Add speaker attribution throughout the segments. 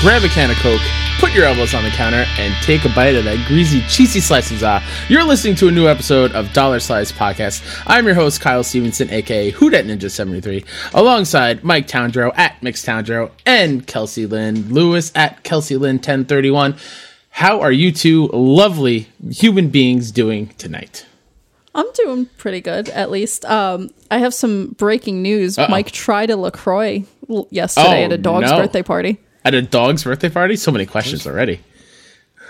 Speaker 1: grab a can of Coke, put your elbows on the counter, and take a bite of that greasy, cheesy slice of za. You're listening to a new episode of Dollar Slice Podcast. I'm your host, Kyle Stevenson, aka Who Dat Ninja 73, alongside Mike Towndrow at Mix Towndrow and Kelsey Lynn Lewis at Kelsey Lynn 1031. How are you two lovely human beings doing tonight?
Speaker 2: I'm doing pretty good, at least. Um, I have some breaking news. Mike tried a LaCroix l- yesterday
Speaker 1: Oh,
Speaker 2: at a dog's
Speaker 1: no.
Speaker 2: birthday party.
Speaker 1: At a dog's birthday party? So many questions already.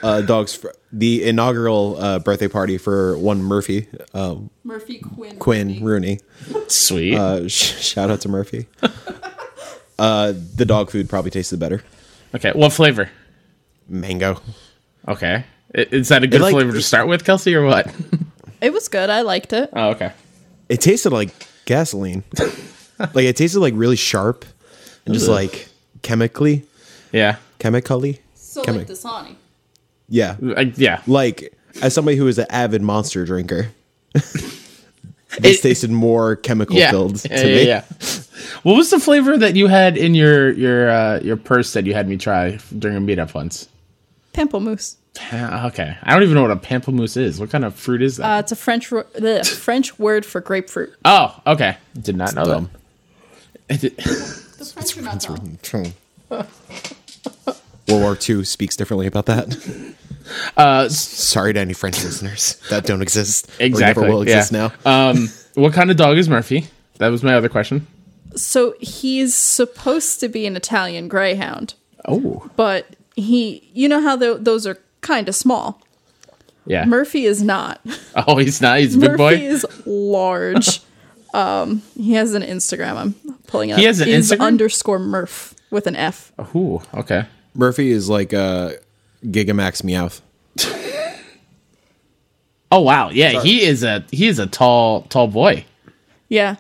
Speaker 3: uh, dogs fr- the inaugural uh, birthday party for one Murphy uh,
Speaker 2: Murphy Quinn.
Speaker 3: Quinn Rooney.
Speaker 1: Sweet.
Speaker 3: Uh, sh- shout out to Murphy. uh, the dog food probably tasted better.
Speaker 1: okay, what flavor?
Speaker 3: Mango.
Speaker 1: Okay. I- Is that a good
Speaker 3: like-
Speaker 1: flavor to start with, Kelsey, or what?
Speaker 2: It was good. I liked it.
Speaker 1: Oh, okay.
Speaker 3: It tasted like gasoline. like it tasted like really sharp and just like chemically,
Speaker 1: Yeah.
Speaker 3: chemically.
Speaker 2: So
Speaker 3: like Chemi-
Speaker 2: Dasani.
Speaker 3: Yeah.
Speaker 1: Like, yeah.
Speaker 3: Like as somebody who is an avid monster drinker. this
Speaker 1: It-
Speaker 3: tasted more chemical
Speaker 1: Yeah.
Speaker 3: filled
Speaker 1: yeah,
Speaker 3: to
Speaker 1: yeah,
Speaker 3: me.
Speaker 1: yeah. What was the flavor that you had in your your uh, your purse that you had me try during a meetup once?
Speaker 2: Pamplemousse.
Speaker 1: Uh, Okay, I don't even know what a pamplemousse is. What kind of fruit is
Speaker 2: Uh,
Speaker 1: that?
Speaker 2: it's a French ro- the French word for grapefruit.
Speaker 1: oh, okay. Did not know them.
Speaker 2: The French are not dumb.
Speaker 3: World War II speaks differently about that.
Speaker 1: Uh,
Speaker 3: Sorry to any French listeners that don't exist. or
Speaker 1: exactly.
Speaker 3: never will exist
Speaker 1: yeah.
Speaker 3: now.
Speaker 1: um, what kind of dog is Murphy? That was my other question.
Speaker 2: So he's supposed to be an Italian greyhound,
Speaker 1: Oh,
Speaker 2: but he, you know how tho- those are kind of small.
Speaker 1: yeah.
Speaker 2: Murphy is not.
Speaker 1: oh, he's not. He's a big
Speaker 2: Murphy
Speaker 1: boy.
Speaker 2: is large. um, he has an Instagram. I'm pulling it. He up.
Speaker 1: has an
Speaker 2: Is
Speaker 1: Instagram? Oh.
Speaker 2: underscore Murph with an F.
Speaker 1: Ooh, okay.
Speaker 3: Murphy is like uh, Gigamax Meowth.
Speaker 1: Oh wow, yeah. He is a he is a tall tall boy.
Speaker 2: Yeah,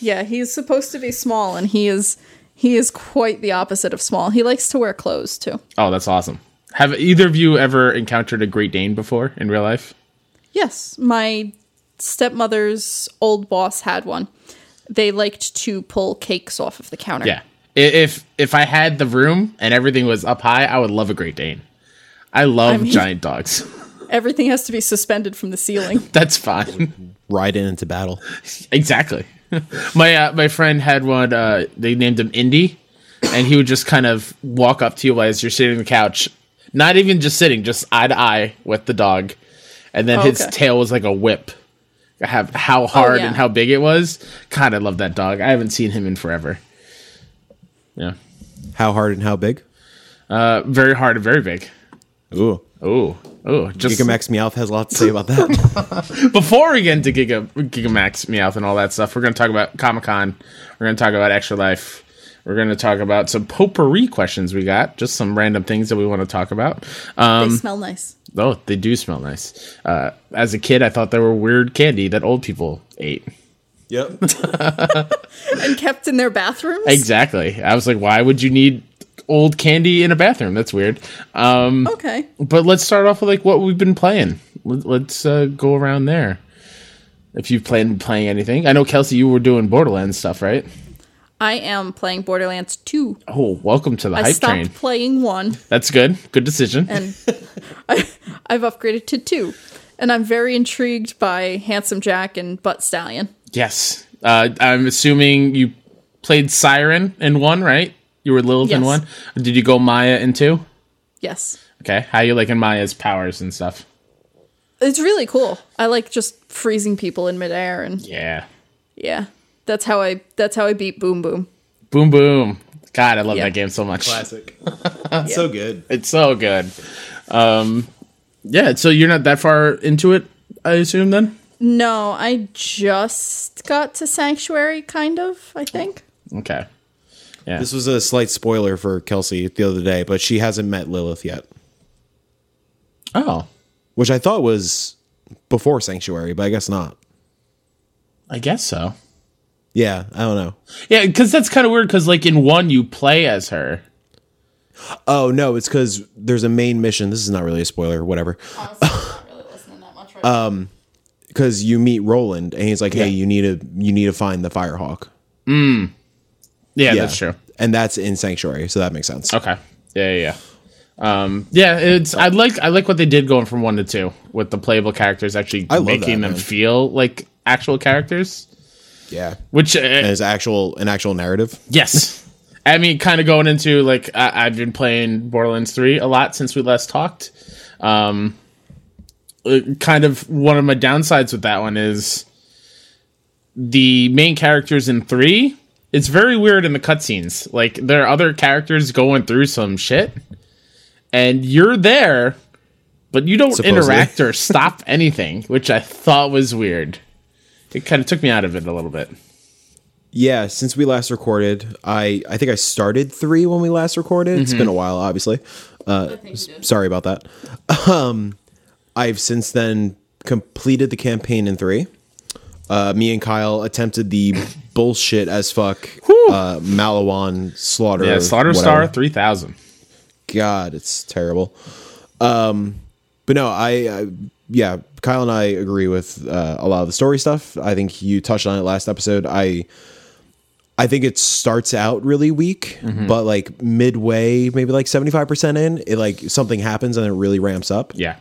Speaker 2: yeah. He's supposed to be small, and he is he is quite the opposite of small. He likes to wear clothes too.
Speaker 1: Oh, that's awesome. Have either of you ever encountered a Great Dane before in real life?
Speaker 2: Yes, my stepmother's old boss had one. They liked to pull cakes off of the counter.
Speaker 1: Yeah. I- If if I had the room and everything was up high, I would love a Great Dane. I love
Speaker 2: mean-
Speaker 1: giant dogs.
Speaker 2: everything has to be suspended from the ceiling.
Speaker 1: That's fine.
Speaker 3: Ride in into battle.
Speaker 1: exactly. my uh, my friend had one. Uh, they named him Indy, and he would just kind of walk up to you as you're sitting on the couch, not even just sitting, just eye to eye with the dog, and then
Speaker 2: Oh,
Speaker 1: his
Speaker 2: okay.
Speaker 1: tail was like a whip. I Have how hard
Speaker 2: yeah.
Speaker 1: and how big it was. God, I love that dog. I haven't seen him in forever. Yeah,
Speaker 3: How hard and how big?
Speaker 1: uh, very hard and very big.
Speaker 3: Ooh.
Speaker 1: Oh, oh, just
Speaker 3: Gigamax Meowth has a lot to say about that.
Speaker 1: before we get into Giga Gigamax Meowth and all that stuff, we're going to talk about Comic Con. We're going to talk about Extra Life. We're going to talk about some potpourri questions we got, just some random things that we want to talk about. Um,
Speaker 2: they smell nice.
Speaker 1: oh, they do smell nice. Uh, as a kid, I thought they were weird candy that old people ate.
Speaker 3: yep.
Speaker 2: And kept in their bathrooms.
Speaker 1: Exactly. I was like, why would you need old candy in a bathroom? That's weird. Um,
Speaker 2: Okay.
Speaker 1: but let's start off with like what we've been playing. Let- Let's uh, go around there. If you've planned playing anything, I know Kelsey, you were doing Borderlands stuff, right?
Speaker 2: I am playing Borderlands 2.
Speaker 1: Oh, welcome to the
Speaker 2: I
Speaker 1: hype
Speaker 2: stopped Uh,
Speaker 1: train.
Speaker 2: playing 1
Speaker 1: That's good. Good decision.
Speaker 2: and I, I've upgraded to 2. And I'm very intrigued by Handsome Jack and Butt Stallion.
Speaker 1: yes. Uh, I'm assuming you played Siren in one, right? You were Lilith in
Speaker 2: Yes.
Speaker 1: one. Did you go Maya in two?
Speaker 2: Yes.
Speaker 1: Okay. How you liking Maya's powers and stuff?
Speaker 2: It's really cool. I like just freezing people in midair and
Speaker 1: Yeah.
Speaker 2: yeah. That's how I that's how I beat Boom Boom.
Speaker 1: Boom boom. God, I love
Speaker 2: Yeah.
Speaker 1: that game so much.
Speaker 3: Classic. So good.
Speaker 1: It's so good. Um, yeah. So you're not that far into it, I assume then.
Speaker 2: No, I just got to Sanctuary kind of, I think.
Speaker 1: Okay.
Speaker 3: This was a slight spoiler for Kelsey the other day, but she hasn't met Lilith yet,
Speaker 1: Oh,
Speaker 3: which I thought was before Sanctuary, but I guess not.
Speaker 1: I guess so.
Speaker 3: Yeah, I don't know.
Speaker 1: Yeah, because that's kind of weird. Because like in one, you play as her.
Speaker 3: Oh no, it's because there's a main mission. This is not really a spoiler, whatever. Because you meet Roland, and he's like, "Hey,
Speaker 1: Yeah.
Speaker 3: you need to you need to find the Firehawk."
Speaker 1: Yeah, that's true. Oh.
Speaker 3: and that's in Sanctuary, so that makes sense.
Speaker 1: Okay. Yeah, yeah. yeah. Um, yeah, it's I like I like what they did going from one to two with the playable characters actually
Speaker 3: I love that,
Speaker 1: making them
Speaker 3: man.
Speaker 1: feel like actual characters.
Speaker 3: Yeah.
Speaker 1: Which uh,
Speaker 3: And it's actual an actual narrative.
Speaker 1: yes, I mean, kind of going into like I, I've been playing Borderlands three a lot since we last talked. Um, uh, kind of one of my downsides with that one is the main characters in three. It's very weird in the cutscenes. Like there are other characters going through some shit, and you're there, but you don't
Speaker 3: Supposedly.
Speaker 1: interact or stop anything, which I thought was weird. It kind of took me out of it a little bit.
Speaker 3: Yeah, since we last recorded, I I think I started three when we last recorded. It's
Speaker 1: Mm-hmm.
Speaker 3: been a while, obviously. Uh, s- sorry about that. Um, I've since then completed the campaign in three. Uh, me and Kyle attempted the bullshit as fuck uh, Malawan slaughter.
Speaker 1: Yeah, Slaughter
Speaker 3: whatever.
Speaker 1: Star three thousand.
Speaker 3: God, it's terrible. Um, but no, I, I yeah, Kyle and I agree with uh, a lot of the story stuff. I think you touched on it last episode. I I think it starts out really weak, but like midway, maybe like seventy five percent in, it like something happens and it really ramps up.
Speaker 1: Yeah.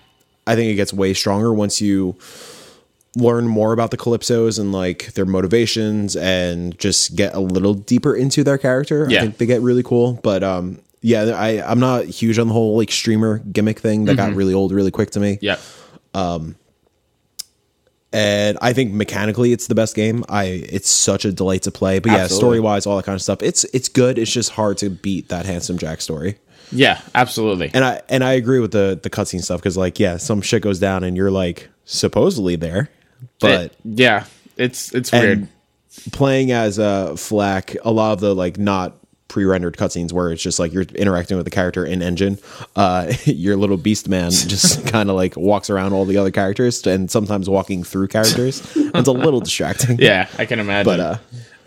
Speaker 3: I think it gets way stronger once you learn more about the Calypsos and like their motivations and just get a little deeper into their character.
Speaker 1: Yeah.
Speaker 3: I think they get really cool. But um yeah, I, I'm not huge on the whole like streamer gimmick thing that
Speaker 1: Mm-hmm.
Speaker 3: got really old really quick to me.
Speaker 1: Yep.
Speaker 3: And I think mechanically it's the best game. I it's such a delight to play. But yeah,
Speaker 1: Absolutely.
Speaker 3: story wise, all that kind of stuff. It's it's good. It's just hard to beat that handsome Jack story.
Speaker 1: Yeah, absolutely.
Speaker 3: And I and I agree with the the cutscene stuff because like yeah, some shit goes down and you're like supposedly there, but
Speaker 1: It- yeah, it's it's weird.
Speaker 3: and playing as uh, Flack, a lot of the like not pre-rendered cutscenes where it's just like you're interacting with the character in engine. Uh, your little beast man just kind of like walks around all the other characters and sometimes walking through characters. it's a little distracting.
Speaker 1: Yeah, I can imagine.
Speaker 3: but uh,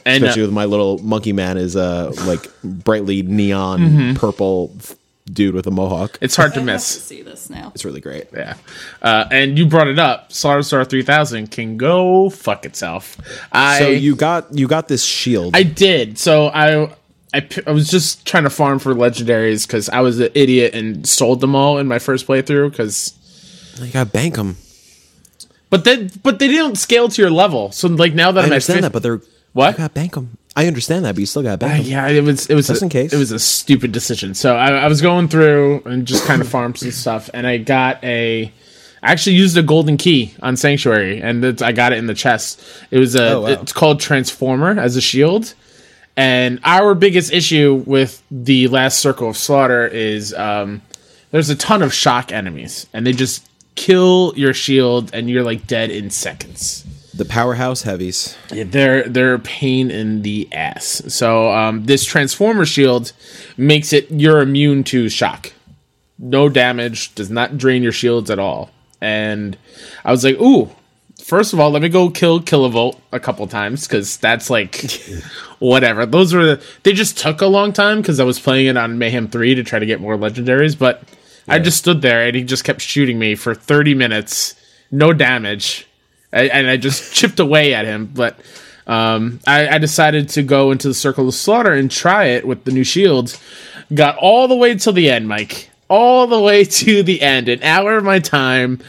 Speaker 1: and uh,
Speaker 3: especially with my little monkey man is uh like brightly neon purple dude with a mohawk.
Speaker 1: Mm-hmm. it's hard to
Speaker 2: I have to
Speaker 1: miss.
Speaker 2: see this now.
Speaker 3: It's really great.
Speaker 1: Yeah, uh, and you brought it up. Slaughter Star three thousand can go fuck itself. I
Speaker 3: So you got you got this shield.
Speaker 1: I did. So I, I p- I was just trying to farm for legendaries because I was an idiot and sold them all in my first playthrough because
Speaker 3: you got Bankum.
Speaker 1: but then but they don't scale to your level. So like now that
Speaker 3: I
Speaker 1: I'm at
Speaker 3: understand
Speaker 1: fif-
Speaker 3: that, but they're
Speaker 1: What?
Speaker 3: You got Bankum. I understand that, but you still got Bankum.
Speaker 1: Uh, yeah, it was it was
Speaker 3: Just
Speaker 1: a,
Speaker 3: in case.
Speaker 1: it was a stupid decision. So I, I was going through and just kind of farmed some stuff, and I got a. I actually used a golden key on Sanctuary, and it's, I got it in the chest. It was a.
Speaker 3: Oh, wow.
Speaker 1: It's called Transformer as a shield, and our biggest issue with the last circle of slaughter is um, there's a ton of shock enemies, and they just kill your shield, and you're like dead in seconds.
Speaker 3: The powerhouse heavies.
Speaker 1: Yeah, they're they're a pain in the ass. So um, this transformer shield makes it you're immune to shock. No damage, does not drain your shields at all. And I was like, ooh, first of all, let me go kill Kilovolt a couple times because that's like whatever. Those were they just took a long time because I was playing it on Mayhem Three to try to get more legendaries, but I just stood there and he just kept shooting me for thirty minutes, no damage, I, and I just chipped away at him. But um, I, I decided to go into the Circle of Slaughter and try it with the new shield. Got all the way till the end, Mike. All the way to the end, an hour of my time.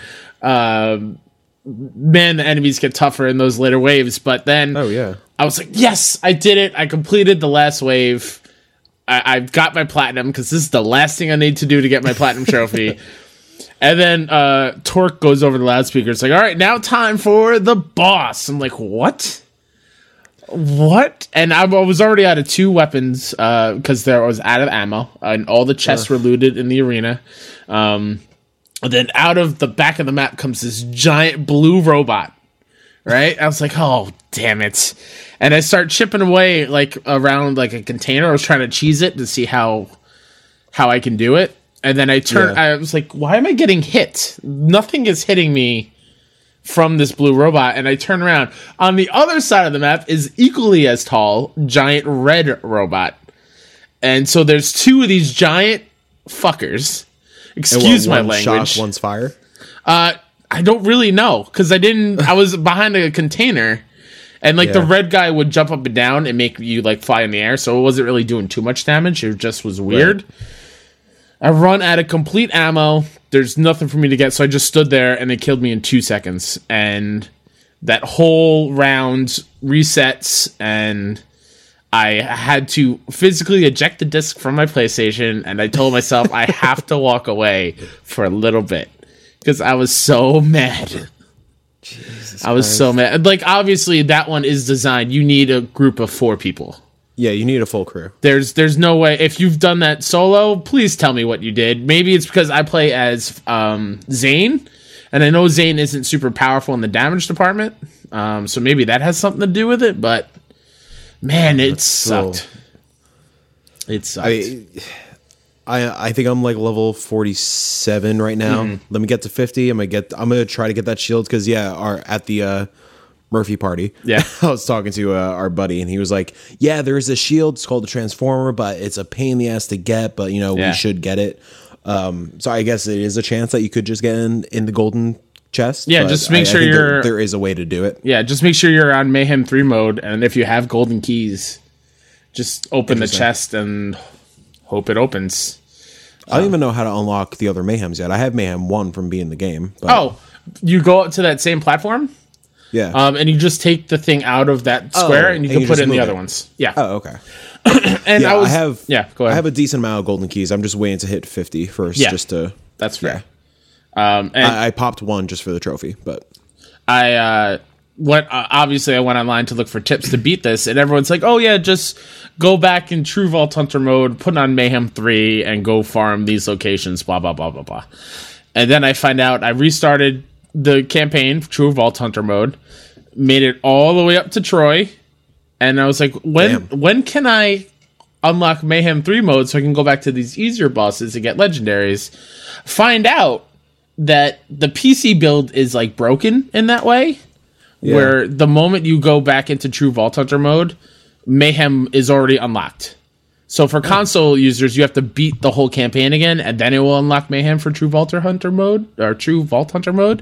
Speaker 1: Um, man, the enemies get tougher in those later waves, but then
Speaker 3: Oh yeah.
Speaker 1: I was like, yes, I did it. I completed the last wave. I, I've got my platinum because this is the last thing I need to do to get my platinum trophy. And then uh, Torque goes over the loudspeaker. It's like, all right, now time for the boss. I'm like, what? What? And I I was already out of two weapons because there I was out of ammo, and all the chests were looted in the arena. Um, and then out of the back of the map comes this giant blue robot right? I was like, oh damn it! And I start chipping away like around like a container. I was trying to cheese it to see how how I can do it. And then I turn.
Speaker 3: Yeah.
Speaker 1: I was like, why am I getting hit? Nothing is hitting me from this blue robot. And I turn around. On the other side of the map is equally as tall, giant red robot. And so there's two of these giant fuckers.
Speaker 3: And
Speaker 1: Excuse
Speaker 3: what,
Speaker 1: my
Speaker 3: one's
Speaker 1: language.
Speaker 3: Shock, one's fire.
Speaker 1: Uh, I don't really know because I didn't. I was behind a container, and like the
Speaker 3: Yeah.
Speaker 1: red guy would jump up and down and make you like fly in the air, so it wasn't really doing too much damage. It just was weird. I run out of complete ammo. There's nothing for me to get, so I just stood there and they killed me in two seconds. And that whole round resets, and I had to physically eject the disc from my PlayStation. And I told myself I have to walk away for a little bit because I was so mad. I was so mad. Like, obviously, that one is designed. You need a group of four people
Speaker 3: Yeah, you need a full crew.
Speaker 1: there's there's no way if you've done that solo please tell me what you did maybe it's because i play as um zane and i know zane isn't super powerful in the damage department um so maybe that has something to do with it but man it
Speaker 3: so-
Speaker 1: sucked it sucked
Speaker 3: I I I think I'm like level 47 right now.
Speaker 1: Mm-hmm.
Speaker 3: Let me get to 50. I'm gonna get. I'm gonna try to get that shield because yeah, our at the uh, Murphy party.
Speaker 1: Yeah.
Speaker 3: I was talking to uh, our buddy and he was like, "Yeah, there is a shield. It's called the Transformer, but it's a pain in the ass to get. But you know,
Speaker 1: Yeah.
Speaker 3: we should get it. Um, so I guess it is a chance that you could just get in in the golden chest.
Speaker 1: Yeah,
Speaker 3: but
Speaker 1: just make sure
Speaker 3: think there-
Speaker 1: you're-
Speaker 3: there is a way to do it.
Speaker 1: yeah just make sure you're on mayhem 3 mode and if you have golden keys just open the
Speaker 3: Interesting.
Speaker 1: chest and hope it opens
Speaker 3: I don't even know how to unlock the other mayhems yet. I have mayhem one from being in the game. But
Speaker 1: oh you go up to that same platform
Speaker 3: yeah.
Speaker 1: Um, and you just take the thing out of that square and you
Speaker 3: Oh. and
Speaker 1: can
Speaker 3: you
Speaker 1: put
Speaker 3: just
Speaker 1: it in the
Speaker 3: move
Speaker 1: other
Speaker 3: it.
Speaker 1: ones. Yeah.
Speaker 3: oh, okay.
Speaker 1: and
Speaker 3: Yeah,
Speaker 1: I
Speaker 3: I,
Speaker 1: was
Speaker 3: have.
Speaker 1: yeah, go ahead.
Speaker 3: I have a decent amount of golden keys. I'm just waiting to hit 50 first,
Speaker 1: Yeah.
Speaker 3: just to.
Speaker 1: That's fair. Um, and I,
Speaker 3: I, I popped one just for the trophy, but
Speaker 1: uh, what uh, obviously I went online to look for tips to beat this, and everyone's like, "Oh yeah, just go back in True Vault Hunter mode, put on Mayhem Three, and go farm these locations." Blah blah blah blah blah. And then I find out I restarted the campaign True Vault Hunter mode, made it all the way up to Troy, and I was like, "When
Speaker 3: Damn.
Speaker 1: when can I unlock Mayhem 3 mode so I can go back to these easier bosses and get legendaries. Find out that the PC build is like broken in that way, where the moment you go back into true Vault Hunter mode, Mayhem is already unlocked. So for console users, you have to beat the whole campaign again, and then it will unlock Mayhem for True Vault Hunter mode or True Vault Hunter mode.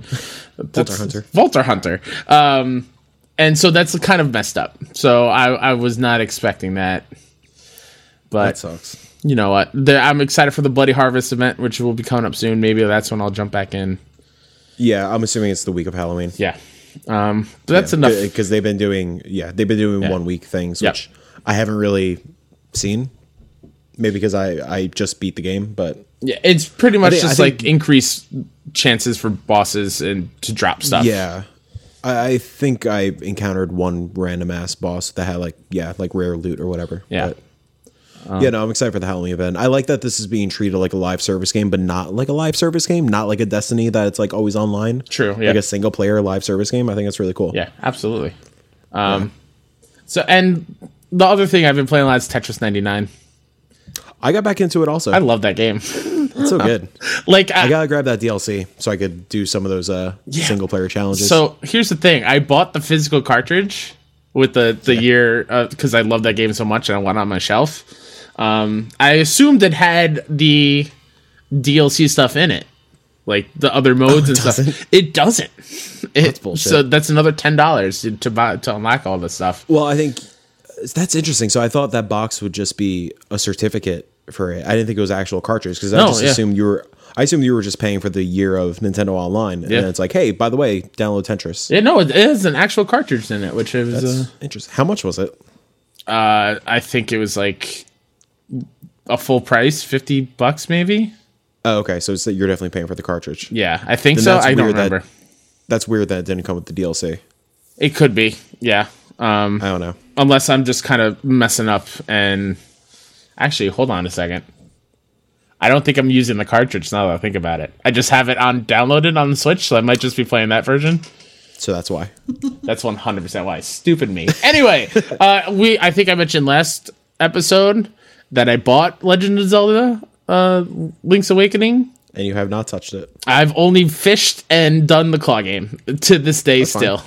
Speaker 1: Vault
Speaker 3: Hunter.
Speaker 1: Vault Hunter. Um, and so that's kind of messed up. So I, I was not expecting that. But
Speaker 3: that sucks.
Speaker 1: you know what? The, I'm excited for the Bloody Harvest event, which will be coming up soon. Maybe that's when I'll jump back in.
Speaker 3: Yeah, I'm assuming it's the week of Halloween.
Speaker 1: Yeah. Um, but that's enough.
Speaker 3: because they've been doing yeah they've been doing one week things
Speaker 1: Yeah.
Speaker 3: which I haven't really seen. Maybe because I I just beat the game, but
Speaker 1: Yeah, it's pretty much
Speaker 3: think- I
Speaker 1: just
Speaker 3: think-
Speaker 1: like increased chances for bosses and to drop stuff.
Speaker 3: yeah. I I think I encountered one random ass boss that had like yeah like rare loot or whatever.
Speaker 1: Yeah.
Speaker 3: but- yeah, no, I'm excited for the Halloween event. I like that this is being treated like a live service game, but not like a live service game, not like a Destiny that it's like always online.
Speaker 1: True, yeah.
Speaker 3: like a single player live service game. I think that's really cool.
Speaker 1: Yeah, absolutely. Um, So, and the other thing I've been playing a lot is Tetris 99.
Speaker 3: I got back into it also.
Speaker 1: I love that game.
Speaker 3: it's so good.
Speaker 1: like, I,
Speaker 3: I gotta grab that DLC so I could do some of those uh, single player challenges.
Speaker 1: So here's the thing: I bought the physical cartridge with the the year because I love that game so much, and I want it on my shelf. Um, I assumed it had the DLC stuff in it, like the other modes and stuff.
Speaker 3: Oh, doesn't?
Speaker 1: It doesn't. It,
Speaker 3: bullshit.
Speaker 1: So that's another ten dollars to buy to unlock all this stuff.
Speaker 3: well, I think uh, that's interesting. So I thought that box would just be a certificate for it. I didn't think it was actual cartridge because I
Speaker 1: No,
Speaker 3: just
Speaker 1: yeah.
Speaker 3: assumed you were. I assumed you were just paying for the year of Nintendo Online, and
Speaker 1: Yeah.
Speaker 3: then it's like, hey, by the way, download Tetris.
Speaker 1: Yeah, no, it is an actual cartridge in it, which is uh,
Speaker 3: Interesting. How much was it?
Speaker 1: uh, I think it was like a full price, fifty bucks maybe.
Speaker 3: Oh, okay, so it's that you're definitely paying for the cartridge.
Speaker 1: Yeah, I think
Speaker 3: Then
Speaker 1: so.
Speaker 3: that's
Speaker 1: I don't
Speaker 3: weird that-
Speaker 1: remember.
Speaker 3: That's weird that it didn't come with the DLC.
Speaker 1: It could be. Yeah. Um,
Speaker 3: I don't know.
Speaker 1: unless I'm just kind of messing up and actually hold on a second. I don't think I'm using the cartridge now that I think about it. I just have it on downloaded on the Switch, so I might just be playing that version.
Speaker 3: So that's why.
Speaker 1: That's 100% why. Stupid me. Anyway, uh, we I think I mentioned last episode that I bought Legend of Zelda uh, Link's Awakening.
Speaker 3: And you have not touched it.
Speaker 1: I've only fished and done the claw game to this day
Speaker 3: fine.
Speaker 1: still.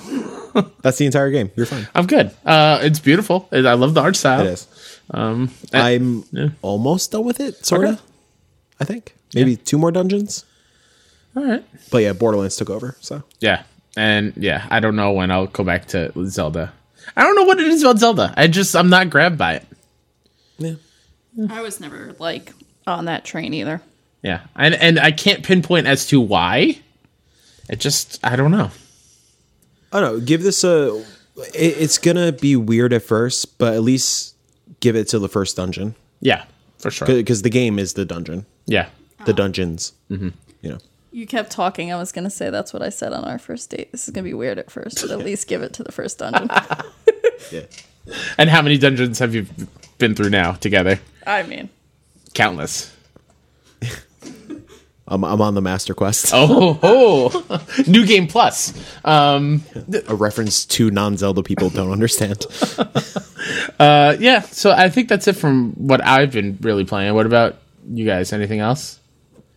Speaker 3: That's the entire game. You're fine.
Speaker 1: I'm good. Uh, it's beautiful. I love the art style.
Speaker 3: It is. I'm almost done with it, sort of.
Speaker 1: Okay.
Speaker 3: I think maybe two more dungeons.
Speaker 1: All right.
Speaker 3: But yeah, Borderlands took over. So
Speaker 1: Yeah. And yeah, I don't know when I'll go back to Zelda. I don't know what it is about Zelda. I just I'm not grabbed by it.
Speaker 3: yeah,
Speaker 2: I was never like on that train either.
Speaker 1: Yeah, and and I can't pinpoint as to why. It just I don't know.
Speaker 3: I don't know. Give this a. it- it's gonna be weird at first, but at least give it to the first dungeon
Speaker 1: Yeah, for sure.
Speaker 3: because the game is the dungeon,
Speaker 1: Yeah,
Speaker 3: the dungeons. Mm-hmm. You know.
Speaker 2: You kept talking. I was going to say that's what I said on our first date. This is going to be weird at first, but at least give it to the first dungeon.
Speaker 3: Yeah.
Speaker 1: and how many dungeons have you been through now together?
Speaker 2: I mean,
Speaker 1: Countless.
Speaker 3: I'm, I'm on the master quest.
Speaker 1: Oh, oh. new game plus. Um,
Speaker 3: A reference to non Zelda people don't understand.
Speaker 1: uh, yeah. So I think that's it from what I've been really playing. What about you guys? Anything else?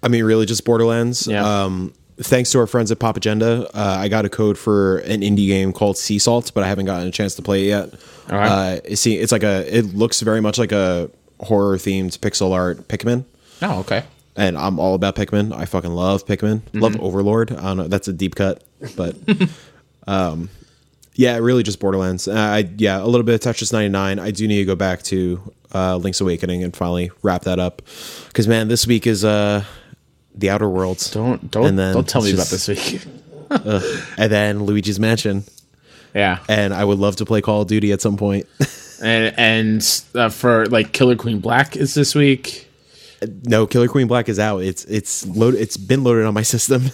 Speaker 3: I mean, really, just Borderlands.
Speaker 1: Yeah.
Speaker 3: Um, thanks to our friends at Pop Agenda, uh, I got a code for an indie game called Sea Salt, but I haven't gotten a chance to play it yet.
Speaker 1: All right.
Speaker 3: Uh, it see, it's like a. It looks very much like a horror themed pixel art Pikmin.
Speaker 1: Oh, okay.
Speaker 3: and I'm all about Pikmin. I fucking love Pikmin.
Speaker 1: Mm-hmm.
Speaker 3: Love Overlord. I don't know. That's a deep cut, but um, yeah, really just Borderlands. Uh, I yeah, a little bit of Tetris 99. I do need to go back to uh, Link's Awakening and finally wrap that up because man, this week is uh, the Outer Worlds.
Speaker 1: Don't don't
Speaker 3: And then
Speaker 1: don't tell me
Speaker 3: it's
Speaker 1: about
Speaker 3: just-
Speaker 1: this week.
Speaker 3: and then Luigi's Mansion.
Speaker 1: Yeah,
Speaker 3: And I would love to play Call of Duty at some point.
Speaker 1: and and uh, for like Killer Queen Black is this week.
Speaker 3: no, Killer Queen Black is out. It's it's load. It's been loaded on my system.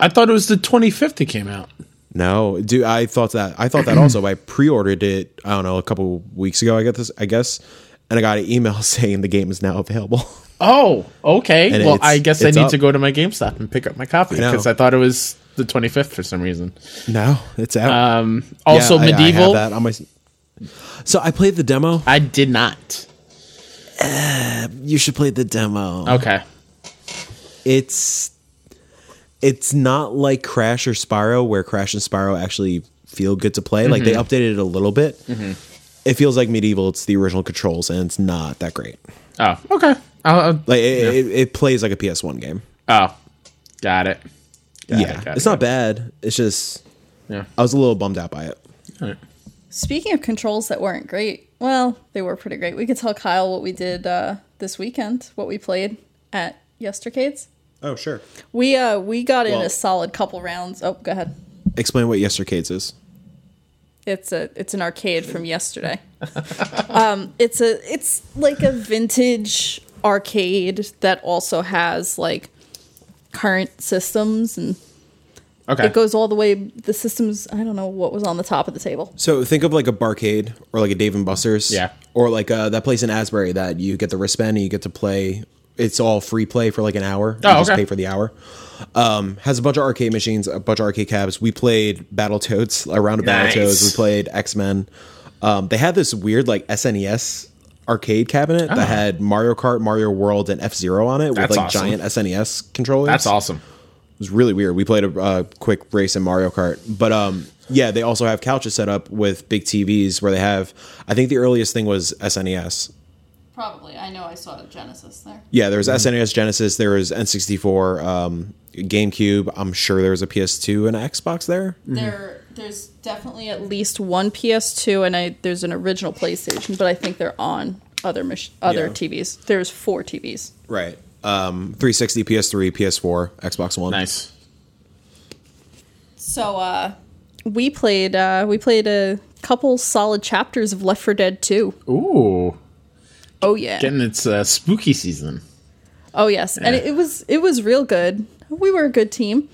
Speaker 1: I thought it was the 25th it came out.
Speaker 3: No, dude, I thought that I thought that also. I pre-ordered it. I don't know, a couple weeks ago. I got this, I guess, and I got an email saying the game is now available.
Speaker 1: Oh, okay.
Speaker 3: And
Speaker 1: well,
Speaker 3: it's-
Speaker 1: I guess I
Speaker 3: it's
Speaker 1: need
Speaker 3: up.
Speaker 1: to go to my GameStop and pick up my copy
Speaker 3: know.
Speaker 1: because I, thought it was the 25th for some reason.
Speaker 3: no, it's out.
Speaker 1: Um,
Speaker 3: Yeah,
Speaker 1: also,
Speaker 3: I- I have
Speaker 1: Medieval. I,
Speaker 3: that on my. So I played the demo.
Speaker 1: did not.
Speaker 3: You should play the demo.
Speaker 1: Okay.
Speaker 3: It's it's not like Crash or Spyro, where Crash and Spyro actually feel good to play. Like they
Speaker 1: Mm-hmm.
Speaker 3: updated it a little bit. It feels like Medieval. It's the original controls, and it's not that great.
Speaker 1: Oh, okay. I'll, I'll-
Speaker 3: Like it, it, it plays like a PS1 game.
Speaker 1: oh, got it. Got
Speaker 3: yeah,
Speaker 1: it, got
Speaker 3: it's
Speaker 1: it.
Speaker 3: not bad. It's just
Speaker 1: Yeah.
Speaker 3: I was a little bummed out by it.
Speaker 1: All right.
Speaker 2: speaking of controls that weren't great, well, they were pretty great. We could tell Kyle what we did uh, this weekend, what we played at Yestercades.
Speaker 3: Oh sure.
Speaker 2: We uh we got in
Speaker 3: Well-
Speaker 2: a solid couple rounds. Oh, go ahead.
Speaker 3: Explain what Yestercades is.
Speaker 2: It's a it's an arcade from yesterday. um, it's a it's like a vintage arcade that also has like current systems and
Speaker 1: Okay.
Speaker 2: it goes all the way the systems I don't know what was on the top of the table.
Speaker 3: So think of like a barcade or like a Dave and Buster's.
Speaker 1: Yeah.
Speaker 3: Or like uh, that place in Asbury that you get the wristband and you get to play. It's all free play for like an hour.
Speaker 1: Oh,
Speaker 3: you just
Speaker 1: okay.
Speaker 3: pay for the hour. Um, has a bunch of arcade machines, a bunch of arcade cabs. We played Battletoads, a round of
Speaker 1: Nice.
Speaker 3: Battletoads. We played X Men. Um, they had this weird like SNES arcade cabinet that had Mario Kart, Mario World, and F Zero on it with
Speaker 1: Ah. That's
Speaker 3: like
Speaker 1: awesome.
Speaker 3: giant SNES controllers.
Speaker 1: That's awesome.
Speaker 3: It was really weird. We played a uh, quick race in Mario Kart, but um, yeah, they also have couches set up with big TVs where they have. I think the earliest thing was E SNES.
Speaker 2: Probably. I know I saw a Genesis there.
Speaker 3: Yeah, there was SNES, Genesis, there was N64, um, GameCube. I'm sure there was a PS2 and a Xbox there.
Speaker 2: There there's definitely at least one PS2 and I there's an original PlayStation, but I think they're on other mach- other
Speaker 3: Yeah.
Speaker 2: TVs. There's four TVs.
Speaker 3: Right. Um, 360, PS3, PS4, Xbox One.
Speaker 1: Nice.
Speaker 2: So uh we played uh we played a couple solid chapters of Left 4 Dead 2.
Speaker 1: Ooh.
Speaker 2: Oh yeah.
Speaker 1: Getting its uh, spooky season.
Speaker 2: oh yes. And it, it was it was real good. We were a good team.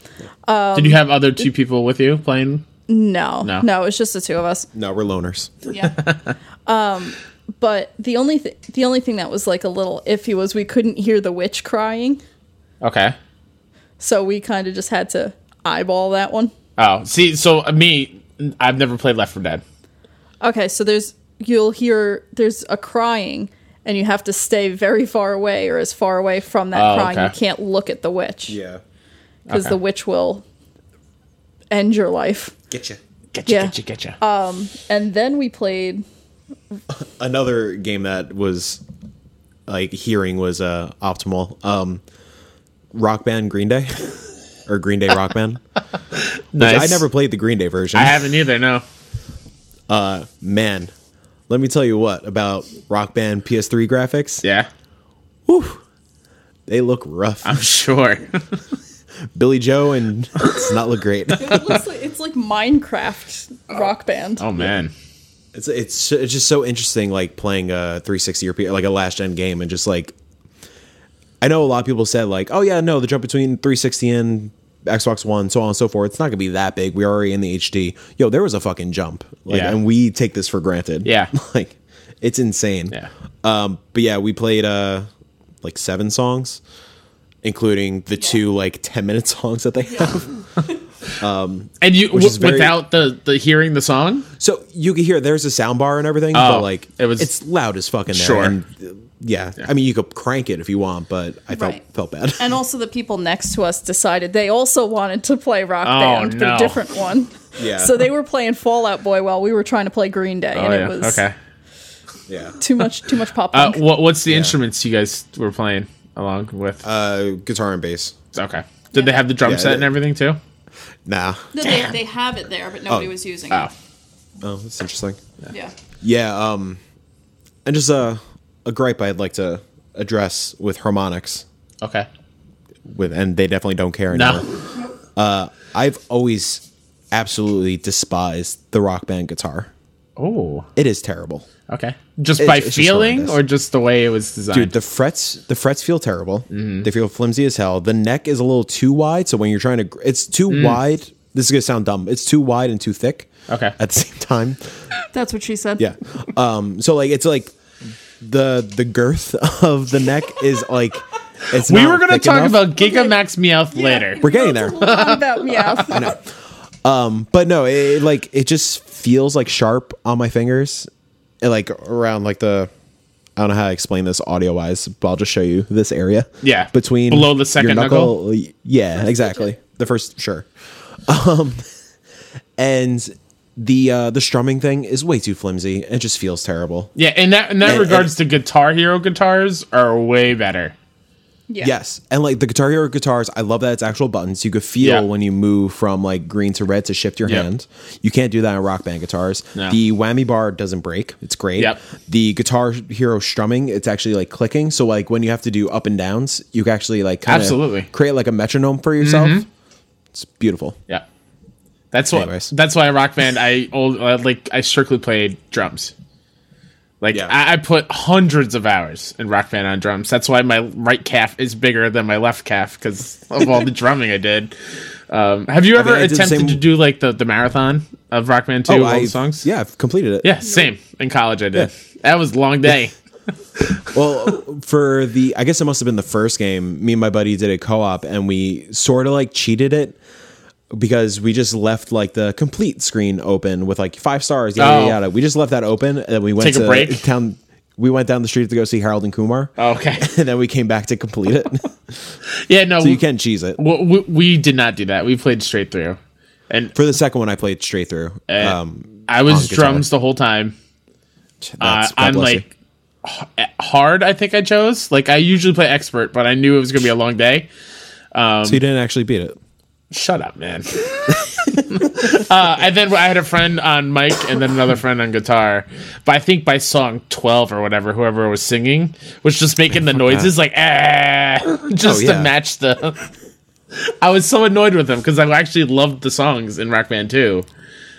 Speaker 1: Did you have other
Speaker 2: Um,
Speaker 1: two people with you playing?
Speaker 2: No.
Speaker 1: No.
Speaker 2: No, it was just the two of us.
Speaker 3: No, we're loners.
Speaker 2: Yeah. um but the only th- the only thing that was like a little iffy was we couldn't hear the witch crying.
Speaker 1: Okay.
Speaker 2: So we kind of just had to eyeball that one.
Speaker 1: Oh, see, so uh, me, I've never played Left 4 Dead.
Speaker 2: Okay, so there's you'll hear there's a crying and you have to stay very far away or as far away from that
Speaker 1: Oh,
Speaker 2: crying. You
Speaker 1: okay.
Speaker 2: can't look at the witch.
Speaker 3: Yeah.
Speaker 2: Because
Speaker 1: Okay.
Speaker 2: the witch will end your life.
Speaker 3: Getcha.
Speaker 1: Getcha,
Speaker 2: Yeah. Uh,
Speaker 1: getcha, getcha.
Speaker 2: And then we played
Speaker 3: another game that was like hearing was uh optimal um rock band green day or green day rock band
Speaker 1: nice.
Speaker 3: i never played the green day version
Speaker 1: I haven't either, no.
Speaker 3: man let me tell you what about rock band ps3 graphics
Speaker 1: Yeah.
Speaker 3: They look rough.
Speaker 1: I'm sure.
Speaker 3: Billy Joe and does not look great.
Speaker 2: It looks like it's like Minecraft rock band.
Speaker 1: oh man.
Speaker 3: It's it's it's just so interesting, like playing a 360 or P- like a last gen game, and just like I know a lot of people said like, oh yeah, no, the jump between 360 and Xbox One, so on and so forth. It's not gonna be that big. We're already in the HD. Yo, there was a fucking jump, like,
Speaker 1: Yeah.
Speaker 3: and we take this for granted.
Speaker 1: Yeah.
Speaker 3: like it's insane.
Speaker 1: Yeah.
Speaker 3: Um, but yeah, we played uh like seven songs, including the two like 10 minute songs that they have.
Speaker 1: And you w-
Speaker 3: is very-
Speaker 1: without the the hearing the song?
Speaker 3: So you can hear there's a sound bar and everything,
Speaker 1: Oh,
Speaker 3: but like
Speaker 1: it was-
Speaker 3: it's loud as fucking there.
Speaker 1: Sure.
Speaker 3: And, uh, yeah. I mean you could crank it if you want, but I felt
Speaker 2: Right.
Speaker 3: felt bad.
Speaker 2: And also, the people next to us decided they also wanted to play rock
Speaker 1: Oh,
Speaker 2: band, but
Speaker 1: no.
Speaker 2: a different one.
Speaker 3: Yeah.
Speaker 2: So they were playing Fallout Boy while we were trying to play Green Day,
Speaker 1: Oh
Speaker 2: and
Speaker 1: yeah.
Speaker 2: it was
Speaker 1: Okay.
Speaker 3: yeah.
Speaker 2: too much, too much pop
Speaker 1: Uh,
Speaker 2: punk.
Speaker 1: what what's the instruments you guys were playing along with?
Speaker 3: Uh guitar and bass.
Speaker 1: okay. Did they have the drum
Speaker 3: Yeah,
Speaker 1: set
Speaker 3: they-
Speaker 1: and everything too?
Speaker 3: Nah.
Speaker 2: No, they, they have it there, but nobody
Speaker 3: Oh.
Speaker 2: was using
Speaker 1: Oh.
Speaker 3: Oh, that's interesting.
Speaker 2: it. Yeah.
Speaker 3: Yeah, um and just a a gripe I'd like to address with harmonics
Speaker 1: Okay.
Speaker 3: with and they definitely don't care anymore.
Speaker 1: No.
Speaker 3: I've always absolutely despised the rock band guitar.
Speaker 1: Oh.
Speaker 3: It is terrible.
Speaker 1: Okay. Just
Speaker 3: It's-
Speaker 1: by
Speaker 3: it's just
Speaker 1: feeling
Speaker 3: horrendous.
Speaker 1: or just the way it was designed?
Speaker 3: Dude, the frets the frets feel terrible.
Speaker 1: Mm-hmm.
Speaker 3: They feel flimsy as hell. The neck is a little too wide, so when you're trying to, gr- it's too
Speaker 1: Mm.
Speaker 3: wide. This is gonna sound dumb. It's too wide and too thick
Speaker 1: okay.
Speaker 3: at the same time.
Speaker 2: That's what she said.
Speaker 3: Yeah. Um. So like, it's like the the girth of the neck is like. It's
Speaker 1: we
Speaker 3: not
Speaker 1: were going to
Speaker 3: thick
Speaker 1: talk
Speaker 3: enough.
Speaker 1: about Gigamax Meowth later.
Speaker 3: We're getting there.
Speaker 2: about meow.
Speaker 3: but no, it, it, like it just feels like sharp on my fingers, It, like around like the. I don't know how to explain this audio wise, but I'll just show you this area.
Speaker 1: Yeah.
Speaker 3: between
Speaker 1: Below the second
Speaker 3: y- Yeah, exactly. The first, sure. Um, and the uh the strumming thing is way too flimsy. It just feels terrible.
Speaker 1: Yeah, in that in that
Speaker 3: And-
Speaker 1: regards, the Guitar Hero guitars are way better.
Speaker 2: Yeah.
Speaker 3: Yes, and like the Guitar Hero guitars, I love that it's actual buttons. You could feel
Speaker 1: Yeah.
Speaker 3: when you move from like green to red to shift your
Speaker 1: Yep.
Speaker 3: hand. You can't do that on Rock Band guitars.
Speaker 1: No.
Speaker 3: The whammy bar doesn't break; it's great.
Speaker 1: Yep.
Speaker 3: The Guitar Hero strumming, it's actually like clicking. So like when you have to do up and downs, you can actually like kinda
Speaker 1: Absolutely. Mm-hmm.
Speaker 3: create like a metronome for yourself. It's beautiful.
Speaker 1: Yeah, that's what.
Speaker 3: Anyways.
Speaker 1: That's why Rock Band. I old uh, like I strictly played drums. Like
Speaker 3: Yeah.
Speaker 1: I, I put hundreds of hours in Rock Band on drums. That's why my right calf is bigger than my left calf because of all the drumming I did. Um, have you ever
Speaker 3: I did the
Speaker 1: attempted
Speaker 3: same-
Speaker 1: to do like the, the marathon of Rock Band Two? all the
Speaker 3: Oh, I've-
Speaker 1: songs.
Speaker 3: Yeah, I've completed it.
Speaker 1: yeah, same. In college, I did. That was a long day.
Speaker 3: well, for the I guess it must have been the first game. Me and my buddy did a co-op, and we sort of like cheated it because we just left like the complete screen open with like five stars. Yada
Speaker 1: Oh.
Speaker 3: yada yada. We just left that open, and then we went
Speaker 1: Take a
Speaker 3: to
Speaker 1: break? Oh.
Speaker 3: down. We went down the street to go see Harold and Kumar,
Speaker 1: Okay.
Speaker 3: and then we came back to complete it.
Speaker 1: Yeah. No.
Speaker 3: so you can cheese it.
Speaker 1: we, we, we did not do that. We played straight through, and
Speaker 3: For the second one, I played straight through. um,
Speaker 1: I was
Speaker 3: on guitar.
Speaker 1: drums the whole time. Eh. Uh,
Speaker 3: that's, God
Speaker 1: I'm
Speaker 3: bless you.
Speaker 1: like h- eh, hard. I think I chose. Like I usually play expert, but I knew it was gonna be a long day.
Speaker 3: so
Speaker 1: um,
Speaker 3: you didn't actually beat it.
Speaker 1: Shut up, man. uh, and then I had a friend on mic, and then another friend on guitar. But I think by song twelve or whatever, whoever was singing was just making the noises like ah, just
Speaker 3: Oh, yeah.
Speaker 1: to match the. I was so annoyed with him because I actually loved the songs in Rock Band 2.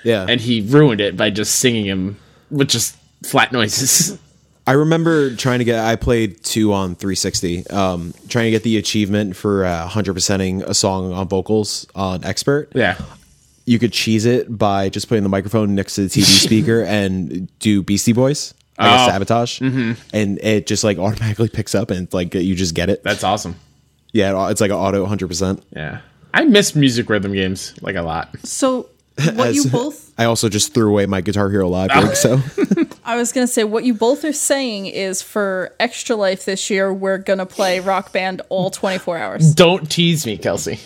Speaker 3: Yeah,
Speaker 1: and he ruined it by just singing him with just flat noises.
Speaker 3: I remember trying to get. I played two on 360. Um, trying to get the achievement for uh, 100%ing a song on vocals on expert.
Speaker 1: Yeah.
Speaker 3: You could cheese it by just putting the microphone next to the TV speaker and do Beastie Boys. I guess
Speaker 1: Oh.
Speaker 3: sabotage, and it just like automatically picks up and like you just get it.
Speaker 1: That's awesome.
Speaker 3: yeah, it's like an auto 100. percent
Speaker 1: Yeah. I miss music rhythm games like a lot.
Speaker 2: So what you both
Speaker 3: I also just threw away my Guitar Hero Live rig, so
Speaker 2: I was gonna say what you both are saying is for Extra Life this year we're gonna play Rock Band all 24 hours.
Speaker 1: Don't tease me, Kelsey.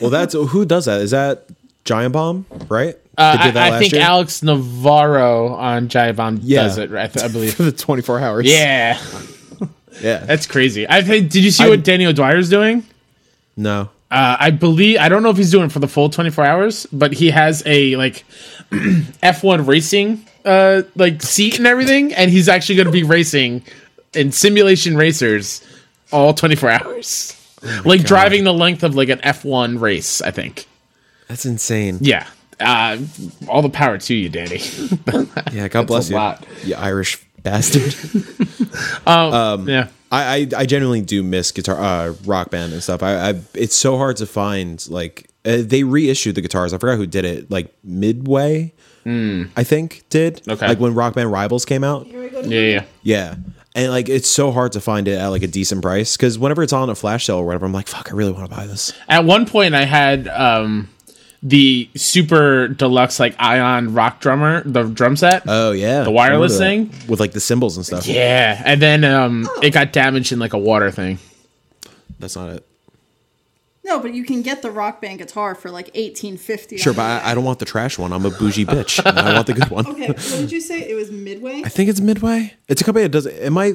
Speaker 3: well, that's who does that? Is that Giant Bomb? Right?
Speaker 1: Uh,
Speaker 3: They did that
Speaker 1: I, I
Speaker 3: last
Speaker 1: think
Speaker 3: year?
Speaker 1: Alex Navarro on Jai Bomb
Speaker 3: Yeah.
Speaker 1: does it, I, th- I believe.
Speaker 3: the 24 hours.
Speaker 1: Yeah.
Speaker 3: yeah.
Speaker 1: That's crazy. I think, did you see what
Speaker 3: I-
Speaker 1: Danny O'Dwyer's doing?
Speaker 3: no.
Speaker 1: Uh, I believe I don't know if he's doing it for the full 24 hours, but he has a like F1 racing uh like seat and everything, and he's actually going to be racing in simulation racers all 24 hours. like driving the length of like an F1 race, I think.
Speaker 3: That's insane.
Speaker 1: Yeah. Uh, all the power to you, Danny.
Speaker 3: Yeah, God bless
Speaker 1: a
Speaker 3: you,
Speaker 1: lot.
Speaker 3: you Irish bastard.
Speaker 1: yeah.
Speaker 3: I, I I genuinely do miss guitar uh, rock band and stuff. I, I it's so hard to find like uh, they reissued the guitars. I forgot who did it. Like Midway, I think did.
Speaker 1: Okay.
Speaker 3: like when Rock Band Rivals came out.
Speaker 1: Yeah, yeah.
Speaker 3: Yeah. And like it's so hard to find it at like a decent price because whenever it's on a flash sale or whatever, I'm like, fuck, I really want to buy this.
Speaker 1: At one point, I had um, the super deluxe like Ion rock drummer, the drum set.
Speaker 3: Oh yeah, the
Speaker 1: wireless thing?
Speaker 3: with like the symbols and stuff.
Speaker 1: yeah, and then um, it got damaged in like a water thing.
Speaker 3: That's not it.
Speaker 2: No, but you can get the rock band guitar for like eighteen fifty.
Speaker 3: Sure, but I, I don't want the trash one. I'm a bougie bitch. and I want the good one.
Speaker 4: Okay, what did you say? It was Midway?
Speaker 3: I think it's Midway. It's a company that does. Am I?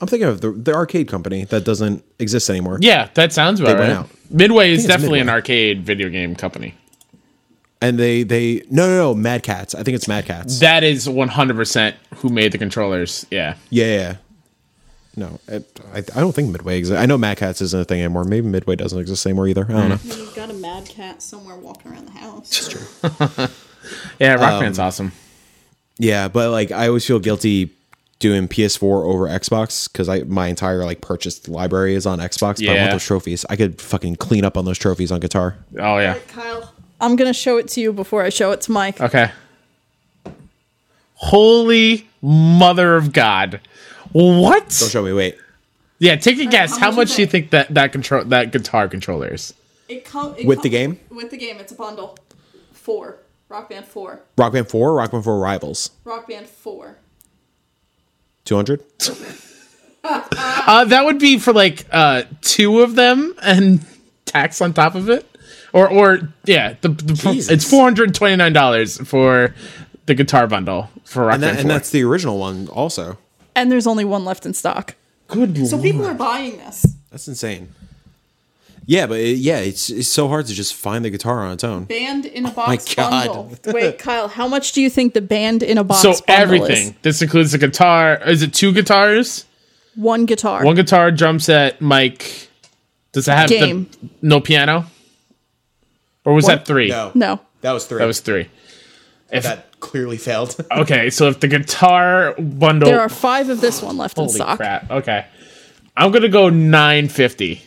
Speaker 3: I'm thinking of the, the arcade company that doesn't exist anymore.
Speaker 1: Yeah, that sounds about
Speaker 3: They
Speaker 1: right.
Speaker 3: went out.
Speaker 1: Midway is
Speaker 3: it's
Speaker 1: definitely an
Speaker 3: Midway.
Speaker 1: arcade video game company.
Speaker 3: and they they no no no Mad Cats. I think it's Mad Cats.
Speaker 1: That is 100% who made the controllers. Yeah.
Speaker 3: yeah, yeah, yeah. No, it, I, I don't think Midway exists. I know Mad Cats isn't a thing anymore. Maybe Midway doesn't exist anymore either.
Speaker 1: Hmm.
Speaker 3: I don't know.
Speaker 4: You've got a mad cat somewhere walking around the house.
Speaker 1: Yeah,
Speaker 3: Um,
Speaker 1: Rock Band's awesome.
Speaker 3: Yeah, but like I always feel guilty doing PS4 over Xbox because I my entire like purchased library is on Xbox. But I
Speaker 1: Yeah.
Speaker 3: want those trophies. I could fucking clean up on those trophies on guitar.
Speaker 1: Oh, yeah.
Speaker 4: Kyle,
Speaker 2: I'm gonna show it to you before I show it to Mike.
Speaker 1: Okay. Holy mother of God. What?
Speaker 3: Don't show me. Wait,
Speaker 1: Yeah, take a guess.
Speaker 4: how
Speaker 1: How
Speaker 4: much
Speaker 1: much
Speaker 4: is
Speaker 1: do you
Speaker 4: it?
Speaker 1: think that that control that guitar controller is?
Speaker 4: it come it
Speaker 3: With the
Speaker 4: come-
Speaker 3: game?
Speaker 4: With the game, it's a bundle. Four. Rock Band 4.
Speaker 3: Rock Band Four, Rock Band Four Rivals,
Speaker 4: Rock Band 4.
Speaker 3: two hundred.
Speaker 1: Uh, that would be for like uh, two of them and tax on top of it, or or yeah, the, the it's
Speaker 3: Jesus.
Speaker 1: four hundred twenty nine dollars for the guitar bundle for Rock
Speaker 3: And,
Speaker 1: Band
Speaker 3: that, and
Speaker 1: 4.
Speaker 3: that's the original one also.
Speaker 2: And there's only one left in stock.
Speaker 1: Good
Speaker 4: So
Speaker 1: lord.
Speaker 4: people are buying this.
Speaker 3: That's insane. Yeah, but it, yeah, it's it's so hard to just find the guitar on its own.
Speaker 4: Band
Speaker 1: Oh
Speaker 4: in a box
Speaker 3: God.
Speaker 4: bundle.
Speaker 2: Wait, Kyle, how much do you think the band in a box?
Speaker 1: So
Speaker 2: bundle
Speaker 1: everything.
Speaker 2: is?
Speaker 1: This includes the guitar. Is it two guitars?
Speaker 2: One guitar.
Speaker 1: One guitar, drum set, mic. Does it have the-
Speaker 2: Game.
Speaker 1: no piano? Or was that three?
Speaker 2: no.
Speaker 3: that was three.
Speaker 1: That was three.
Speaker 3: that clearly failed.
Speaker 1: Okay, so if the guitar bundle
Speaker 2: There are five of this one left
Speaker 1: Oh.
Speaker 2: in
Speaker 1: Holy
Speaker 2: stock.
Speaker 1: crap. Okay. I'm going to go 950.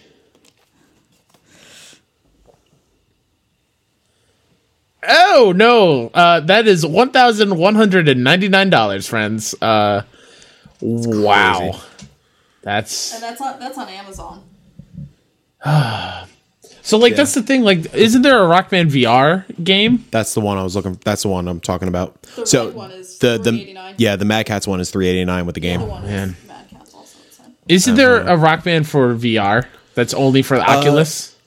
Speaker 1: Oh, no. Uh, that is $1,199, friends. Uh, wow.
Speaker 3: crazy.
Speaker 1: That's
Speaker 4: And that's on that's on Amazon.
Speaker 1: so like that's the thing like isn't there a Rock Band VR game?
Speaker 3: That's the one I was looking. That's the one I'm talking about. so
Speaker 4: red one is
Speaker 3: the the
Speaker 4: $389.
Speaker 3: yeah the Mad Cats one is 389 with the game.
Speaker 4: The one
Speaker 1: Oh, man.
Speaker 4: is Mad Cat's also inside.
Speaker 1: Isn't there a Rock Band for VR that's only for the Oculus?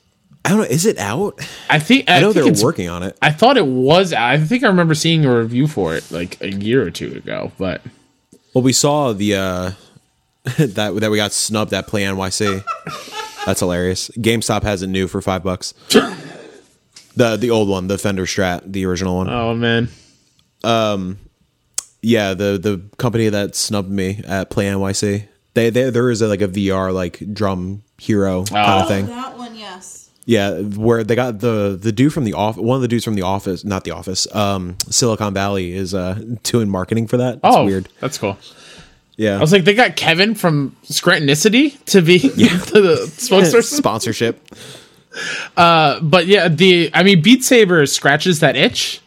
Speaker 3: I don't know. Is it out?
Speaker 1: I think I,
Speaker 3: Uh, I know
Speaker 1: think
Speaker 3: they're
Speaker 1: it's-
Speaker 3: working on it.
Speaker 1: I thought it was. I think I remember seeing a review for it like a year or two ago, but
Speaker 3: Well, we saw the uh that that we got snubbed at Play NYC. That's hilarious. GameStop has it new for five bucks. the the old one, the Fender Strat, the original one.
Speaker 1: oh man,
Speaker 3: yeah, the the company that snubbed me at Play NYC. They, they there is a, like a VR like drum hero kind
Speaker 1: Oh.
Speaker 3: of thing.
Speaker 4: That one, yes.
Speaker 3: Yeah, where they got the the dude from the off one of the dudes from the office, not the office. Um, Silicon Valley is uh doing marketing for that. It's
Speaker 1: oh
Speaker 3: weird.
Speaker 1: That's cool.
Speaker 3: Yeah,
Speaker 1: I was like, they got Kevin from Scrantonicity to be the spokesperson,
Speaker 3: sponsorship.
Speaker 1: but yeah, the I mean, Beat Saber scratches that itch,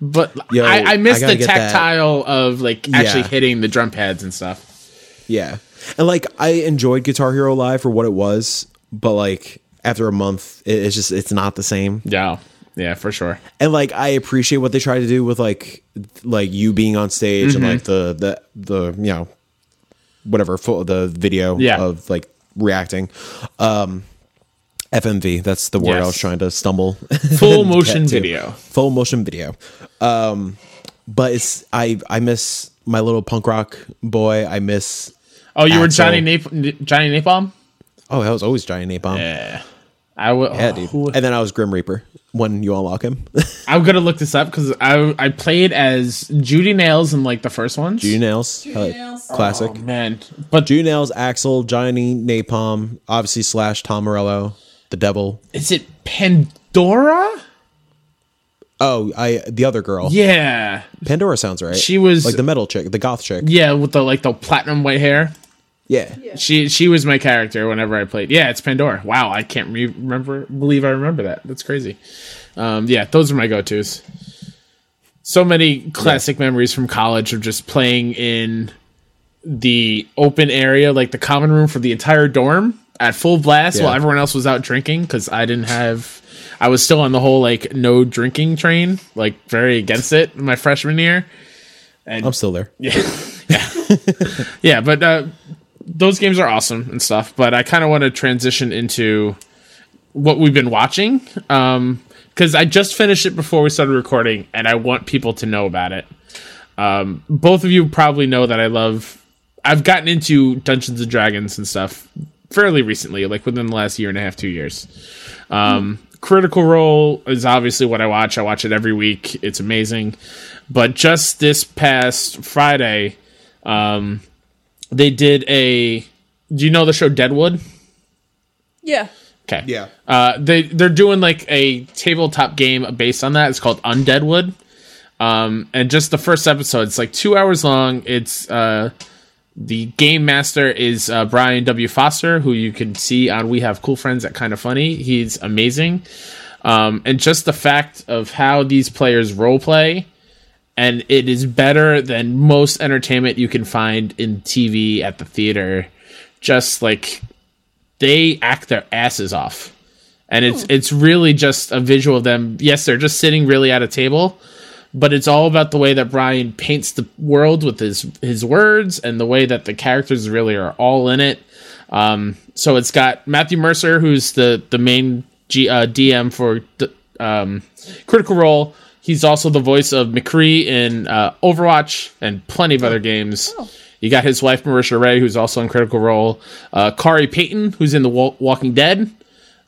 Speaker 1: but
Speaker 3: Yo,
Speaker 1: I, I miss
Speaker 3: I gotta
Speaker 1: the
Speaker 3: get that.
Speaker 1: tactile of like actually
Speaker 3: Yeah.
Speaker 1: hitting the drum pads and stuff.
Speaker 3: Yeah. And like I enjoyed Guitar Hero Live for what it was, but like after a month, it, it's just it's not the same.
Speaker 1: Yeah, yeah, for sure.
Speaker 3: And like I appreciate what they try to do with like th- like you being on stage and like
Speaker 1: Mm-hmm.
Speaker 3: the the the you know whatever full the video
Speaker 1: Yeah.
Speaker 3: of like reacting. Um FMV, that's the word I
Speaker 1: Yes.
Speaker 3: was trying to stumble.
Speaker 1: Full
Speaker 3: and get
Speaker 1: motion
Speaker 3: to.
Speaker 1: video.
Speaker 3: Full motion video. Um but it's I I miss my little punk rock boy. I miss
Speaker 1: Oh, you were
Speaker 3: Axel.
Speaker 1: Johnny Nap- Johnny Napalm.
Speaker 3: Oh, that was always Giant Napalm.
Speaker 1: Yeah. I will.
Speaker 3: Yeah, dude.
Speaker 1: who-
Speaker 3: And then I was Grim Reaper when you unlock him.
Speaker 1: I'm gonna look this up because I I played as Judy Nails in like the first ones.
Speaker 3: June Nails. hell yeah.
Speaker 4: Nails.
Speaker 3: Classic.
Speaker 1: Oh, man, but
Speaker 3: June Nails, Axel, Johnny Napalm, obviously Slash, Tom Morello, the devil.
Speaker 1: is it Pandora?
Speaker 3: Oh, I the other girl.
Speaker 1: Yeah,
Speaker 3: Pandora sounds right.
Speaker 1: She was-
Speaker 3: like the metal chick, the goth chick.
Speaker 1: yeah, with the like the platinum white hair.
Speaker 3: Yeah.
Speaker 1: She she was my character whenever I played. Yeah, it's Pandora. Wow, I can't re- remember believe I remember that. That's crazy. Um, yeah, those are my go tos. So many classic memories from college of just playing in the open area, like the common room for the entire dorm at full blast while
Speaker 3: Yeah.
Speaker 1: everyone else was out drinking because I didn't have. I was still on the whole like no drinking train, like very against it in my freshman year.
Speaker 3: I'm still there.
Speaker 1: Yeah, but uh, those games are awesome and stuff. But I kind of want to transition into what we've been watching because I just finished it before we started recording, and I want people to know about it. Um, both of you probably know that I love. I've gotten into Dungeons and Dragons and stuff fairly recently, like within the last year and a half, two years. Um, Critical Role is obviously what I watch. I watch it every week. It's amazing. But just this past Friday, um, they did a. Do you know the show Deadwood?
Speaker 2: Yeah.
Speaker 1: Okay. Uh, they they're doing like a tabletop game based on that. It's called Undeadwood. Um, and just the first episode, it's like two hours long. It's uh, the game master is uh, Brian W. Foster, who you can see on We Have Cool Friends at Kind of Funny. He's amazing. Um, and just the fact of how these players role play, and it is better than most entertainment you can find in TV at the theater. Just like they act their asses off. And it's it's really just a visual of them. Yes, they're just sitting really at a table, but it's all about the way that Brian paints the world with his his words and the way that the characters really are all in it. Um, so it's got Matthew Mercer, who's the the main G, uh, DM for d- um, Critical Role. He's also the voice of McCree in uh, Overwatch and plenty of other games. You got his wife Marisha Ray, who's also in Critical Role. Uh, Kari Payton, who's in The Wa- Walking Dead.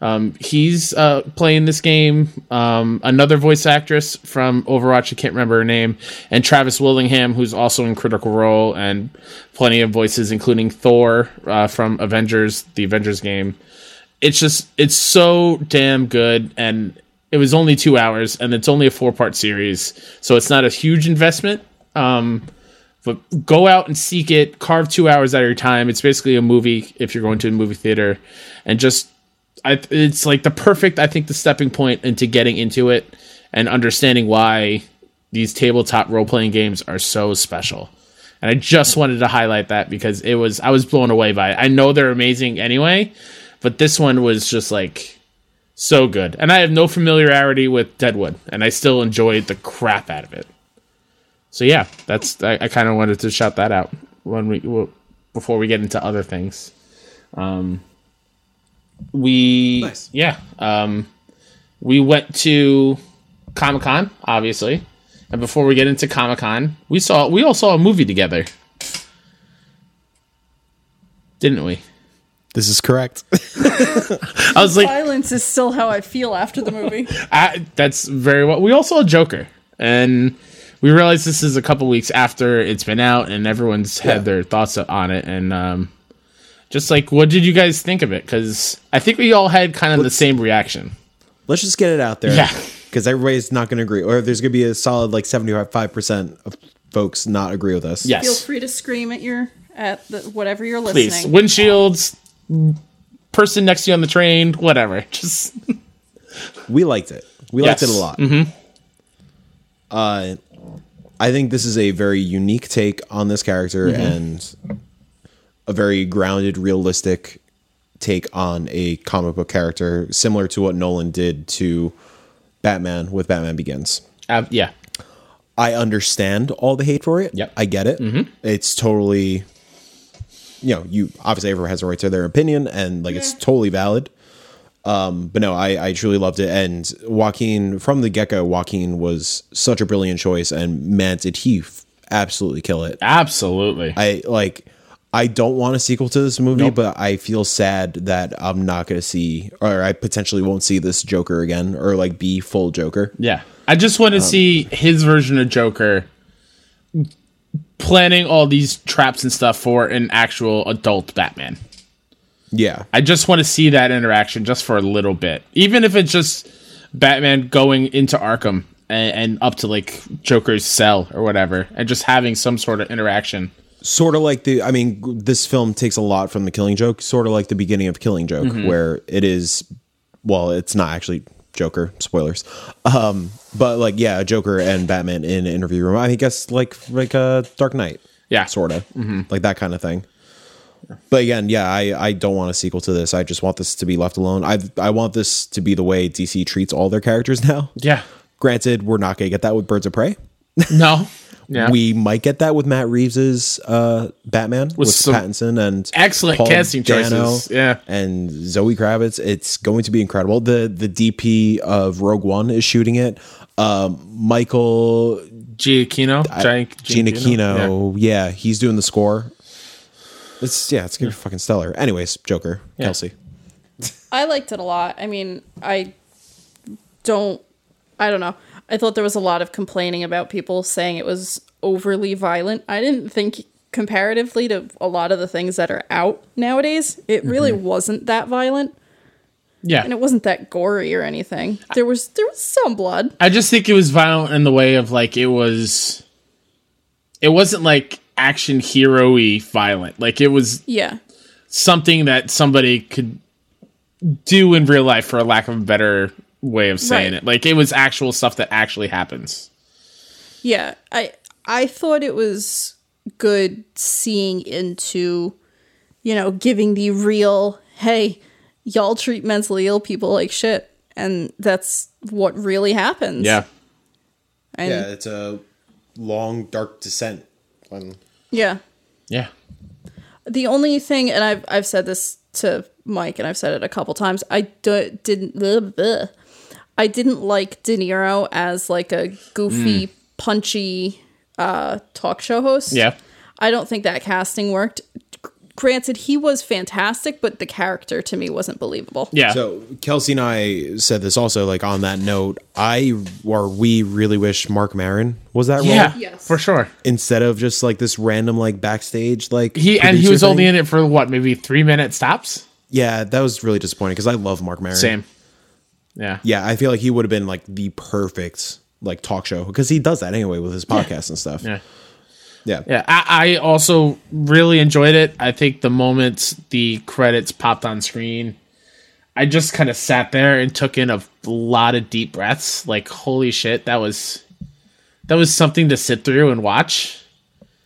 Speaker 1: Um, he's uh, playing this game. Um, another voice actress from Overwatch, I can't remember her name, and Travis Willingham, who's also in Critical Role and plenty of voices, including Thor uh, from Avengers, the Avengers game. It's just, it's so damn good, and it was only two hours, and it's only a four part series, so it's not a huge investment. Um, but go out and seek it. Carve two hours out of your time. It's basically a movie if you're going to a movie theater, and just I, it's like the perfect I think the stepping point into getting into it and understanding why these tabletop role playing games are so special. And I just wanted to highlight that because it was I was blown away by it. I know they're amazing anyway, but this one was just like so good. And I have no familiarity with Deadwood, and I still enjoyed the crap out of it. So yeah, that's I, I kind of wanted to shout that out when we w- before we get into other things. Um, we
Speaker 3: Nice.
Speaker 1: yeah um, we went to Comic Con obviously, and before we get into Comic Con, we saw we all saw a movie together, didn't we?
Speaker 3: This is correct.
Speaker 1: I was like,
Speaker 2: Violence is still how I feel after the movie.
Speaker 1: I, that's very well. We all saw Joker, and we realized this is a couple weeks after it's been out, and everyone's had
Speaker 3: Yeah.
Speaker 1: their thoughts on it. And um, just like, what did you guys think of it? Because I think we all had kind of the same reaction.
Speaker 3: Let's just get it out there.
Speaker 1: Yeah.
Speaker 3: Because everybody's not going to agree, or there's going to be a solid like 75% of folks not agree with us.
Speaker 1: Yes,
Speaker 2: Feel free to scream at your at the, whatever you're
Speaker 1: please.
Speaker 2: listening.
Speaker 1: Windshields, person next to you on the train, whatever. Just
Speaker 3: We liked it. We
Speaker 1: Yes.
Speaker 3: liked it a lot. Mm-hmm. Uh, I think this is a very unique take on this character and a very grounded, realistic take on a comic book character, similar to what Nolan did to Batman with Batman Begins.
Speaker 1: uh, yeah,
Speaker 3: I understand all the hate for it.
Speaker 1: Yep. Mm-hmm.
Speaker 3: I get it. It's totally, you know, you obviously everyone has a right to their opinion, and like it's totally valid. Um, but no, I, I truly loved it. And Joaquin from the get go, Joaquin was such a brilliant choice, and man, did he f- absolutely kill it.
Speaker 1: absolutely.
Speaker 3: I like. I don't want a sequel to this movie,
Speaker 1: Nope.
Speaker 3: but I feel sad that I'm not going to see, or I potentially won't see this Joker again, or like be full Joker.
Speaker 1: Yeah. I just want to see his version of Joker planning all these traps and stuff for an actual adult Batman.
Speaker 3: Yeah,
Speaker 1: I just want to see that interaction just for a little bit. Even if it's just Batman going into Arkham and, and up to like Joker's cell or whatever and just having some sort of interaction.
Speaker 3: sort of like the. I mean, g- this film takes a lot from the Killing Joke, sort of like the beginning of Killing Joke,
Speaker 1: Mm-hmm.
Speaker 3: where it is, well, it's not actually Joker. Spoilers, um, but like yeah, Joker and Batman in an interview room. I guess like like a Dark Knight.
Speaker 1: Yeah. Mm-hmm.
Speaker 3: sort of like that kind of thing. But again, yeah, I, I don't want a sequel to this. I just want this to be left alone. I I want this to be the way DC treats all their characters now.
Speaker 1: Yeah.
Speaker 3: Granted, we're not going to get that with Birds of Prey.
Speaker 1: No. Yeah.
Speaker 3: We might get that with Matt Reeves's uh, Batman with,
Speaker 1: some
Speaker 3: Pattinson and
Speaker 1: excellent casting choices. Yeah.
Speaker 3: and Zoe Kravitz. It's going to be incredible. The the DP of Rogue One is shooting it. Um, Michael
Speaker 1: Giacchino. Gian- Yeah.
Speaker 3: Giannakino, yeah. he's doing the score. It's yeah, it's gonna be fucking stellar. Anyways, Joker,
Speaker 1: Yeah.
Speaker 3: Kelsey.
Speaker 2: I liked it a lot. I mean, I don't I don't know. I thought there was a lot of complaining about people saying it was overly violent. I didn't think comparatively to a lot of the things that are out nowadays, it really
Speaker 1: Mm-hmm.
Speaker 2: wasn't that violent
Speaker 1: Yeah.
Speaker 2: and it wasn't that gory or anything. There was there was some blood.
Speaker 1: I just think it was violent in the way of like it was. It wasn't like action hero y violent. Like it was
Speaker 2: Yeah.
Speaker 1: something that somebody could do in real life, for a lack of a better way of saying
Speaker 2: Right.
Speaker 1: it. Like it was actual stuff that actually happens.
Speaker 2: Yeah, I I thought it was good seeing into, you know, giving the real hey, y'all treat mentally ill people like shit, and that's what really happens.
Speaker 1: Yeah.
Speaker 2: and yeah,
Speaker 3: it's a long dark descent.
Speaker 1: Yeah.
Speaker 2: The only thing, and I've I've said this to Mike, and I've said it a couple times. I do, didn't bleh, bleh. I didn't like De Niro as like a
Speaker 1: Hmm.
Speaker 2: goofy, punchy uh, talk show host.
Speaker 1: Yeah.
Speaker 2: I don't think that casting worked. Gr- Granted, he was fantastic, but the character to me wasn't believable.
Speaker 1: Yeah.
Speaker 3: So Kelsey and I said this also. Like on that note, I or we really wish Mark Maron was that
Speaker 1: yeah.
Speaker 3: role
Speaker 4: Yes.
Speaker 1: For sure.
Speaker 3: instead of just like this random like backstage like
Speaker 1: He and he
Speaker 3: producer
Speaker 1: was only in
Speaker 3: thing.
Speaker 1: it for what, maybe three minute stops?
Speaker 3: yeah that was really disappointing because I love Mark Maron.
Speaker 1: Same. Yeah.
Speaker 3: Yeah, I feel like he would have been like the perfect like talk show because he does that anyway with his podcast and stuff.
Speaker 1: Yeah.
Speaker 3: Yeah.
Speaker 1: Yeah, I, I also really enjoyed it. I think the moment the credits popped on screen, I just kind of sat there and took in a lot of deep breaths. Like, holy shit, that was that was something to sit through and watch.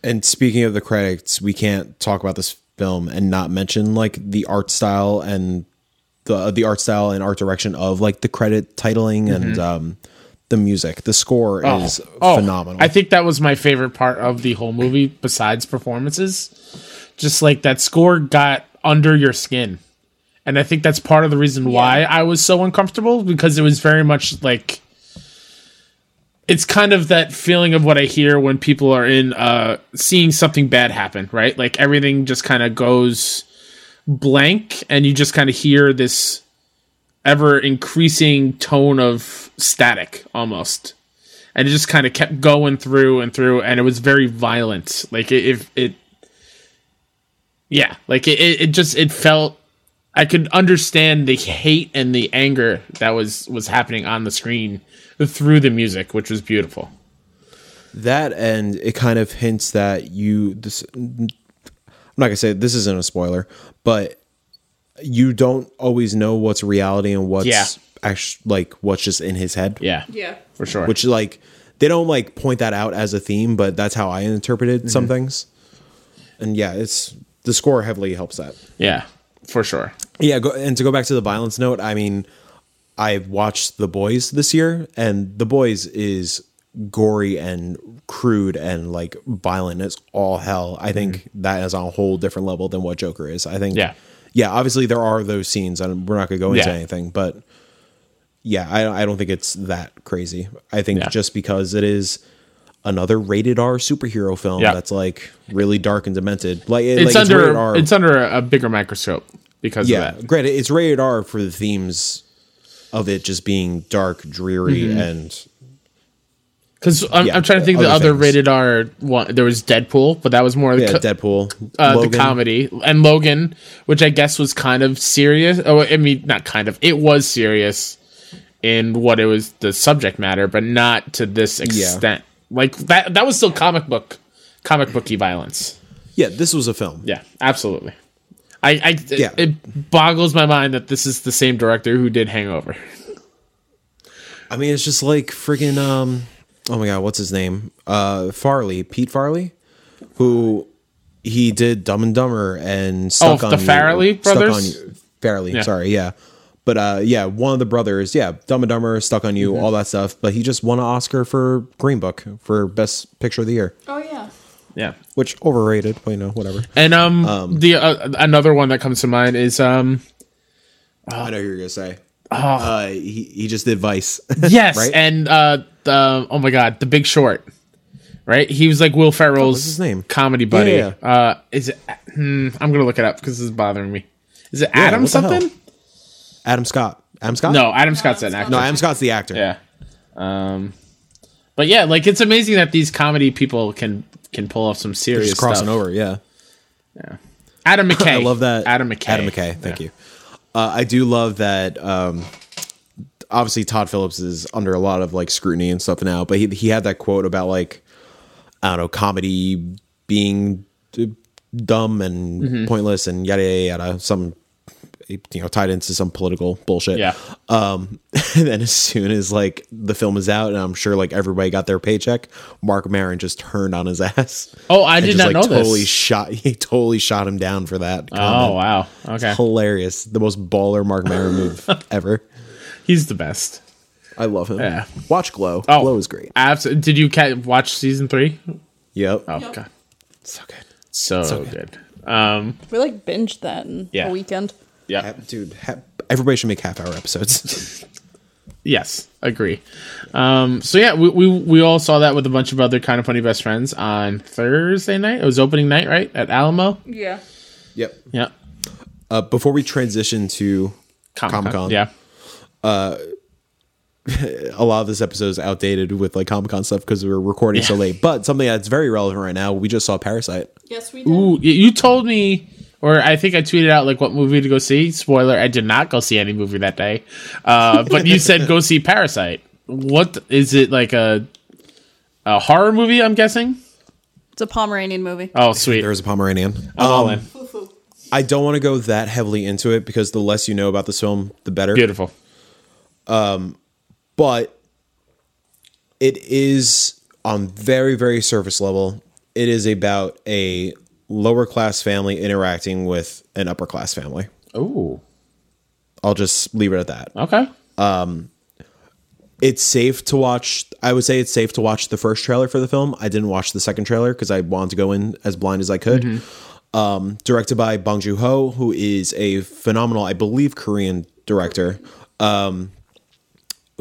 Speaker 3: And speaking of the credits, we can't talk about this film and not mention like the art style and the uh, the art style and art direction of like the credit titling
Speaker 1: Mm-hmm.
Speaker 3: and um the music. The score is phenomenal.
Speaker 1: Oh. I think that was my favorite part of the whole movie, besides performances. Just like that score got under your skin. And I think that's part of the reason why I was so uncomfortable because it was very much like it's kind of that feeling of what I hear when people are in uh seeing something bad happen, right? Like everything just kind of goes blank and you just kind of hear this ever increasing tone of static almost and it just kind of kept going through and through and it was very violent like it if it yeah like it, it it just it felt i could understand the hate and the anger that was was happening on the screen through the music which was beautiful
Speaker 3: that and it kind of hints that you this i'm not gonna say this isn't a spoiler but you don't always know what's reality and what's
Speaker 1: Yeah.
Speaker 3: actu- like what's just in his head
Speaker 1: yeah
Speaker 4: Yeah.
Speaker 1: for sure
Speaker 3: which like they don't like point that out as a theme but that's how i interpreted
Speaker 1: Mm-hmm.
Speaker 3: some things and yeah it's the score heavily helps that
Speaker 1: yeah for sure
Speaker 3: yeah, go, and to go back to the violence note, I mean, I watched The Boys this year, and The Boys is gory and crude and like violent as all hell. I think that is on a whole different level than what Joker is. I think,
Speaker 1: Mm-hmm. Yeah.
Speaker 3: yeah. Obviously, there are those scenes, and we're not going to go into
Speaker 1: Yeah.
Speaker 3: anything, but yeah, I, I don't think it's that crazy. I think
Speaker 1: Yeah.
Speaker 3: just because it is another rated R superhero film
Speaker 1: Yeah.
Speaker 3: that's like really dark and demented. Like it-
Speaker 1: It's
Speaker 3: like,
Speaker 1: under
Speaker 3: rated R.
Speaker 1: it's under a bigger microscope because
Speaker 3: yeah,
Speaker 1: of that.
Speaker 3: granted, it's rated R for the themes of it just being dark, dreary,
Speaker 1: Mm-hmm.
Speaker 3: and
Speaker 1: Because I'm,
Speaker 3: Yeah,
Speaker 1: I'm trying to think of the
Speaker 3: other
Speaker 1: other
Speaker 3: things.
Speaker 1: rated R one. There was Deadpool, but that was more
Speaker 3: yeah,
Speaker 1: the, co-
Speaker 3: Deadpool,
Speaker 1: uh, the
Speaker 3: Logan.
Speaker 1: comedy, and Logan, which I guess was kind of serious. Oh, I mean, not kind of. It was serious in what it was the subject matter, but not to this extent. Like that. That was still comic book, comic booky violence.
Speaker 3: Yeah, this was a film.
Speaker 1: Yeah, absolutely. I, I
Speaker 3: Yeah.
Speaker 1: it, it boggles my mind that this is the same director who did Hangover.
Speaker 3: I mean, it's just like freaking um oh my god, what's his name? Uh Farley, Pete Farley, who he did Dumb and Dumber and stuck
Speaker 1: Oh, the
Speaker 3: on You-
Speaker 1: Farrelly
Speaker 3: Stuck on
Speaker 1: brothers?
Speaker 3: You- Farrelly,
Speaker 1: Yeah.
Speaker 3: sorry, yeah. But uh yeah, one of the brothers, yeah, Dumb and Dumber, Stuck on You,
Speaker 1: Mm-hmm.
Speaker 3: all that stuff, but he just won an Oscar for Green Book for best picture of the year,
Speaker 4: Oh yeah.
Speaker 1: Yeah.
Speaker 3: which overrated, but you know, whatever.
Speaker 1: And um, the uh, another one that comes to mind is um
Speaker 3: I know who you're going to say.
Speaker 1: Ah.
Speaker 3: Uh, he, he just did Vice.
Speaker 1: yes
Speaker 3: Right?
Speaker 1: and uh the, oh my god the Big Short right he was like Will Ferrell's
Speaker 3: Oh, his name?
Speaker 1: comedy buddy
Speaker 3: Yeah, yeah.
Speaker 1: uh is it hmm, I'm gonna look it up because this is bothering me is it Adam
Speaker 3: what the hell?
Speaker 1: something
Speaker 3: Adam Scott. Adam Scott?
Speaker 1: no Adam Scott's an actor
Speaker 3: No, Adam Scott's the actor.
Speaker 1: yeah um but yeah like it's amazing that these comedy people can can pull off some serious
Speaker 3: Just crossing
Speaker 1: stuff.
Speaker 3: over, yeah.
Speaker 1: Adam McKay
Speaker 3: I love that.
Speaker 1: Adam McKay
Speaker 3: Adam McKay. Thank you. Uh, I do love that. Um, obviously, Todd Phillips is under a lot of like scrutiny and stuff now, but he he had that quote about like I don't know comedy being d- dumb and
Speaker 1: Mm-hmm.
Speaker 3: pointless and yada yada yada. Some you know tied into some political bullshit.
Speaker 1: yeah
Speaker 3: Um, and then as soon as like the film is out, and I'm sure like everybody got their paycheck, Mark Maron just turned on his ass.
Speaker 1: Oh, I
Speaker 3: And
Speaker 1: did
Speaker 3: just,
Speaker 1: not know this.
Speaker 3: totally Shot he totally shot him down for that.
Speaker 1: oh
Speaker 3: Comment.
Speaker 1: wow okay
Speaker 3: hilarious! The most baller Mark Maron move ever.
Speaker 1: he's the best
Speaker 3: I love him.
Speaker 1: Yeah.
Speaker 3: Watch Glow.
Speaker 1: Oh,
Speaker 3: Glow is great.
Speaker 1: Absolutely. Did you ca- watch season three?
Speaker 3: Yep.
Speaker 1: Oh
Speaker 4: Yep.
Speaker 1: god,
Speaker 3: so good.
Speaker 1: so, good. Um,
Speaker 2: We like binged that in
Speaker 1: Yeah.
Speaker 2: a weekend.
Speaker 1: yeah.
Speaker 3: Hap- Dude, hap- everybody should make half hour episodes.
Speaker 1: Yes, agree. Um, so yeah, we, we we all saw that with a bunch of other kind of funny best friends on Thursday night. It was opening night, right at Alamo.
Speaker 4: Yeah.
Speaker 3: yep.
Speaker 1: Yeah,
Speaker 3: Uh, before we transition to Comic Con,
Speaker 1: Yeah,
Speaker 3: a lot of this episode is outdated with like Comic Con stuff because we were recording so
Speaker 1: Yeah.
Speaker 3: late. But something that's very relevant right now, we just saw Parasite.
Speaker 4: Yes, we did.
Speaker 1: Ooh, y- you told me, or I think I tweeted out like what movie to go see. Spoiler: I did not go see any movie that day, uh, but you said go see Parasite. What is it like a a horror movie? I'm guessing.
Speaker 2: It's a Pomeranian movie.
Speaker 1: Oh, sweet.
Speaker 3: There's a Pomeranian.
Speaker 1: I'm all in.
Speaker 4: Foo-foo.
Speaker 3: I don't want to go that heavily into it because the less you know about this film, the better.
Speaker 1: Beautiful.
Speaker 3: But it is on very, very surface level. It is about a lower class family interacting with an upper class family.
Speaker 1: Oh,
Speaker 3: I'll just leave it at that.
Speaker 1: okay.
Speaker 3: It's safe to watch. I would say it's safe to watch the first trailer for the film. I didn't watch the second trailer because I wanted to go in as blind as I could.
Speaker 1: Mm-hmm.
Speaker 3: Um, directed by Bong Joon Ho, who is a phenomenal, I believe, Korean director. Um,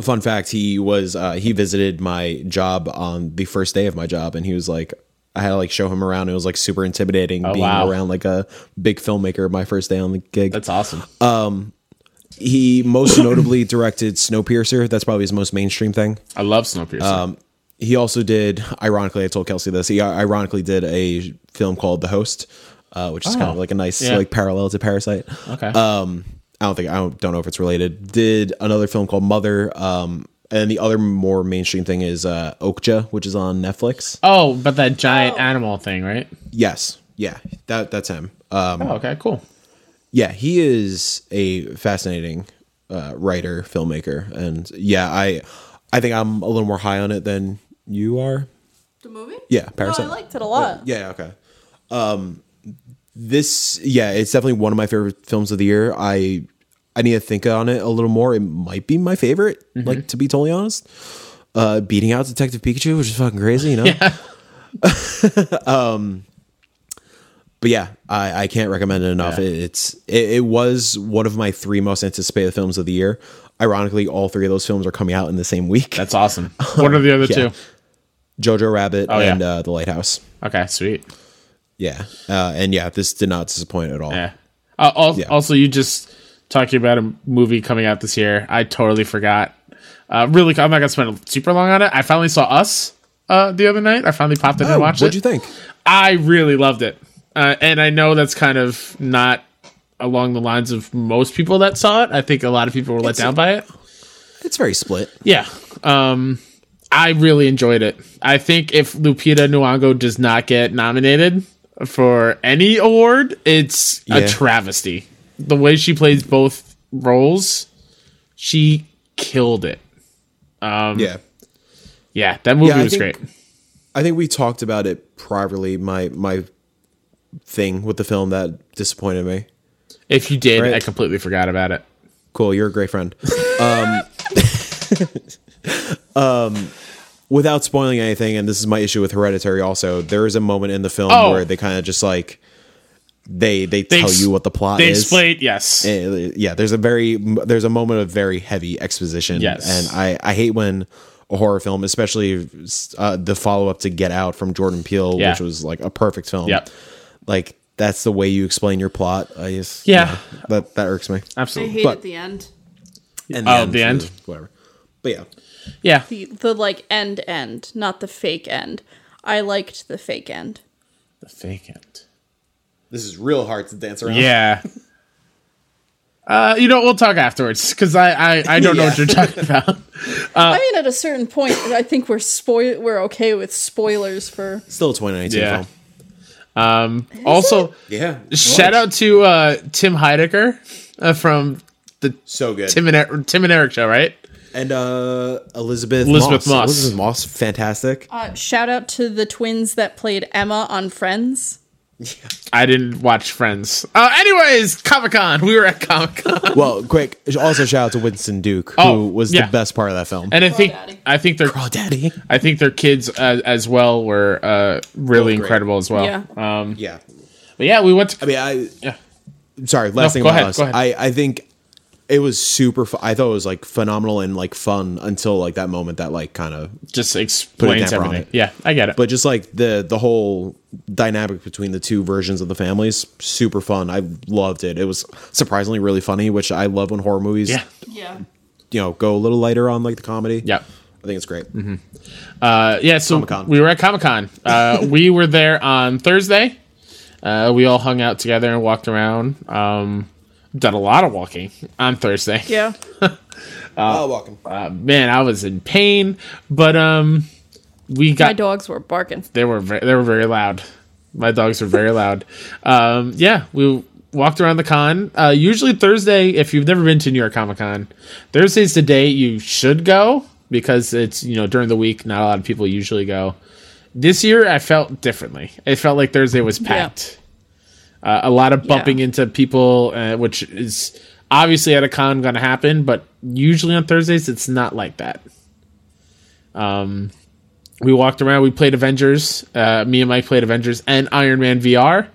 Speaker 3: fun fact he was uh he visited my job on the first day of my job and he was like i had to like show him around it was like super intimidating being
Speaker 1: Oh, wow.
Speaker 3: around like a big filmmaker my first day on the gig
Speaker 1: That's awesome.
Speaker 3: he most notably directed snowpiercer that's probably his most mainstream thing
Speaker 1: I love Snowpiercer.
Speaker 3: Um, he also did ironically i told kelsey this he uh, ironically did a film called the host uh, which is kind of like a nice
Speaker 1: Yeah.
Speaker 3: like parallel to parasite
Speaker 1: okay.
Speaker 3: um i don't think i don't, don't know if it's related did another film called mother um and the other more mainstream thing is uh okja which is on netflix
Speaker 1: oh, but that giant
Speaker 4: Oh.
Speaker 1: animal thing, right?
Speaker 3: yes yeah that that's him um
Speaker 1: Oh, okay, cool.
Speaker 3: yeah he is a fascinating uh writer filmmaker and yeah i i think i'm a little more high on it than you are
Speaker 4: The movie?
Speaker 3: yeah
Speaker 4: No,
Speaker 3: parasite
Speaker 4: I liked it a lot.
Speaker 3: Yeah, yeah, okay. Um this yeah, it's definitely one of my favorite films of the year. I I need to think on it a little more. It might be my favorite,
Speaker 1: Mm-hmm.
Speaker 3: like to be totally honest. Uh beating out Detective Pikachu, which is fucking crazy, you know? um but yeah, I, I can't recommend it enough.
Speaker 1: Yeah.
Speaker 3: It, it's it, it was one of my three most anticipated films of the year. Ironically, all three of those films are coming out in the same week.
Speaker 1: That's awesome. What are the other
Speaker 3: Yeah.
Speaker 1: two?
Speaker 3: Jojo Rabbit
Speaker 1: Oh, yeah.
Speaker 3: and uh, The Lighthouse.
Speaker 1: Okay, sweet.
Speaker 3: Yeah, uh, and yeah, this did not disappoint at all.
Speaker 1: Yeah. Uh, al-
Speaker 3: Oh. Yeah.
Speaker 1: Also, you just talking about a movie coming out this year. I totally forgot. Uh, really, I'm not gonna spend super long on it. I finally saw Us uh, the other night. I finally popped in
Speaker 3: Oh,
Speaker 1: and watched
Speaker 3: what'd
Speaker 1: it.
Speaker 3: you think?
Speaker 1: I really loved it, uh, and I know that's kind of not along the lines of most people that saw it. I think a lot of people were let down by it.
Speaker 3: It's very split.
Speaker 1: Yeah. Um I really enjoyed it. I think if Lupita Nyong'o does not get nominated for any award, it's
Speaker 3: Yeah.
Speaker 1: a travesty. The way she plays both roles, she killed it. Um,
Speaker 3: yeah,
Speaker 1: Yeah, that movie
Speaker 3: Yeah, I
Speaker 1: was
Speaker 3: think-
Speaker 1: great.
Speaker 3: I think we talked about it privately. My my thing with the film that disappointed me.
Speaker 1: If you did,
Speaker 3: Right.
Speaker 1: I completely forgot about it.
Speaker 3: Cool, you're a great friend. Um, um, um, without spoiling anything, and this is my issue with Hereditary. Also, there is a moment in the film
Speaker 1: Oh.
Speaker 3: where they kind of just like they they, tell
Speaker 1: ex-
Speaker 3: you what the plot
Speaker 1: They
Speaker 3: is.
Speaker 1: explained, yes.
Speaker 3: Uh, yeah, there's a very there's a moment of very heavy exposition.
Speaker 1: Yes.
Speaker 3: and I I hate when a horror film, especially uh, the follow up to Get Out from Jordan Peele,
Speaker 1: Yeah.
Speaker 3: which was like a perfect film.
Speaker 1: Yep.
Speaker 3: like that's the way you explain your plot. I just
Speaker 1: Yeah.
Speaker 3: that that irks me.
Speaker 4: I
Speaker 1: Absolutely.
Speaker 4: hated
Speaker 3: But-
Speaker 4: the end.
Speaker 3: And
Speaker 1: Oh, the end?
Speaker 3: is whatever. But yeah,
Speaker 1: Yeah.
Speaker 2: The, the like end end, not the fake end. I liked the fake end.
Speaker 1: The fake end.
Speaker 3: this is real hard to dance around.
Speaker 1: Yeah. Uh, you know, we'll talk afterwards because I, I, I don't know what
Speaker 3: Yeah.
Speaker 1: you're talking about.
Speaker 3: Uh,
Speaker 2: I mean, at a certain point, I think we're spoil we're okay with spoilers for
Speaker 3: still a 2019
Speaker 1: Yeah.
Speaker 3: film.
Speaker 1: Also,
Speaker 3: Yeah,
Speaker 1: Shout out to uh, Tim Heidecker uh, from the
Speaker 3: so good.
Speaker 1: Tim and, er- Tim and Eric show, right?
Speaker 3: and uh, Elizabeth
Speaker 1: Elizabeth
Speaker 3: Moss.
Speaker 1: Moss.
Speaker 3: Elizabeth Moss, fantastic.
Speaker 2: uh, shout out to the twins that played Emma on Friends.
Speaker 1: I didn't watch Friends. Uh, anyways, Comic Con. We were at Comic Con,
Speaker 3: well, quick. Also, shout out to Winston Duke,
Speaker 1: Oh,
Speaker 3: who was
Speaker 1: yeah.
Speaker 3: the best part of that film.
Speaker 1: and I think
Speaker 4: Daddy.
Speaker 1: I think their
Speaker 3: oh, daddy.
Speaker 1: I think their kids uh, as well were uh, really
Speaker 3: Oh, great.
Speaker 1: incredible as well.
Speaker 2: Yeah.
Speaker 1: Um,
Speaker 3: Yeah.
Speaker 1: but yeah, we went to
Speaker 3: I mean, I.
Speaker 1: Yeah.
Speaker 3: Sorry. Last thing
Speaker 1: go
Speaker 3: about
Speaker 1: ahead,
Speaker 3: us.
Speaker 1: go ahead.
Speaker 3: I I think it was super. Fu- I thought it was like phenomenal and like fun until like that moment that like kind of.
Speaker 1: just explains
Speaker 3: damper on
Speaker 1: everything.
Speaker 3: it.
Speaker 1: Yeah, I get it.
Speaker 3: But just like the the whole dynamic between the two versions of the families, super fun. I loved it. It was surprisingly really funny, which I love when horror movies.
Speaker 1: yeah,
Speaker 4: Yeah.
Speaker 3: You know, go a little lighter on like the comedy.
Speaker 1: yeah. Mm-hmm.
Speaker 3: I think it's great.
Speaker 1: Uh, yeah, so
Speaker 3: Comic-Con.
Speaker 1: we were at Comic Con. Uh, we were there on Thursday. Uh, we all hung out together and walked around. Um, done a lot of walking on Thursday.
Speaker 2: Yeah,
Speaker 3: Oh, welcome.
Speaker 1: Man, I was in pain, but um, we
Speaker 2: my
Speaker 1: got
Speaker 2: dogs were barking.
Speaker 1: they were very, they were very loud. My dogs were very loud. Um, yeah, we walked around the con. Uh, usually Thursday, if you've never been to New York Comic Con, Thursday's the day you should go because it's you know during the week. Not a lot of people usually go. This year, I felt differently. It felt like Thursday was packed. Uh, a lot of bumping into people, uh, which is obviously at a con going to happen, but usually on Thursdays it's not like that Um, we walked around. We played Avengers. Uh, me and Mike played Avengers and Iron Man VR.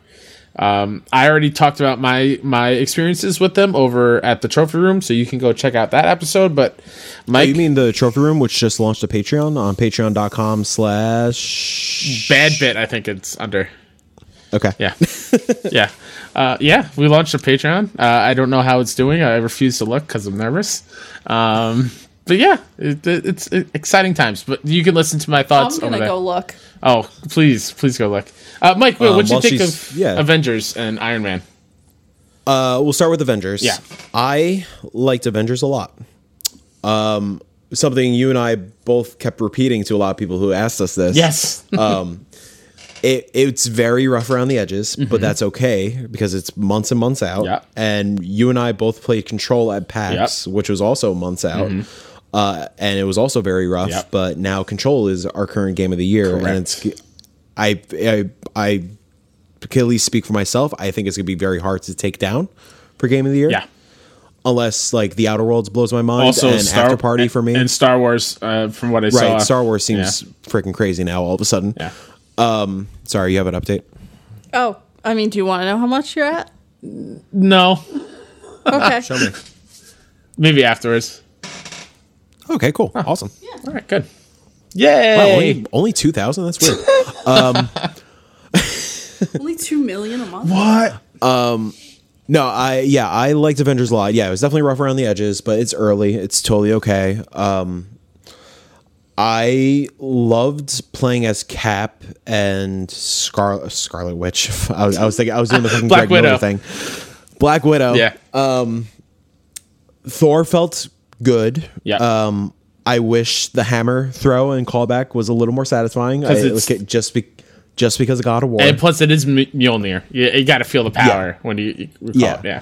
Speaker 1: Um, I already talked about my my experiences with them over at the trophy room, so you can go check out that episode. But Mike,
Speaker 3: Oh, You mean the trophy room, which just launched a Patreon on patreon.com slash.
Speaker 1: bad bit, I think it's under.
Speaker 3: Okay.
Speaker 1: Yeah, yeah, uh, yeah. We launched a Patreon. Uh, I don't know how it's doing. I refuse to look because I'm nervous. Um, but yeah, it, it, it's exciting times. But you can listen to my thoughts.
Speaker 2: I'm
Speaker 1: over
Speaker 2: gonna
Speaker 1: there.
Speaker 2: go look.
Speaker 1: Oh, please, please go look. Uh, Mike, Will,
Speaker 3: Um,
Speaker 1: what'd you
Speaker 3: while
Speaker 1: think
Speaker 3: she's-
Speaker 1: of
Speaker 3: yeah.
Speaker 1: Avengers and Iron Man?
Speaker 3: Uh, we'll start with Avengers.
Speaker 1: Yeah.
Speaker 3: I liked Avengers a lot. Um, something you and I both kept repeating to a lot of people who asked us this.
Speaker 1: Yes.
Speaker 3: It, it's very rough around the edges, but that's okay because it's months and months out.
Speaker 1: Mm-hmm. Yeah.
Speaker 3: And you and I both played Control at PAX, which was also months out. Uh, and it was also very rough,
Speaker 1: Mm-hmm. Yep.
Speaker 3: but now Control is our current game of the year. And
Speaker 1: Correct.
Speaker 3: it's, I, I, I can at least speak for myself. I think it's going to be very hard to take down for game of the year.
Speaker 1: yeah.
Speaker 3: unless like the Outer Worlds blows my mind
Speaker 1: Also,
Speaker 3: and
Speaker 1: Star
Speaker 3: After Party for me.
Speaker 1: and Star Wars. Uh, from what I
Speaker 3: right,
Speaker 1: saw,
Speaker 3: Star Wars seems freaking crazy now all of a sudden.
Speaker 1: Yeah.
Speaker 3: Sorry, you have an update.
Speaker 2: Oh, I mean, do you want to know how much you're at?
Speaker 1: No,
Speaker 2: Okay,
Speaker 3: Show me.
Speaker 1: maybe afterwards.
Speaker 3: Okay, cool. Awesome.
Speaker 1: All right, good. Yay!
Speaker 3: Wow, only, only 2,000? That's weird.
Speaker 4: Only two million a month.
Speaker 1: what?
Speaker 3: No, I yeah, I liked Avengers a lot. Yeah, it was definitely rough around the edges, but it's early. It's totally okay. Um I loved playing as Cap and Scar- Scarlet Witch. I was, I was thinking I was doing the fucking
Speaker 1: Black
Speaker 3: Greg Miller
Speaker 1: Widow.
Speaker 3: thing. Black Widow.
Speaker 1: Yeah.
Speaker 3: Thor felt good.
Speaker 1: Yeah.
Speaker 3: Um, I wish the hammer throw and callback was a little more satisfying. I, it
Speaker 1: it's-
Speaker 3: was ca- just be- just because of God of War.
Speaker 1: and plus, it is M- Mjolnir. You, you got to feel the power when you, you recall
Speaker 3: Yeah.
Speaker 1: it. Yeah.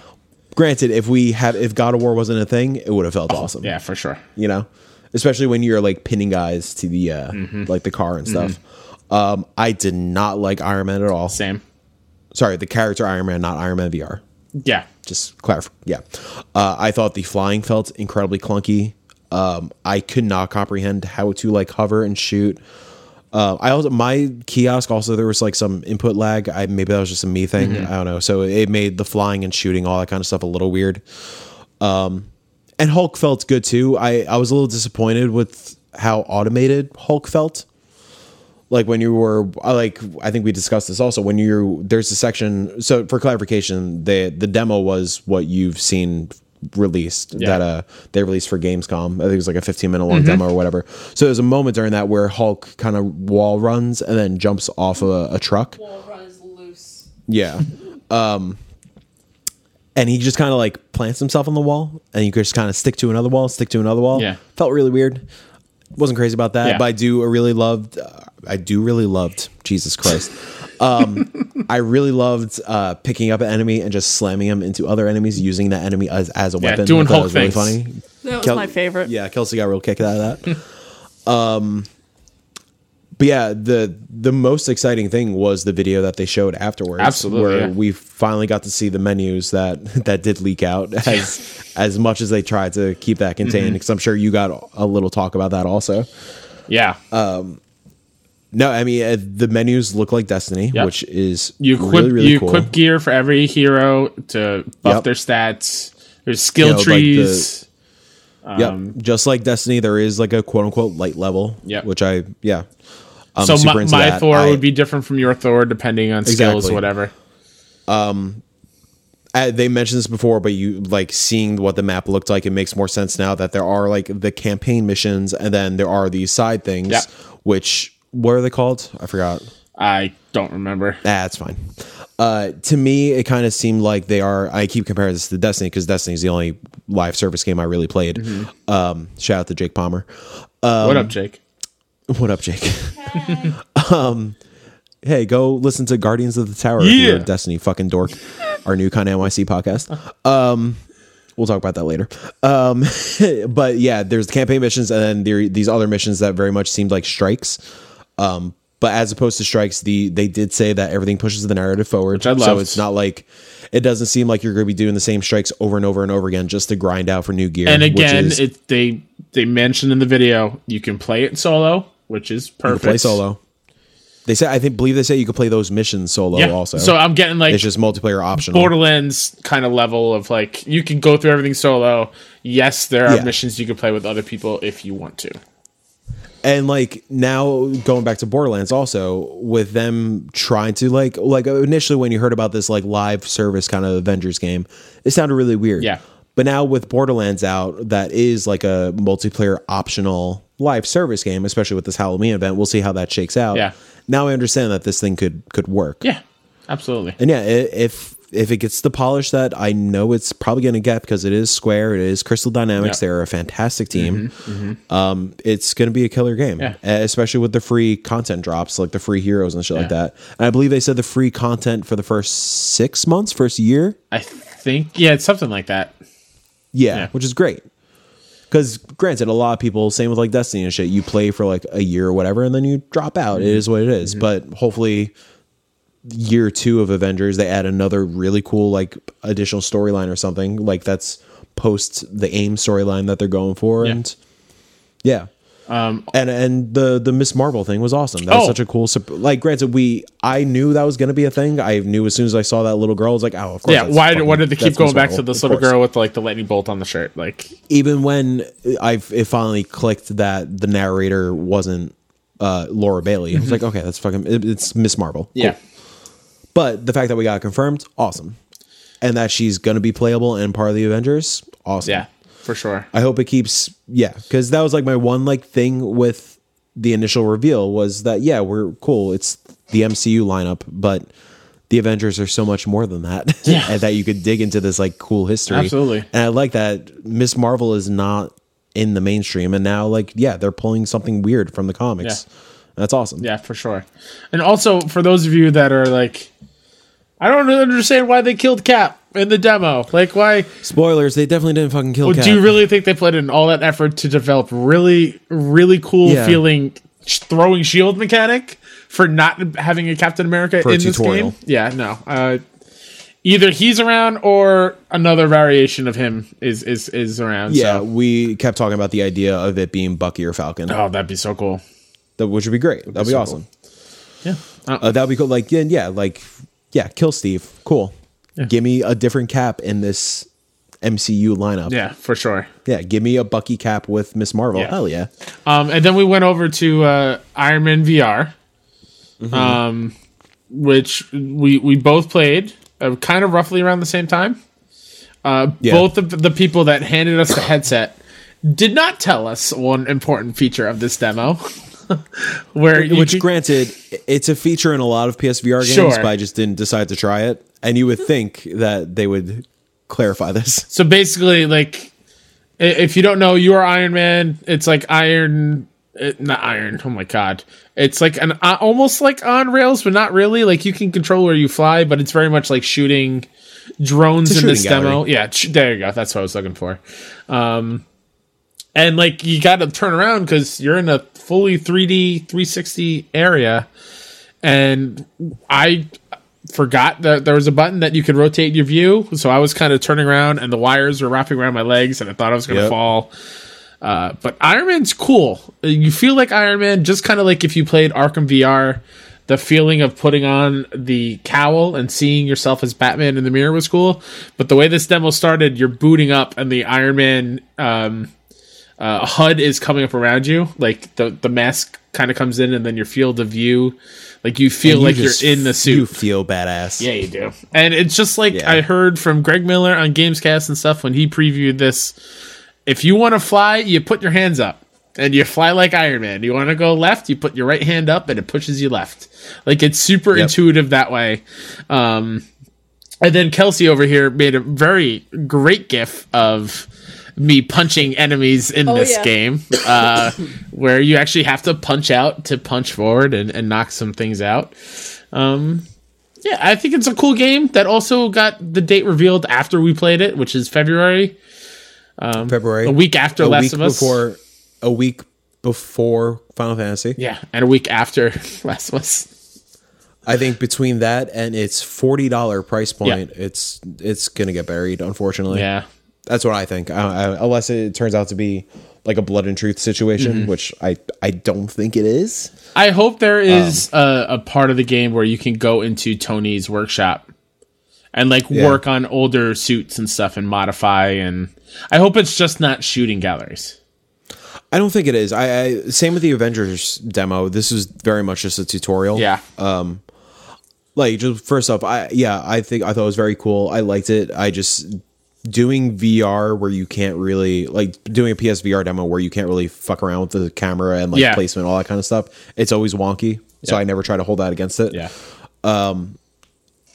Speaker 3: Granted, if we had if God of War wasn't a thing, it would have felt awesome.
Speaker 1: Yeah, for sure.
Speaker 3: you know especially when you're like pinning guys to the uh
Speaker 1: Mm-hmm.
Speaker 3: like the car and stuff um i did not like iron man at all
Speaker 1: Same.
Speaker 3: sorry the character iron man not iron man vr
Speaker 1: Yeah.
Speaker 3: just clarify yeah uh i thought the flying felt incredibly clunky um i could not comprehend how to like hover and shoot uh, I also my kiosk also there was like some input lag. I maybe that was just a me thing. I don't know. So it made the flying and shooting all that kind of stuff a little weird. and Hulk felt good too. I I was a little disappointed with how automated Hulk felt. Like when you were I like I think we discussed this also when you there's a section so for clarification the the demo was what you've seen released that uh they released for Gamescom. I think it was like a 15 minute long demo or whatever. So there's a moment during that where Hulk kind of wall runs and then jumps off a, a truck.
Speaker 4: Wall run is loose.
Speaker 3: Yeah. Um and he just kind of like plants himself on the wall and you could just kind of stick to another wall, stick to another wall.
Speaker 1: Yeah.
Speaker 3: Felt really weird. Wasn't crazy about that,
Speaker 1: Yeah.
Speaker 3: but I do really loved uh, I do really loved Jesus Christ. Um I really loved uh picking up an enemy and just slamming him into other enemies using that enemy as, as a
Speaker 1: Yeah,
Speaker 3: weapon.
Speaker 1: doing
Speaker 3: I thought
Speaker 1: Hulk
Speaker 3: it was really
Speaker 1: things.
Speaker 3: funny.
Speaker 2: That was
Speaker 3: Kel-
Speaker 2: my favorite.
Speaker 3: Yeah, Kelsey got a real kick out of that. um, but yeah, the the most exciting thing was the video that they showed afterwards.
Speaker 1: Absolutely,
Speaker 3: where
Speaker 1: yeah.
Speaker 3: we finally got to see the menus that that did leak out as as much as they tried to keep that contained.
Speaker 1: Mm-hmm.
Speaker 3: Because I'm sure you got a little talk about that also.
Speaker 1: Yeah.
Speaker 3: Uh, No, I mean uh, the menus look like Destiny,
Speaker 1: Yeah.
Speaker 3: which is
Speaker 1: you equip
Speaker 3: really really
Speaker 1: you
Speaker 3: cool.
Speaker 1: equip gear for every hero to buff
Speaker 3: Yep.
Speaker 1: their stats. There's skill
Speaker 3: You know, like
Speaker 1: trees. um,
Speaker 3: yep, just like Destiny, there is like a quote unquote light level.
Speaker 1: Yeah.
Speaker 3: which I yeah. I'm
Speaker 1: so
Speaker 3: um, super
Speaker 1: my,
Speaker 3: into
Speaker 1: my
Speaker 3: that.
Speaker 1: Thor
Speaker 3: I-
Speaker 1: would be different from your Thor depending on skills,
Speaker 3: Exactly.
Speaker 1: whatever.
Speaker 3: uh, they mentioned this before, but you like seeing what the map looked like, it makes more sense now that there are like the campaign missions and then there are these side things,
Speaker 1: Yeah.
Speaker 3: which what are they called? I forgot.
Speaker 1: I don't remember.
Speaker 3: That's fine. Uh, to me, it kind of seemed like they are. I keep comparing this to Destiny because Destiny's the only live service game I really played. Um, shout out to Jake Palmer. Um,
Speaker 1: what up, Jake?
Speaker 3: What up, Jake? um, hey, go listen to Guardians of the Tower if
Speaker 1: Yeah.
Speaker 3: you're a Destiny fucking dork. Our new kind of NYC podcast. Um, we'll talk about that later. Um, but yeah, there's the campaign missions and then there these other missions that very much seemed like strikes. Um, but as opposed to strikes, the they did say that everything pushes the narrative forward.
Speaker 1: I
Speaker 3: So
Speaker 1: loved.
Speaker 3: it's not like it doesn't seem like you're going to be doing the same strikes over and over and over again just to grind out for new gear.
Speaker 1: And
Speaker 3: which
Speaker 1: again,
Speaker 3: is-
Speaker 1: it they they mentioned in the video you can play it solo, which is perfect.
Speaker 3: play solo. They say I think believe they say you could play those missions solo
Speaker 1: Yeah.
Speaker 3: also.
Speaker 1: So I'm getting like
Speaker 3: it's just multiplayer optional.
Speaker 1: Borderlands kind of level of like you can go through everything solo. Yes, there are
Speaker 3: Yeah.
Speaker 1: missions you can play with other people if you want to.
Speaker 3: and like now going back to Borderlands also with them trying to like like initially when you heard about this like live service kind of Avengers game, it sounded really weird.
Speaker 1: Yeah.
Speaker 3: But now with Borderlands out, that is like a multiplayer optional live service game, especially with this Halloween event. We'll see how that shakes out.
Speaker 1: Yeah.
Speaker 3: Now I understand that this thing could could work.
Speaker 1: Yeah, absolutely.
Speaker 3: And yeah, i- if if it gets the polish that I know it's probably going to get because it is Square, it is Crystal Dynamics,
Speaker 1: Yeah. Mm-hmm,
Speaker 3: they're a fantastic team. Um, it's going to be a killer game,
Speaker 1: Yeah.
Speaker 3: Uh, especially with the free content drops, like the free heroes and shit like that. And I believe they said the free content for the first six months, first year,
Speaker 1: I think yeah, it's something like that.
Speaker 3: yeah,
Speaker 1: Yeah.
Speaker 3: which is great. Because granted, a lot of people, same with like Destiny and shit, you play for like a year or whatever, and then you drop out.
Speaker 1: Mm-hmm.
Speaker 3: It is what it is. But hopefully, year two of Avengers, they add another really cool like additional storyline or something like that's post the AIM storyline that they're going for,
Speaker 1: Yeah.
Speaker 3: and yeah. Um, and and the the Miss Marvel thing was awesome. That was
Speaker 1: Oh.
Speaker 3: such a cool sup- like. Granted, we I knew that was going to be a thing. I knew as soon as I saw that little girl, I was like, oh, of course.
Speaker 1: Yeah,
Speaker 3: that's
Speaker 1: why
Speaker 3: fucking-
Speaker 1: why did they
Speaker 3: that's
Speaker 1: keep going
Speaker 3: Miss
Speaker 1: back to
Speaker 3: Marvel,
Speaker 1: this
Speaker 3: of
Speaker 1: little
Speaker 3: course."
Speaker 1: girl with like the lightning bolt on the shirt? Like
Speaker 3: even when I've it finally clicked that the narrator wasn't uh, Laura Bailey. I was like, okay, that's fucking it- it's Miss Marvel.
Speaker 1: Mm-hmm. Yeah.
Speaker 3: But the fact that we got it confirmed, awesome. And that she's gonna be playable and part of the Avengers, awesome.
Speaker 1: Yeah. For sure.
Speaker 3: I hope it keeps yeah, because that was like my one like thing with the initial reveal was that yeah, we're cool. It's the MCU lineup, but the Avengers are so much more than that.
Speaker 1: Yeah.
Speaker 3: and that you could dig into this like cool history.
Speaker 1: Absolutely.
Speaker 3: And I like that Miss Marvel is not in the mainstream and now like yeah, they're pulling something weird from the comics.
Speaker 1: Yeah.
Speaker 3: That's awesome.
Speaker 1: Yeah, for sure. And also for those of you that are like, I don't really understand why they killed Cap in the demo. Like, why?
Speaker 3: Spoilers, they definitely didn't fucking kill Cap.
Speaker 1: Do you really think they put in all that effort to develop really, really cool
Speaker 3: Yeah.
Speaker 1: feeling sh- throwing shield mechanic for not having a Captain America
Speaker 3: For a
Speaker 1: in this
Speaker 3: tutorial.
Speaker 1: game? Yeah, no. Uh, either he's around or another variation of him is is is around.
Speaker 3: yeah,
Speaker 1: So.
Speaker 3: we kept talking about the idea of it being Bucky or Falcon,
Speaker 1: Oh, that'd be so cool.
Speaker 3: that- which would be great. That'd be,
Speaker 1: so
Speaker 3: awesome.
Speaker 1: Yeah. Uh,
Speaker 3: Uh, that'd be cool. Like, yeah, yeah, like, yeah, kill Steve. Cool. Give me a different cap in this MCU lineup.
Speaker 1: yeah, for sure.
Speaker 3: Yeah, give me a Bucky cap with Miss Marvel.
Speaker 1: Yeah.
Speaker 3: Hell yeah.
Speaker 1: Um, and then we went over to uh, Iron Man VR,
Speaker 3: Mm-hmm.
Speaker 1: um, which we we both played uh, kind of roughly around the same time. Uh,
Speaker 3: Yeah.
Speaker 1: Both of the people that handed us the headset did not tell us one important feature of this demo, where you
Speaker 3: Which,
Speaker 1: could-
Speaker 3: granted, it's a feature in a lot of PSVR games,
Speaker 1: Sure.
Speaker 3: but I just didn't decide to try it. And you would think that they would clarify this.
Speaker 1: so basically like i- if you don't know, you are Iron Man. It's like Iron. uh, Not iron. Oh my god! It's like an uh, almost like on rails, but not really. Like you can control where you fly, but it's very much like shooting drones
Speaker 3: It's a
Speaker 1: in this
Speaker 3: shooting
Speaker 1: demo. Yeah, sh- there you go. That's what I was looking for. Um, and like you got to turn around because you're in a fully 3D 360 area, and I forgot that there was a button that you could rotate your view. So I was kind of turning around, and the wires were wrapping around my legs, and I thought I was going to
Speaker 3: Yep.
Speaker 1: fall. Uh, but Iron Man's cool. You feel like Iron Man, just kind of like if you played Arkham VR. The feeling of putting on the cowl and seeing yourself as Batman in the mirror was cool, but the way this demo started, you're booting up and the Iron Man um, uh, HUD is coming up around you. Like the the mask kind of comes in, and then your field of view, like you feel like
Speaker 3: You
Speaker 1: you're
Speaker 3: just-
Speaker 1: in the suit.
Speaker 3: You feel badass.
Speaker 1: Yeah, you do. And it's just like
Speaker 3: Yeah.
Speaker 1: I heard from Greg Miller on Gamescast and stuff when he previewed this. If you want to fly, you put your hands up and you fly like Iron Man. You want to go left, you put your right hand up and it pushes you left. Like it's super
Speaker 3: Yep.
Speaker 1: intuitive that way. Um, and then Kelsey over here made a very great gif of me punching enemies in this
Speaker 2: yeah.
Speaker 1: game, uh, where you actually have to punch out to punch forward and, and knock some things out. Um, yeah, I think it's a cool game that also got the date revealed after we played it, which is February,
Speaker 3: February.
Speaker 1: a week after
Speaker 3: a
Speaker 1: Last
Speaker 3: week
Speaker 1: of Us.
Speaker 3: Before, a week before Final Fantasy.
Speaker 1: Yeah, and a week after Last of Us.
Speaker 3: I think between that and its forty dollar price point, it's it's gonna get buried. Unfortunately,
Speaker 1: Yeah.
Speaker 3: that's what I think. I, I, unless it turns out to be like a blood and truth situation,
Speaker 1: Mm-hmm.
Speaker 3: which I I don't think it is.
Speaker 1: I hope there
Speaker 3: Um,
Speaker 1: is a, a part of the game where you can go into Tony's workshop and like
Speaker 3: Yeah.
Speaker 1: work on older suits and stuff and modify and I hope it's just not shooting galleries.
Speaker 3: I don't think it is. I, I same with the Avengers demo. This is very much just a tutorial.
Speaker 1: Yeah.
Speaker 3: like just first off, I yeah, I think I thought it was very cool. I liked it. I just doing VR where you can't really like doing a PSVR demo where you can't really fuck around with the camera and like
Speaker 1: Yeah.
Speaker 3: placement, all that kind of stuff. It's always wonky. So I never try to hold that against it.
Speaker 1: yeah.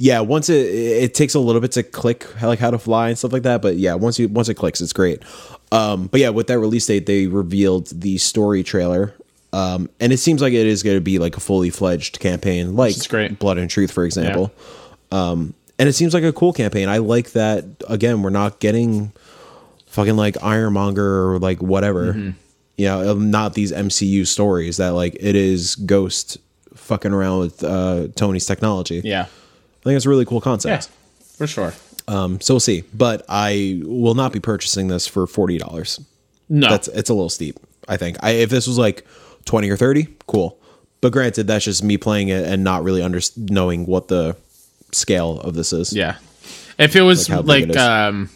Speaker 3: Yeah, once it it takes a little bit to click like how to fly and stuff like that, but yeah, once you once it clicks, it's great. Um, but yeah, with that release date, they revealed the story trailer, um, and it seems like it is going to be like a fully fledged campaign, like
Speaker 1: is great.
Speaker 3: Blood and Truth, for example. Um, and it seems like a cool campaign. I like that. Again, we're not getting fucking like Ironmonger or like whatever.
Speaker 1: Mm-hmm.
Speaker 3: You know, um, not these MCU stories that like it is Ghost fucking around with uh, Tony's technology.
Speaker 1: Yeah.
Speaker 3: I think it's a really cool
Speaker 1: Yeah.
Speaker 3: concept.
Speaker 1: For sure.
Speaker 3: Um, so we'll see. But I will not be purchasing this for forty dollars.
Speaker 1: No.
Speaker 3: That's it's a little steep. I think. I, if this was like twenty or thirty, cool. But granted, that's just me playing it and not really under knowing what the scale of this is.
Speaker 1: Yeah. If it was
Speaker 3: Like how
Speaker 1: like,
Speaker 3: big it is.
Speaker 1: um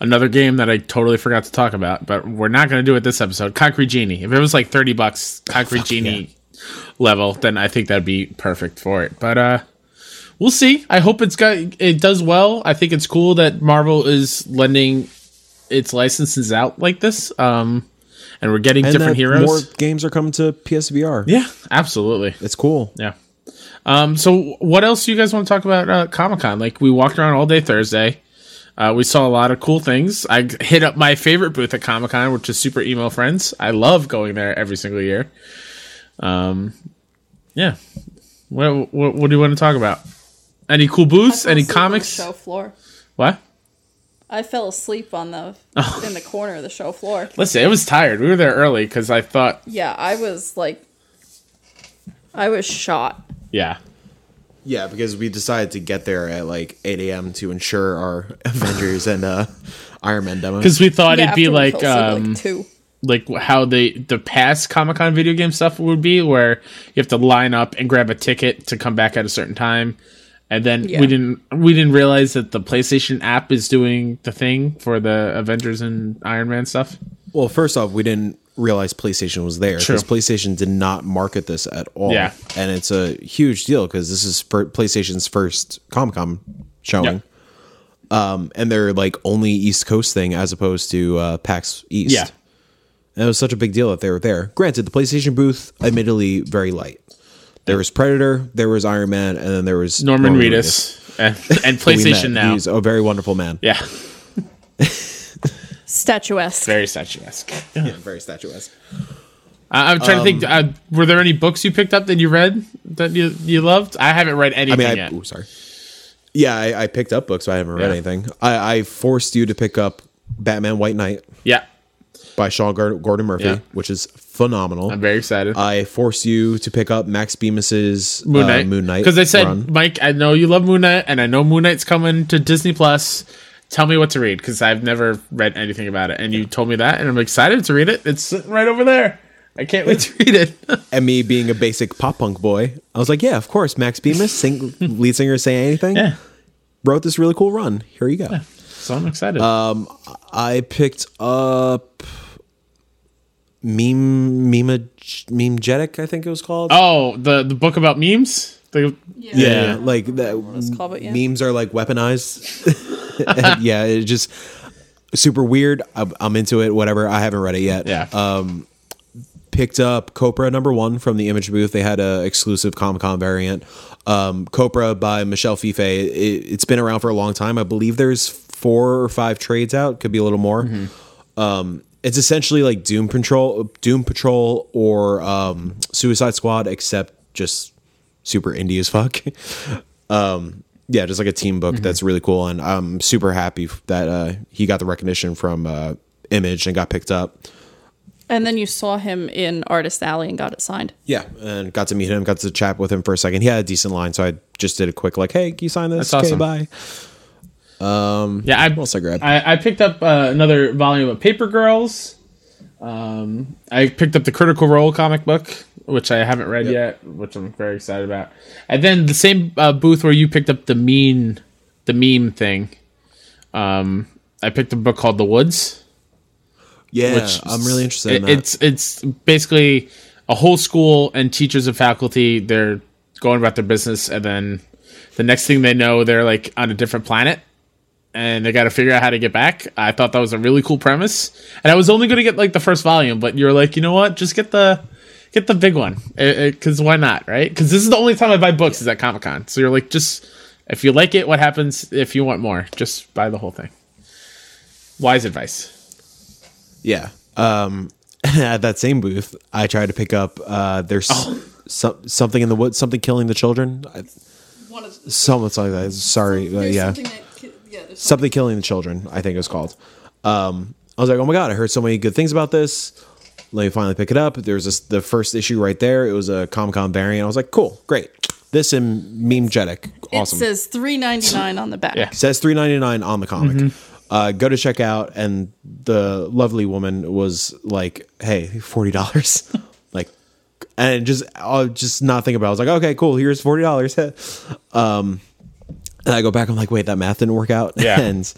Speaker 1: another game that I totally forgot to talk about, but we're not going to do it this episode, Concrete Genie. If it was like 30 bucks, Concrete Genie level, then I think that'd be perfect for it. But uh we'll see. I hope it's got it does well. I think it's cool that Marvel is lending its licenses out like this. Um and we're getting
Speaker 3: And
Speaker 1: different
Speaker 3: that
Speaker 1: heroes.
Speaker 3: More games are coming to PSVR.
Speaker 1: yeah, absolutely.
Speaker 3: It's cool.
Speaker 1: Yeah. Um, so what else do you guys want to talk about uh, Comic Con? Like we walked around all day Thursday. Uh, we saw a lot of cool things. I g- hit up my favorite booth at Comic Con, which is Super Emo Friends. I love going there every single year. Um, yeah. What, what, what do you want to talk about? Any cool
Speaker 4: I
Speaker 1: booths?
Speaker 4: fell
Speaker 1: Any
Speaker 4: asleep on the
Speaker 1: comics?
Speaker 4: show floor.
Speaker 1: What?
Speaker 4: I fell asleep on the
Speaker 1: Oh.
Speaker 4: in the corner of the show floor.
Speaker 1: Listen, it was tired. We were there early because I thought,
Speaker 4: Yeah, I was like, I was shot.
Speaker 1: yeah,
Speaker 3: Yeah, because we decided to get there at like 8 a.m. to ensure our Avengers and uh, Iron Man demo.
Speaker 1: because we thought
Speaker 4: yeah,
Speaker 1: it'd be
Speaker 4: after we
Speaker 1: like
Speaker 4: fell asleep at,
Speaker 1: um,
Speaker 4: like two.
Speaker 1: like how they the past Comic Con video game stuff would be, where you have to line up and grab a ticket to come back at a certain time, and then
Speaker 4: Yeah.
Speaker 1: we didn't we didn't realize that the PlayStation app is doing the thing for the Avengers and Iron Man stuff.
Speaker 3: Well, first off, we didn't realize PlayStation was there
Speaker 1: True.
Speaker 3: because PlayStation did not market this at all.
Speaker 1: Yeah.
Speaker 3: and it's a huge deal because this is for PlayStation's first Comic Con showing. Um, and they're like only East Coast thing as opposed to uh, PAX East.
Speaker 1: Yeah.
Speaker 3: And it was such a big deal that they were there. Granted, the PlayStation booth, admittedly, very light. There was Predator, there was Iron Man, and then there was
Speaker 1: Norman, Reedus, and, and
Speaker 3: who we met.
Speaker 1: PlayStation now.
Speaker 3: He's a very wonderful man.
Speaker 1: Yeah,
Speaker 2: Statuesque.
Speaker 1: very statuesque.
Speaker 3: Yeah, very statuesque.
Speaker 1: I, I'm trying to think.
Speaker 3: Um,
Speaker 1: Uh, were there any books you picked up that you read that you you loved? I haven't read
Speaker 3: I
Speaker 1: anything
Speaker 3: mean, I,
Speaker 1: yet.
Speaker 3: ooh, sorry. Yeah, I, I picked up books, but I haven't read
Speaker 1: Yeah.
Speaker 3: anything. I, I forced you to pick up Batman White Knight
Speaker 1: Yeah,
Speaker 3: by Sean Gar- Gordon Murphy,
Speaker 1: Yeah.
Speaker 3: which is phenomenal.
Speaker 1: I'm very excited.
Speaker 3: I forced you to pick up Max Bemis's
Speaker 1: Moon Knight.
Speaker 3: Uh, Moon Knight.
Speaker 1: Because I said,
Speaker 3: run.
Speaker 1: Mike, I know you love Moon Knight, and I know Moon Knight's coming to Disney Plus. Tell me what to read because I've never read anything about it, and you told me that, and I'm excited to read it. It's sitting right over there. I can't wait to read it.
Speaker 3: and me being a basic pop punk boy, I was like, yeah, of course, Max Bemis, sing- lead singer, of say anything.
Speaker 1: Yeah.
Speaker 3: Wrote this really cool run. Here you go.
Speaker 1: so I'm excited.
Speaker 3: Uh, I picked up meme meme memegetic, I think it was called.
Speaker 1: oh, the the book about memes. The,
Speaker 3: yeah,
Speaker 1: Yeah.
Speaker 3: like that
Speaker 4: it's called, but yeah.
Speaker 3: memes are like weaponized And yeah it's just super weird I'm, I'm into it whatever i haven't read it yet
Speaker 1: yeah.
Speaker 3: picked up copra number one from the image booth they had a exclusive comic-con variant um copra by michelle fife it, it's been around for a long time i believe there's four or five trades out could be a little more um it's essentially like doom patrol doom patrol or um suicide squad except just super indie as fuck Um, yeah, just like a team book that's really cool, and I'm super happy f- that uh, he got the recognition from uh, Image and got picked up.
Speaker 2: And then you saw him in Artist Alley and got it signed.
Speaker 3: Yeah, and got to meet him, got to chat with him for a second. He had a decent line, so I just did a quick like, "Hey, can you sign this?
Speaker 1: That's awesome.
Speaker 3: Okay, bye."
Speaker 1: yeah, I,
Speaker 3: else I grabbed?
Speaker 1: I, I picked up uh, another volume of Paper Girls. Um, I picked up the Critical Role comic book, which I haven't read yet, which I'm very excited about. And then the same uh, booth where you picked up the mean, the meme thing. Um, I picked a book called The Woods
Speaker 3: Yeah,
Speaker 1: which
Speaker 3: I'm really interested in
Speaker 1: it-
Speaker 3: that.
Speaker 1: It's it's basically a whole school and teachers and faculty. They're going about their business, and then the next thing they know, they're like on a different planet, and they got to figure out how to get back. I thought that was a really cool premise, and I was only going to get like the first volume, but you're like, you know what? Just get the get the big one, because why not, right? Because this is the only time I buy books is at Comic Con. So you're like, just if you like it, what happens? If you want more, just buy the whole thing. Wise advice.
Speaker 3: yeah. Um, at that same booth, I tried to pick up uh, there's
Speaker 1: Oh.
Speaker 3: some, something in the woods, something killing the children, I,
Speaker 4: One of the,
Speaker 3: something like that. Sorry, uh,
Speaker 4: there's
Speaker 3: yeah.
Speaker 4: something that ki- yeah, there's something.
Speaker 3: Something Killing the Children, I think it was called. Um, I was like, oh my god, I heard so many good things about this. Let me finally pick it up. There's this, the first issue right there. It was a Comic Con variant. I was like, cool, great. This and memegetic, awesome.
Speaker 4: It says three ninety nine on the back.
Speaker 1: Yeah.
Speaker 3: says three ninety nine on the comic. Uh, go to check out, and the lovely woman was like, "Hey, forty dollars," like, and just uh, just not think about. it. I was like, "Okay, cool. Here's forty dollars." um, and I go back. I'm like, "Wait, that math didn't work out."
Speaker 1: Yeah.
Speaker 3: and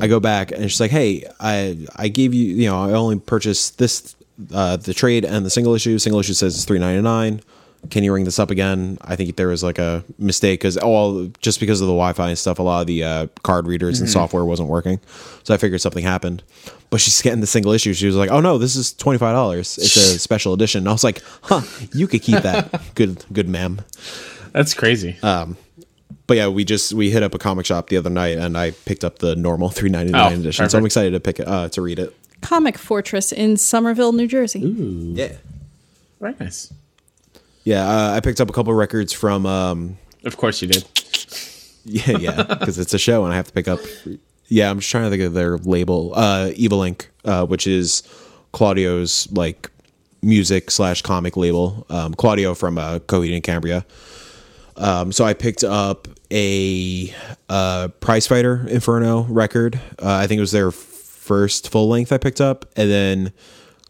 Speaker 3: I go back, and she's like, "Hey, I I gave you, you know, I only purchased this uh, the trade and the single issue. Single issue says it's three ninety nine. Can you ring this up again? I think there was like a mistake because all just because of the Wi-Fi and stuff, a lot of the uh, card readers and software wasn't working. So I figured something happened. But she's getting the single issue. She was like, "Oh no, this is twenty five dollars. It's a special edition." And I was like, "Huh, you could keep that, good, good ma'am."
Speaker 1: That's crazy.
Speaker 3: but yeah, we just we hit up a comic shop the other night, and I picked up the normal three ninety nine
Speaker 1: Oh,
Speaker 3: edition. So I'm
Speaker 1: perfect.
Speaker 3: excited to pick it uh, to read it.
Speaker 2: Comic Fortress in Somerville, New Jersey.
Speaker 3: Yeah,
Speaker 1: Very nice.
Speaker 3: yeah. Uh, I picked up a couple records from um,
Speaker 1: Of course you did.
Speaker 3: yeah, yeah, because it's a show, and I have to pick up. Yeah, I'm just trying to think of their label, uh, Evil Inc., uh, which is Claudio's like music slash comic label. Um, Claudio from uh, Coheed and Cambria. Um, so I picked up a uh, Prize Fighter Inferno record. Uh, I think it was their first full length I picked up, and then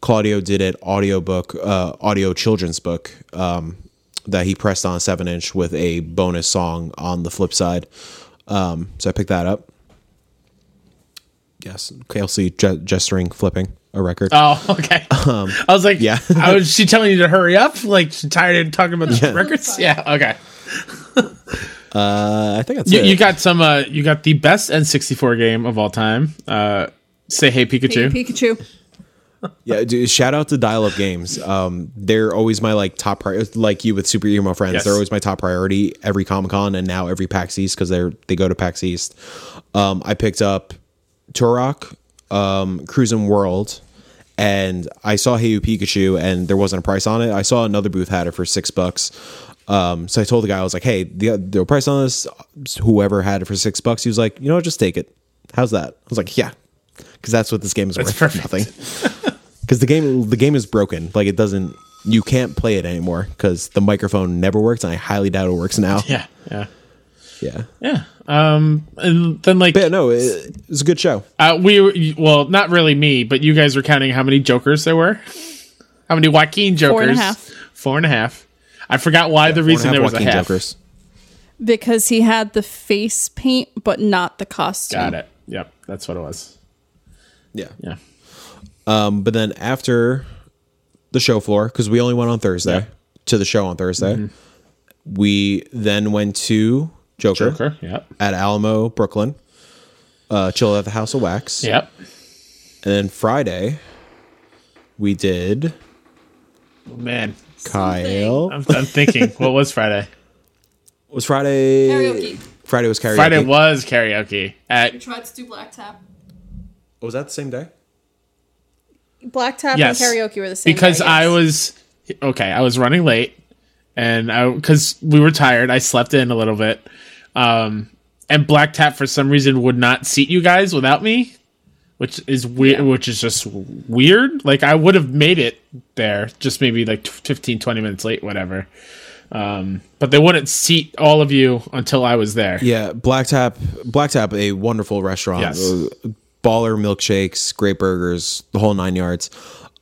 Speaker 3: Claudio did an audiobook, uh, audio children's book um, that he pressed on seven inch with a bonus song on the flip side. Um, so I picked that up. Yes, Kelsey ge- gesturing, flipping a record.
Speaker 1: Oh, okay. I was like,
Speaker 3: Um, yeah.
Speaker 1: I was she telling you to hurry up? Like she tired of talking about the records? Yeah. Okay.
Speaker 3: Uh, I think that's
Speaker 1: You,
Speaker 3: it.
Speaker 1: you got some. Uh, you got the best N64 game of all time. Uh, say hey Pikachu.
Speaker 2: Pikachu.
Speaker 3: Yeah, dude, shout out to Dial Up Games. Um, they're always my like top priority, like you with Super Emo Friends.
Speaker 1: Yes.
Speaker 3: They're always my top priority every Comic Con and now every PAX East because they're they go to PAX East. Um, I picked up Turok, um, Cruisin' World, and I saw Hey You Pikachu, and there wasn't a price on it. I saw another booth had it for six bucks. Um, so I told the guy, I was like, "Hey, the the price on this, whoever had it for six bucks." He was like, "You know, what, just take it. How's that?" I was like, "Yeah." Because that's what this game is worth.
Speaker 1: perfect.
Speaker 3: Nothing because the game the game is broken. Like it doesn't you can't play it anymore because the microphone never works, and I highly doubt it works now.
Speaker 1: Yeah. Yeah.
Speaker 3: yeah.
Speaker 1: Yeah. Um, and then like
Speaker 3: But yeah, no, it, it's a good show.
Speaker 1: uh, we were- well, not really me, but you guys were counting how many Jokers there were. How many Joaquin Jokers?
Speaker 2: Four and a half.
Speaker 1: Four and a half. I forgot why the
Speaker 3: Four and
Speaker 1: reason
Speaker 3: half
Speaker 1: there was
Speaker 3: Joaquin
Speaker 1: a half.
Speaker 3: Jokers.
Speaker 2: Because he had the face paint, but not the costume.
Speaker 1: Got it. Yep, that's what it was.
Speaker 3: Yeah.
Speaker 1: Yeah.
Speaker 3: Um, but then after the show floor, because we only went on Thursday
Speaker 1: Yeah. Mm-hmm.
Speaker 3: to the show on Thursday, we then went to Joker,
Speaker 1: Joker. Yep.
Speaker 3: at Alamo, Brooklyn. Uh, chill at the House of Wax.
Speaker 1: Yep.
Speaker 3: And then Friday, we did
Speaker 1: Oh, Man,
Speaker 3: Kyle.
Speaker 1: I'm, I'm thinking. what was Friday?
Speaker 3: Was Friday
Speaker 4: Karaoke.
Speaker 3: Friday was karaoke.
Speaker 1: Friday was karaoke at
Speaker 4: Tried to do black tap.
Speaker 3: Was that the same day?
Speaker 2: Black Tap
Speaker 1: Yes.
Speaker 2: and karaoke were the same.
Speaker 1: because
Speaker 2: day, yes.
Speaker 1: I was okay. I was running late, and I because we were tired, I slept in a little bit. Um, and Black Tap for some reason would not seat you guys without me, which is weird. Which is just weird. Like I would have made it there, just maybe like tw- 15, 20 minutes late, whatever. Um, but they wouldn't seat all of you until I was there.
Speaker 3: Yeah, Black Tap. Black Tap, a wonderful restaurant.
Speaker 1: Yes.
Speaker 3: Uh, Baller milkshakes, great burgers, the whole nine yards.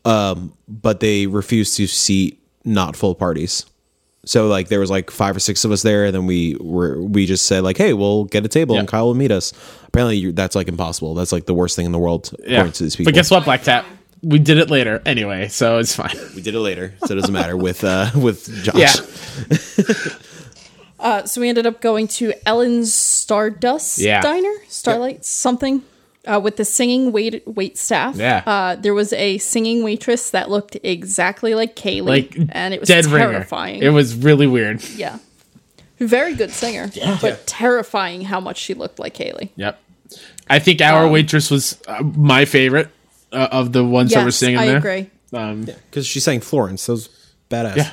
Speaker 3: Um, but they refused to seat not full parties. So like there was like five or six of us there, and then we were we just said like, hey, we'll get a table and
Speaker 1: Yeah.
Speaker 3: Kyle will meet us. Apparently you that's like impossible. That's like the worst thing in the world
Speaker 1: yeah.
Speaker 3: according to these people.
Speaker 1: But guess what, Black Tap? We did it later anyway, so it's fine.
Speaker 3: we did it later, so it doesn't matter with uh with Josh.
Speaker 1: Yeah.
Speaker 2: Uh, so we ended up going to Ellen's Stardust
Speaker 1: Yeah.
Speaker 2: Diner, Starlight something, uh, with the singing wait wait staff.
Speaker 1: Yeah.
Speaker 2: Uh, there was a singing waitress that looked exactly like Kaylee,
Speaker 1: Like
Speaker 2: and it was
Speaker 1: dead ringer.
Speaker 2: terrifying.
Speaker 1: It was really weird.
Speaker 2: yeah, very good singer, but terrifying how much she looked like Kaylee.
Speaker 1: Yep. I think
Speaker 2: Um,
Speaker 1: our waitress was uh, my favorite uh, of the ones that were
Speaker 2: Yes,
Speaker 1: singing
Speaker 2: I
Speaker 1: there.
Speaker 2: agree.
Speaker 1: Um,
Speaker 3: Because she sang Florence, so it was badass.
Speaker 1: yeah,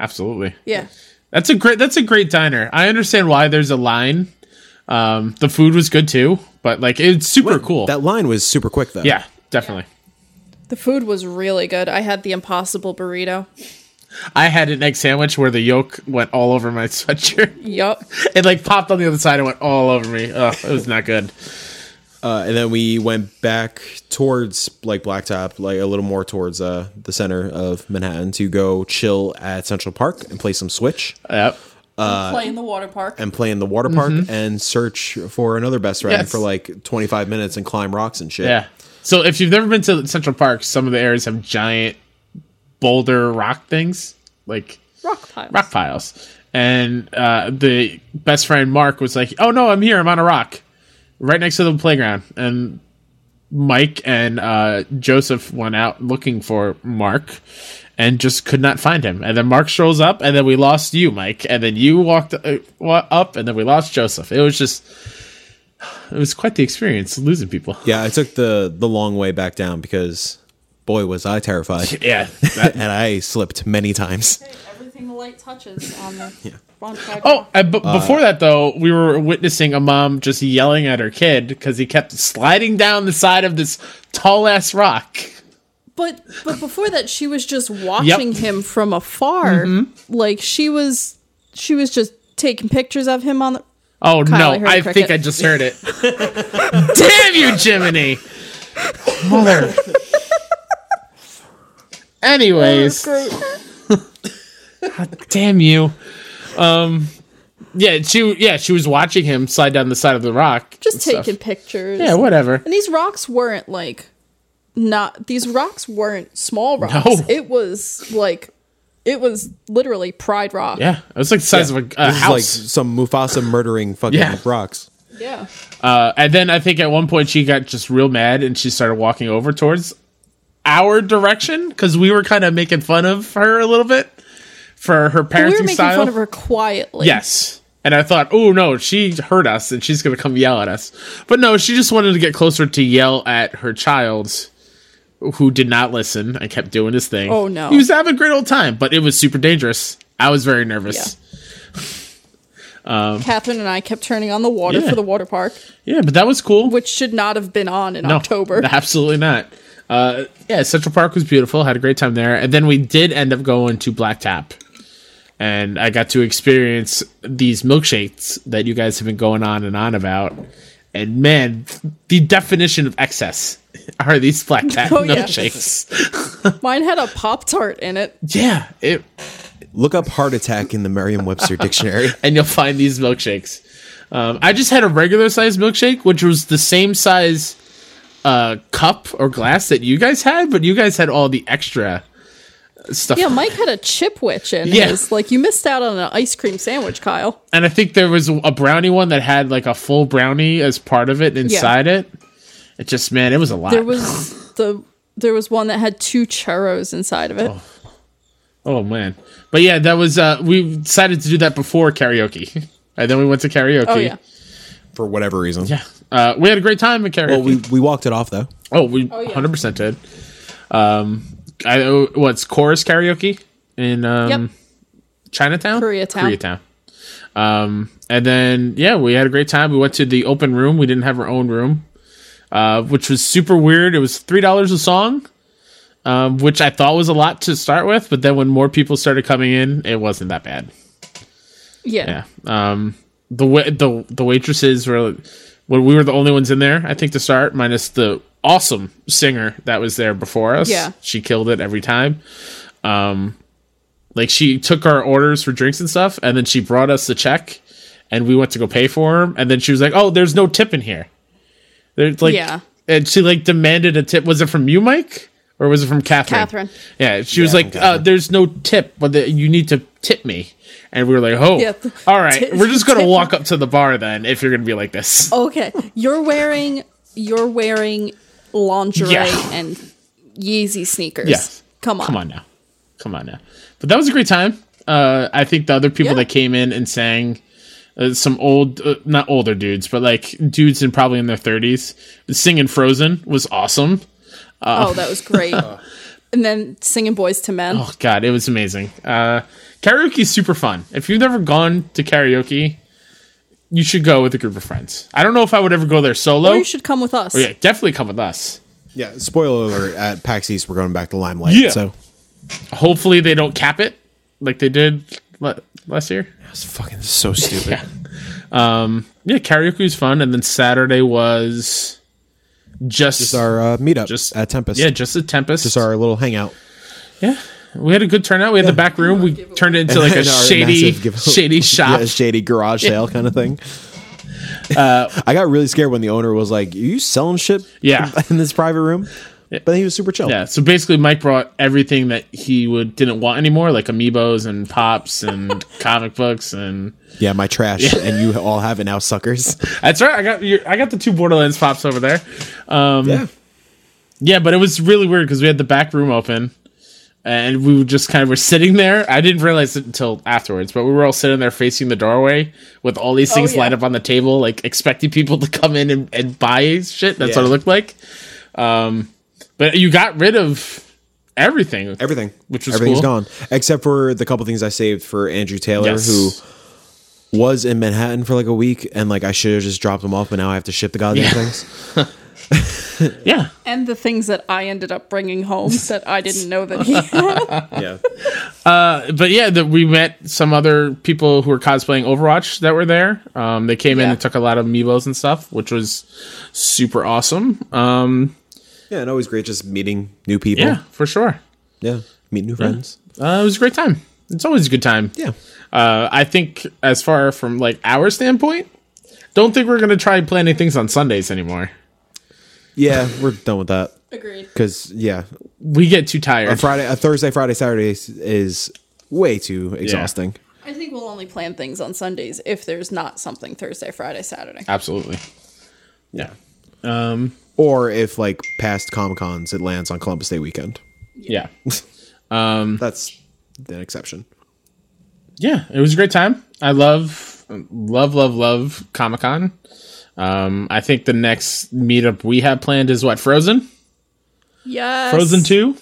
Speaker 1: absolutely.
Speaker 2: Yeah.
Speaker 1: That's a great. That's a great diner. I understand why there's a line. Um, the food was good too, but like it's super cool.
Speaker 3: That line was super quick though.
Speaker 1: yeah, definitely.
Speaker 2: The food was really good. I had the impossible burrito.
Speaker 1: I had an egg sandwich where the yolk went all over my sweatshirt.
Speaker 2: Yup.
Speaker 1: it like popped on the other side and went all over me. Ugh, it was not good.
Speaker 3: Uh, and then we went back towards like Blacktop, like a little more towards uh, the center of Manhattan to go chill at Central Park and play some Switch
Speaker 1: Yep.
Speaker 4: Play in the water park.
Speaker 3: and play in the water park and search for another best friend
Speaker 1: Mm-hmm. Yes.
Speaker 3: for like 25 minutes and climb rocks and shit.
Speaker 1: Yeah. So if you've never been to Central Park, some of the areas have giant boulder rock things, like
Speaker 2: Rock piles.
Speaker 1: rock piles. And uh, the best friend Mark was like, "Oh no, I'm here. I'm on a rock, right next to the playground." And Mike and uh, Joseph went out looking for Mark, and just could not find him. And then Mark strolls up, and then we lost you, Mike. And then you walked uh, wa- up, and then we lost Joseph. It was just, it was quite the experience losing people.
Speaker 3: Yeah, I took the the long way back down because boy was I terrified.
Speaker 1: Yeah.
Speaker 3: and I slipped many times.
Speaker 4: Hey, everything the light touches on the wrong side.
Speaker 1: Oh, uh, but before that though, we were witnessing a mom just yelling at her kid because he kept sliding down the side of this tall ass rock.
Speaker 2: But but before that, she was just watching him from afar.
Speaker 1: Mm-hmm.
Speaker 2: Like she was she was just taking pictures of him on the.
Speaker 1: Oh
Speaker 2: Kyle, I heard
Speaker 1: no!
Speaker 2: a
Speaker 1: I, think
Speaker 2: cricket.
Speaker 1: I just heard it. Damn you, Jiminy! Mother. Anyways,
Speaker 2: Oh,
Speaker 1: God damn you. Um, yeah, she yeah she was watching him slide down the side of the rock.
Speaker 2: Just
Speaker 1: and stuff.
Speaker 2: taking pictures.
Speaker 1: Yeah, whatever.
Speaker 2: And these rocks weren't like not these rocks weren't small rocks.
Speaker 1: No.
Speaker 2: It was like it was literally Pride Rock.
Speaker 1: Yeah, it was like the size of a, a
Speaker 3: This is like
Speaker 1: Uh, house.
Speaker 3: some Mufasa murdering fucking
Speaker 1: Yeah.
Speaker 3: rocks.
Speaker 2: Yeah.
Speaker 1: Uh, and then I think at one point she got just real mad and she started walking over towards our direction because we were kind of making fun of her a little bit for her
Speaker 2: We
Speaker 1: parenting
Speaker 2: were making
Speaker 1: style.
Speaker 2: fun of her quietly.
Speaker 1: Yes. And I thought, oh no, she heard us and she's going to come yell at us. But no, she just wanted to get closer to yell at her child who did not listen and kept doing his thing.
Speaker 2: Oh, no.
Speaker 1: He was having a great old time, but it was super dangerous. I was very nervous.
Speaker 2: Catherine and I kept turning on the water
Speaker 1: Yeah.
Speaker 2: for the water park,
Speaker 1: Yeah, but that was cool.
Speaker 2: which should not have been on in
Speaker 1: No,
Speaker 2: October.
Speaker 1: Absolutely not. Uh, yeah, Central Park was beautiful. Had a great time there, and then we did end up going to Black Tap, and I got to experience these milkshakes that you guys have been going on and on about. And man, the definition of excess are these Black Tap
Speaker 2: Oh, yeah.
Speaker 1: milkshakes.
Speaker 2: Mine had a Pop Tart in it.
Speaker 1: Yeah, it,
Speaker 3: Look up heart attack in the Merriam-Webster dictionary.
Speaker 1: and you'll find these milkshakes. Um, I just had a regular size milkshake, which was the same size uh, cup or glass that you guys had, but you guys had all the extra stuff.
Speaker 2: Yeah, Mike had a chip witch in
Speaker 1: Yeah.
Speaker 2: his. Like you missed out on an ice cream sandwich, Kyle.
Speaker 1: and I think there was a brownie one that had like a full brownie as part of it inside it. It just man, it was a lot.
Speaker 2: There was the there was one that had two churros inside of it.
Speaker 1: oh man, but yeah, that was uh, we decided to do that before karaoke, and then we went to karaoke.
Speaker 2: oh yeah.
Speaker 3: for whatever reason.
Speaker 1: Yeah. Uh, we had a great time at karaoke.
Speaker 3: Well, we, we walked it off though.
Speaker 1: Oh, we
Speaker 4: yeah.
Speaker 1: hundred percent did. Um, I oh, what's chorus karaoke in um
Speaker 2: Yep.
Speaker 1: Chinatown, Koreatown.
Speaker 2: Koreatown.
Speaker 1: Um, and then yeah, we had a great time. We went to the open room. We didn't have our own room, uh, which was super weird. It was three dollars a song, um, which I thought was a lot to start with. But then when more people started coming in, it wasn't that bad.
Speaker 2: Yeah.
Speaker 1: Yeah. Um, the wa- the the waitresses were well, we were the only ones in there. I think to start, minus the awesome singer that was there before us.
Speaker 2: Yeah.
Speaker 1: she killed it every time. Um, like she took our orders for drinks and stuff, and then she brought us the check, and we went to go pay for him, and then she was like, "Oh, there's no tip in here." There's like,
Speaker 2: Yeah.
Speaker 1: and she like demanded a tip. Was it from you, Mike? Or was it from Catherine?
Speaker 2: Catherine.
Speaker 1: Yeah, she was
Speaker 3: Yeah,
Speaker 1: like,
Speaker 3: from
Speaker 1: uh, "There's no tip, but the, you need to tip me." And we were like, "Oh,
Speaker 2: Yeah, th-
Speaker 1: all right,
Speaker 2: tip-
Speaker 1: we're just gonna
Speaker 2: tip-
Speaker 1: walk up to the bar then if you're gonna be like this."
Speaker 2: Okay. You're wearing you're wearing lingerie
Speaker 1: Yeah.
Speaker 2: and Yeezy sneakers.
Speaker 1: Yes.
Speaker 2: Come on.
Speaker 1: Come on now, come on now. But that was a great time. Uh, I think the other people
Speaker 2: Yeah.
Speaker 1: that came in and sang, uh, some old, uh, not older dudes, but like dudes in probably in their thirties, singing "Frozen" was awesome.
Speaker 2: Oh, that was great. and then singing Boys to Men.
Speaker 1: Oh god, it was amazing. Uh, karaoke is super fun. If you've never gone to karaoke, you should go with a group of friends. I don't know if I would ever go there solo.
Speaker 2: Or Oh, you should come with us.
Speaker 1: yeah, definitely come with us.
Speaker 3: Yeah. Spoiler alert: at PAX East, we're going back to Limelight.
Speaker 1: Yeah.
Speaker 3: So
Speaker 1: Hopefully they don't cap it like they did le- last year.
Speaker 3: that's fucking so stupid.
Speaker 1: Yeah. Um, yeah, karaoke was fun, and then Saturday was just,
Speaker 3: It's our uh, meetup
Speaker 1: Just-
Speaker 3: at Tempest.
Speaker 1: yeah, just a tempest.
Speaker 3: It's our little hangout.
Speaker 1: Yeah, we had a good turnout. We had the back room. We turned it into like a
Speaker 3: And our
Speaker 1: shady,
Speaker 3: massive giveaway.
Speaker 1: shady shop.
Speaker 3: Yeah, shady garage sale kind of thing.
Speaker 1: Uh,
Speaker 3: I got really scared when the owner was like, "Are you selling shit?"
Speaker 1: Yeah.
Speaker 3: in this private room. But he was super chill.
Speaker 1: Yeah, so basically, Mike brought everything that he would didn't want anymore, like amiibos and pops and comic books, and
Speaker 3: Yeah, my trash, and you all have it now, suckers.
Speaker 1: that's right. I got your, I got the two Borderlands pops over there. Um,
Speaker 3: Yeah,
Speaker 1: yeah, but it was really weird because we had the back room open, and we were just kind of were sitting there. I didn't realize it until afterwards, but we were all sitting there facing the doorway with all these things
Speaker 4: yeah.
Speaker 1: lined up on the table, like expecting people to come in and, and buy shit. That's what it
Speaker 3: Yeah.
Speaker 1: looked like. Um, but you got rid of everything.
Speaker 3: everything,
Speaker 1: Which was
Speaker 3: everything's
Speaker 1: cool.
Speaker 3: gone except for the couple things I saved for Andrew Taylor,
Speaker 1: Yes.
Speaker 3: who was in Manhattan for like a week, and like I should have just dropped him off, but now I have to ship the goddamn
Speaker 1: Yeah.
Speaker 3: things.
Speaker 1: yeah.
Speaker 2: And the things that I ended up bringing home that I didn't know that he had.
Speaker 3: Yeah,
Speaker 1: but yeah, that we met some other people who were cosplaying Overwatch that were there. Um, they came in
Speaker 2: Yeah.
Speaker 1: and took a lot of amiibos and stuff, which was super awesome. Um,
Speaker 3: yeah, and always great just meeting new people.
Speaker 1: yeah, for sure.
Speaker 3: yeah, meet new friends.
Speaker 1: Uh, it was a great time. It's always a good time.
Speaker 3: Yeah,
Speaker 1: Uh, I think as far from like our standpoint, don't think we're gonna try planning things on Sundays anymore.
Speaker 3: yeah, we're done with that
Speaker 4: Agreed.
Speaker 3: because yeah,
Speaker 1: We get too
Speaker 3: a
Speaker 1: tired.
Speaker 3: Friday, a Thursday, Friday, Saturday is, is way too exhausting.
Speaker 2: I think we'll only plan things on Sundays if there's not something Thursday, Friday, Saturday.
Speaker 1: Absolutely. Yeah.
Speaker 3: Um, Or if like past Comic Cons, it lands on Columbus Day weekend.
Speaker 1: Yeah. Mm.
Speaker 3: That's an exception.
Speaker 1: yeah, it was a great time. I love, love, love, love Comic Con. Um, I think the next meetup we have planned is what Frozen,
Speaker 2: Yes.
Speaker 1: Frozen Two,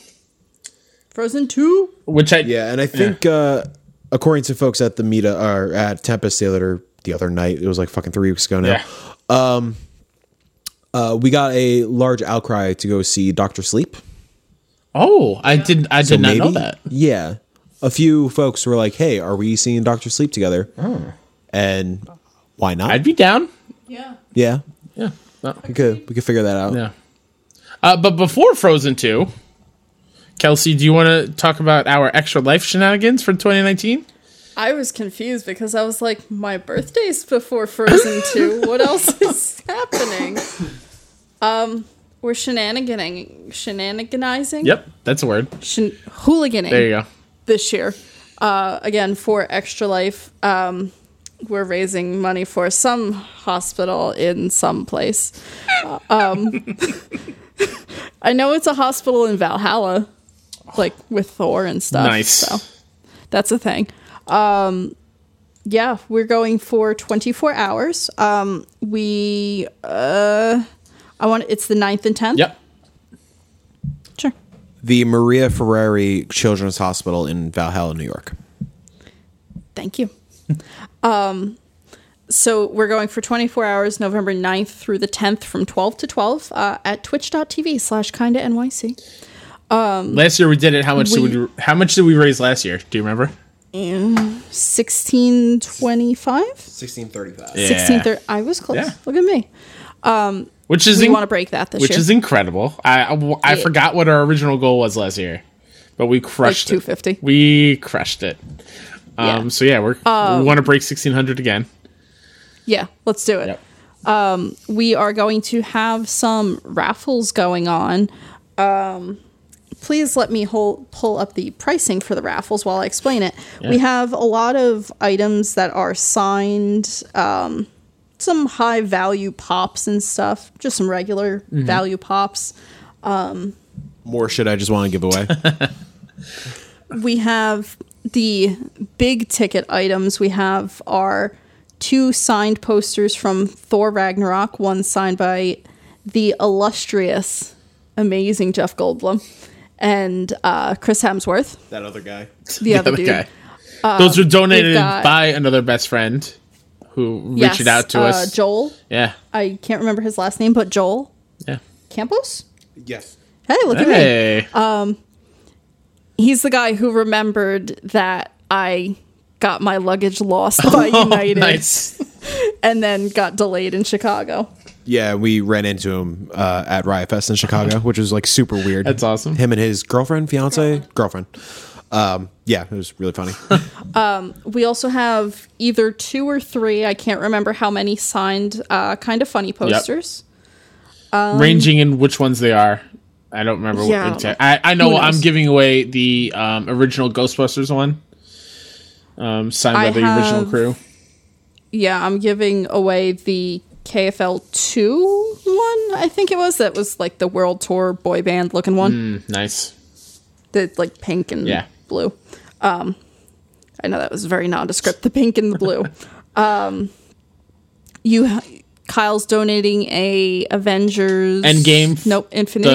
Speaker 2: Frozen 2?
Speaker 1: which I
Speaker 3: Yeah, and I think uh, according to folks at the meetup or at Tempest Theater the other night, it was like fucking three weeks ago now.
Speaker 1: yeah,
Speaker 3: Uh, we got a large outcry to go see Doctor Sleep.
Speaker 1: Oh, I did, I did not know that.
Speaker 3: Yeah, a few folks were like, "Hey, are we seeing Doctor Sleep together?" And why not?
Speaker 1: Hmm. I'd be down.
Speaker 4: Yeah.
Speaker 3: yeah,
Speaker 1: Yeah, No,
Speaker 3: we could we could figure that out.
Speaker 1: yeah. Uh, but before Frozen Two, Kelsey, do you want to talk about our extra life shenanigans for 2019?
Speaker 2: I was confused because I was like, my birthday's before Frozen 2. What else is happening? Um, we're shenaniganing, shenaniganizing,
Speaker 1: Yep, that's a word.
Speaker 2: Shen- hooliganing
Speaker 1: There you go.
Speaker 2: this year. Uh, again, for Extra Life, um, we're raising money for some hospital in some place. Uh, um, I know it's a hospital in Valhalla, like with Thor and stuff.
Speaker 1: nice.
Speaker 2: so that's a thing. Um, yeah, we're going for 24 hours. Um, we, uh, I want, it's the 9th and 10th?
Speaker 1: Yep.
Speaker 2: Sure.
Speaker 3: The Maria Ferrari Children's Hospital in Valhalla, New York.
Speaker 2: Thank you. um, so we're going for 24 hours, November 9th through the 10th from 12 to 12 uh, at twitch.tv slash kinda NYC.
Speaker 1: Last year we did it. How much
Speaker 2: we-
Speaker 1: did we? How much did we raise last year? Do you remember?
Speaker 2: 1625?
Speaker 3: Sixteen thirty-five.
Speaker 1: Yeah.
Speaker 2: 1630. I was close.
Speaker 1: Yeah.
Speaker 2: Look at me.
Speaker 1: Which is
Speaker 2: We
Speaker 1: in-
Speaker 2: want to break that this
Speaker 1: which
Speaker 2: year.
Speaker 1: is incredible. I I, I
Speaker 2: Yeah.
Speaker 1: forgot what our original goal was last year, but we crushed it.
Speaker 2: 250.
Speaker 1: We crushed it. Um,
Speaker 2: Yeah. Um,
Speaker 1: So yeah, we're we want to break sixteen hundred again.
Speaker 2: yeah, let's do it. Um,
Speaker 1: Yep.
Speaker 2: we are going to have some raffles going on. Um, please let me hold, pull up the pricing for the raffles while I explain it. We have a lot of items that are signed, um, some high value pops and stuff, just some regular value pops.
Speaker 3: More shit I just want to give away.
Speaker 2: we have the big ticket items. We have our two signed posters from Thor Ragnarok, one signed by the illustrious, amazing Jeff Goldblum and uh, Chris Hemsworth,
Speaker 3: that other guy.
Speaker 2: the other dude. Um,
Speaker 1: Those were donated
Speaker 2: we've got-
Speaker 1: by another best friend who
Speaker 2: Yes,
Speaker 1: reached out to
Speaker 2: uh,
Speaker 1: us.
Speaker 2: Joel.
Speaker 1: yeah.
Speaker 2: I can't remember his last name, but Joel
Speaker 1: Yeah.
Speaker 2: Campos?
Speaker 3: Yes.
Speaker 2: Hey, look at me.
Speaker 1: Hey.
Speaker 2: He's the guy who remembered that I got my luggage lost by United
Speaker 1: Oh, nice.
Speaker 2: and then got delayed in Chicago.
Speaker 3: Yeah, we ran into him uh, at Riot Fest in Chicago, which was like super weird.
Speaker 1: That's awesome.
Speaker 3: Him and his girlfriend, fiance, girlfriend. Um, yeah, it was really funny.
Speaker 2: We also have either two or three, I can't remember how many signed uh, kind of funny posters.
Speaker 1: Ranging in which ones they are. I don't remember
Speaker 2: Yeah.
Speaker 1: what exact. I, I know
Speaker 2: Who
Speaker 1: I'm
Speaker 2: knows?
Speaker 1: giving away the um, original Ghostbusters one, um, signed by
Speaker 2: I
Speaker 1: the
Speaker 2: have-
Speaker 1: original crew.
Speaker 2: Yeah, I'm giving away the KFL 2 one, I think it was. That was like the world tour boy band looking one.
Speaker 1: Mm, nice.
Speaker 2: the like pink and
Speaker 1: Yeah.
Speaker 2: blue. Um, I know that was very nondescript. The pink and the blue. um, you, Kyle's donating a Avengers
Speaker 1: Endgame.
Speaker 2: Nope, Infinite
Speaker 1: The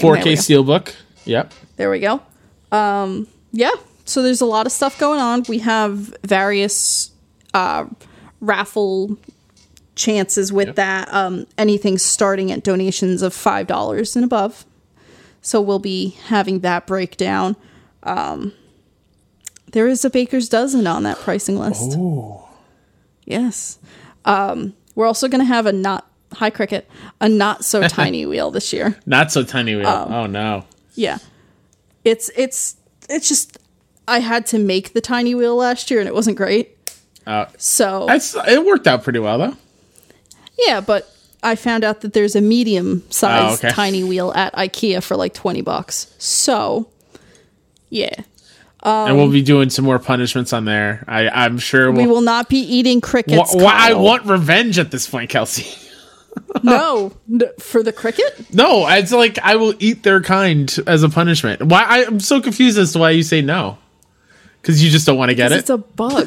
Speaker 1: 4K
Speaker 2: there we go.
Speaker 1: steelbook. Yep.
Speaker 2: There we go. Um, yeah. So there's a lot of stuff going on. We have various uh, raffle chances with that. Um, anything starting at donations of five dollars and above. So we'll be having that breakdown. Um, there is a baker's dozen on that pricing list. Yes. Um, we're also going to have a not high cricket, a not so tiny wheel this year.
Speaker 1: Not so tiny wheel.
Speaker 2: Um,
Speaker 1: oh no.
Speaker 2: Yeah. It's it's it's just I had to make the tiny wheel last year and it wasn't great.
Speaker 1: Uh,
Speaker 2: so
Speaker 1: That's it worked out pretty well though.
Speaker 2: yeah, but I found out that there's a medium sized
Speaker 1: Oh, okay.
Speaker 2: tiny wheel at IKEA for like twenty bucks. So yeah.
Speaker 1: and we'll be doing some more punishments on there. I, I'm sure
Speaker 2: um, We
Speaker 1: we'll.
Speaker 2: will not be eating crickets.
Speaker 1: Wh- wh- I
Speaker 2: Kyle.
Speaker 1: want revenge at this point, Kelsey.
Speaker 2: no N- for the cricket.
Speaker 1: No, it's like I will eat their kind as a punishment. Why I, I'm so confused as to why you say no. Because you just don't want to get
Speaker 2: 'Cause
Speaker 1: it.
Speaker 2: It's a bug.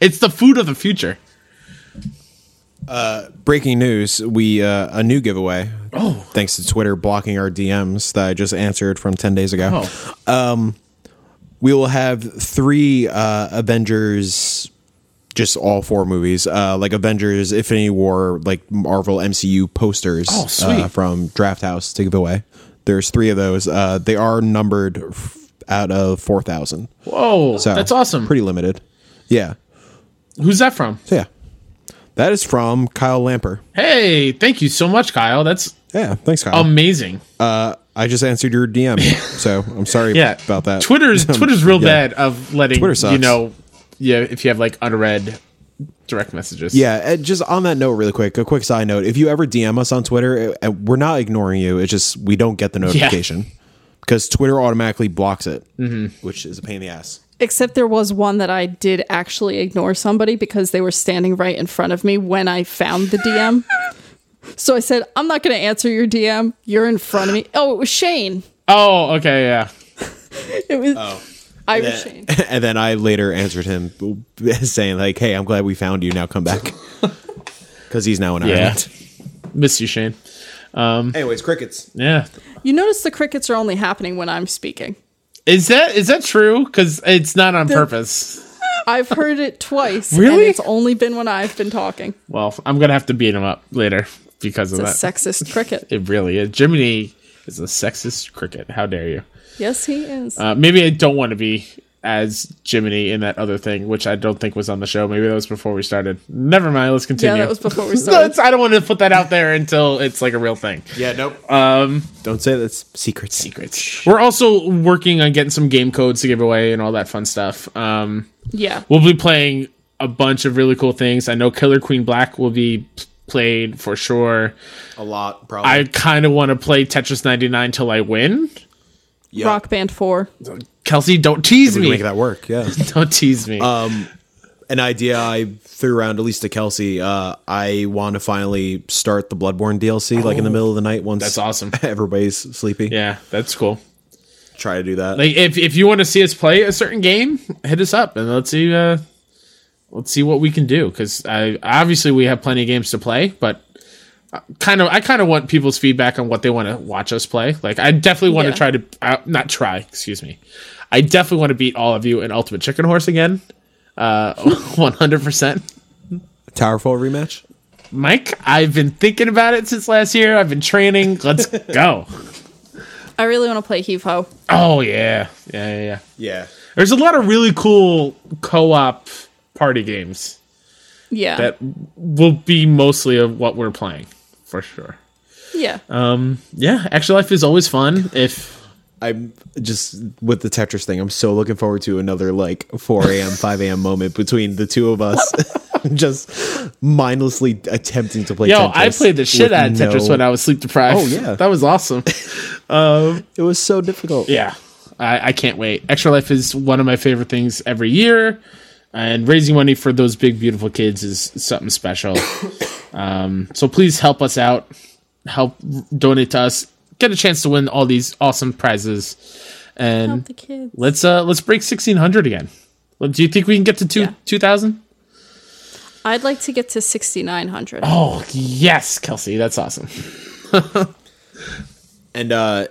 Speaker 1: it's the food of the future.
Speaker 3: Breaking news: We uh, a new giveaway. Oh, thanks to Twitter blocking our DMs that I just answered from ten days ago.
Speaker 1: Oh,
Speaker 3: We will have three uh, Avengers, just all four movies, uh, like Avengers, Infinity War, like Marvel MCU posters
Speaker 1: Oh, sweet.
Speaker 3: Uh, from Draft House to give away. There's three of those. Uh, they are numbered f- out of four thousand.
Speaker 1: whoa,
Speaker 3: So
Speaker 1: that's awesome.
Speaker 3: Pretty limited. Yeah.
Speaker 1: Who's that from?
Speaker 3: So yeah, that is from Kyle Lamper.
Speaker 1: Hey, thank you so much, Kyle. That's
Speaker 3: Yeah. Thanks, Kyle.
Speaker 1: Um, amazing.
Speaker 3: I just answered your DM, so I'm sorry
Speaker 1: yeah,
Speaker 3: about that.
Speaker 1: Twitter's
Speaker 3: Um,
Speaker 1: Twitter's real
Speaker 3: yeah.
Speaker 1: bad of letting
Speaker 3: Twitter sucks.
Speaker 1: you know, yeah, if you have like unread direct messages.
Speaker 3: Yeah, and just on that note, really quick, a quick side note: if you ever DM us on Twitter, uh, we're not ignoring you. It's just we don't get the notification because Twitter automatically blocks it, which is a pain in the ass.
Speaker 2: Except there was one that I did actually ignore somebody because they were standing right in front of me when I found the DM. so I said, I'm not going to answer your DM. You're in front of me. Oh, it was Shane.
Speaker 1: Oh, okay, yeah.
Speaker 2: It was. I was Shane.
Speaker 3: and then I later answered him saying like, "Hey, I'm glad we found you. Now come back." Because he's now in
Speaker 1: Yeah.
Speaker 3: Ireland.
Speaker 1: Miss you, Shane.
Speaker 3: Anyways, crickets.
Speaker 1: Yeah.
Speaker 2: You notice the crickets are only happening when I'm speaking.
Speaker 1: Is that is that true? Because it's not on purpose.
Speaker 2: I've heard it twice.
Speaker 1: Really?
Speaker 2: And it's only been when I've been talking.
Speaker 1: Well, I'm gonna have to beat him up later because of
Speaker 2: The
Speaker 1: that.
Speaker 2: sexist cricket.
Speaker 1: it really is. Jiminy is a sexist cricket. How dare you?
Speaker 2: Yes, he is.
Speaker 1: Uh, maybe I don't want to be as Jiminy in that other thing, which I don't think was on the show. Maybe that was before we started. Never mind. Let's continue.
Speaker 2: yeah, that was before we started.
Speaker 1: That's- I don't want to put that out there until it's like a real thing.
Speaker 3: Yeah. Nope. Um. Don't say that's secrets. Secrets.
Speaker 1: We're also working on getting some game codes to give away and all that fun stuff. Um,
Speaker 2: yeah.
Speaker 1: we'll be playing a bunch of really cool things. I know Killer Queen Black will be p- played for sure.
Speaker 3: A lot. Probably.
Speaker 1: I kind of want to play Tetris 99 till I win.
Speaker 3: yeah.
Speaker 2: Rock Band 4.
Speaker 1: Kelsey, don't tease
Speaker 3: We can
Speaker 1: me.
Speaker 3: make that work. Yeah.
Speaker 1: Don't tease me.
Speaker 3: an idea I threw around at least to Kelsey. Uh, I want to finally start the Bloodborne DLC like in the middle of the night once
Speaker 1: Oh. That's awesome.
Speaker 3: everybody's sleepy.
Speaker 1: yeah, that's cool.
Speaker 3: Try to do that.
Speaker 1: Like if if you want to see us play a certain game, hit us up and let's see uh let's see what we can do cuz I obviously we have plenty of games to play, but uh, kind of I kind of want people's feedback on what they want to watch us play. Like I definitely want
Speaker 2: Yeah.
Speaker 1: to try to uh, not try, excuse me. I definitely want to beat all of you in Ultimate Chicken Horse again. Uh 100%.
Speaker 3: Towerfall rematch?
Speaker 1: Mike, I've been thinking about it since last year. I've been training. Let's go.
Speaker 2: I really want to play Heave Ho.
Speaker 1: Oh yeah. Yeah, yeah, yeah.
Speaker 3: Yeah.
Speaker 1: There's a lot of really cool co-op party games
Speaker 2: Yeah.
Speaker 1: that will be mostly of what we're playing for sure.
Speaker 2: yeah.
Speaker 1: Um, Yeah, Extra Life is always fun. If
Speaker 3: I'm just with the Tetris thing. I'm so looking forward to another like 4 a.m. 5 a.m. moment between the two of us, just mindlessly attempting to play.
Speaker 1: yo,
Speaker 3: Tetris
Speaker 1: I played the shit
Speaker 3: with
Speaker 1: out of Tetris
Speaker 3: no-
Speaker 1: when I was sleep deprived.
Speaker 3: Oh, yeah.
Speaker 1: that was awesome.
Speaker 3: It was so difficult.
Speaker 1: Yeah, I, I can't wait. Extra Life is one of my favorite things every year, and raising money for those big, beautiful kids is something special. um, so please help us out. Help donate to us. Get a chance to win all these awesome prizes,
Speaker 2: Help
Speaker 1: and
Speaker 2: the kids.
Speaker 1: let's uh let's break sixteen hundred again. Well, Do you think we can get to two
Speaker 2: Yeah.
Speaker 1: two thousand?
Speaker 2: I'd like to get to 6,900.
Speaker 1: Oh yes, Kelsey, that's awesome.
Speaker 3: And uh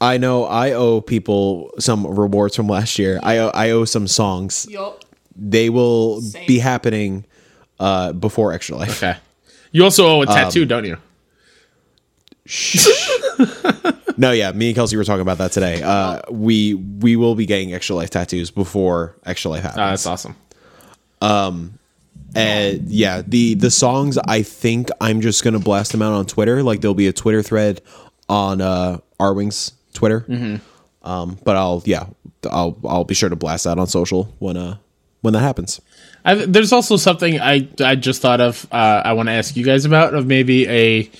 Speaker 3: I know I owe people some rewards from last year. I owe, I owe some songs.
Speaker 4: Yup.
Speaker 3: They will
Speaker 4: Same.
Speaker 3: be happening uh before Extra Life.
Speaker 1: Okay, Um, you also owe a tattoo, don't you?
Speaker 3: No, yeah, me and Kelsey were talking about that today. Uh we we will be getting Extra Life tattoos before Extra Life happens.
Speaker 1: Uh, that's awesome.
Speaker 3: and yeah the the songs i think i'm just gonna blast them out on twitter like there'll be a twitter thread on uh our wings twitter um but i'll yeah i'll i'll be sure to blast that on social when uh when that happens
Speaker 1: I, there's also something I I just thought of. Uh, I want to ask you guys about of maybe a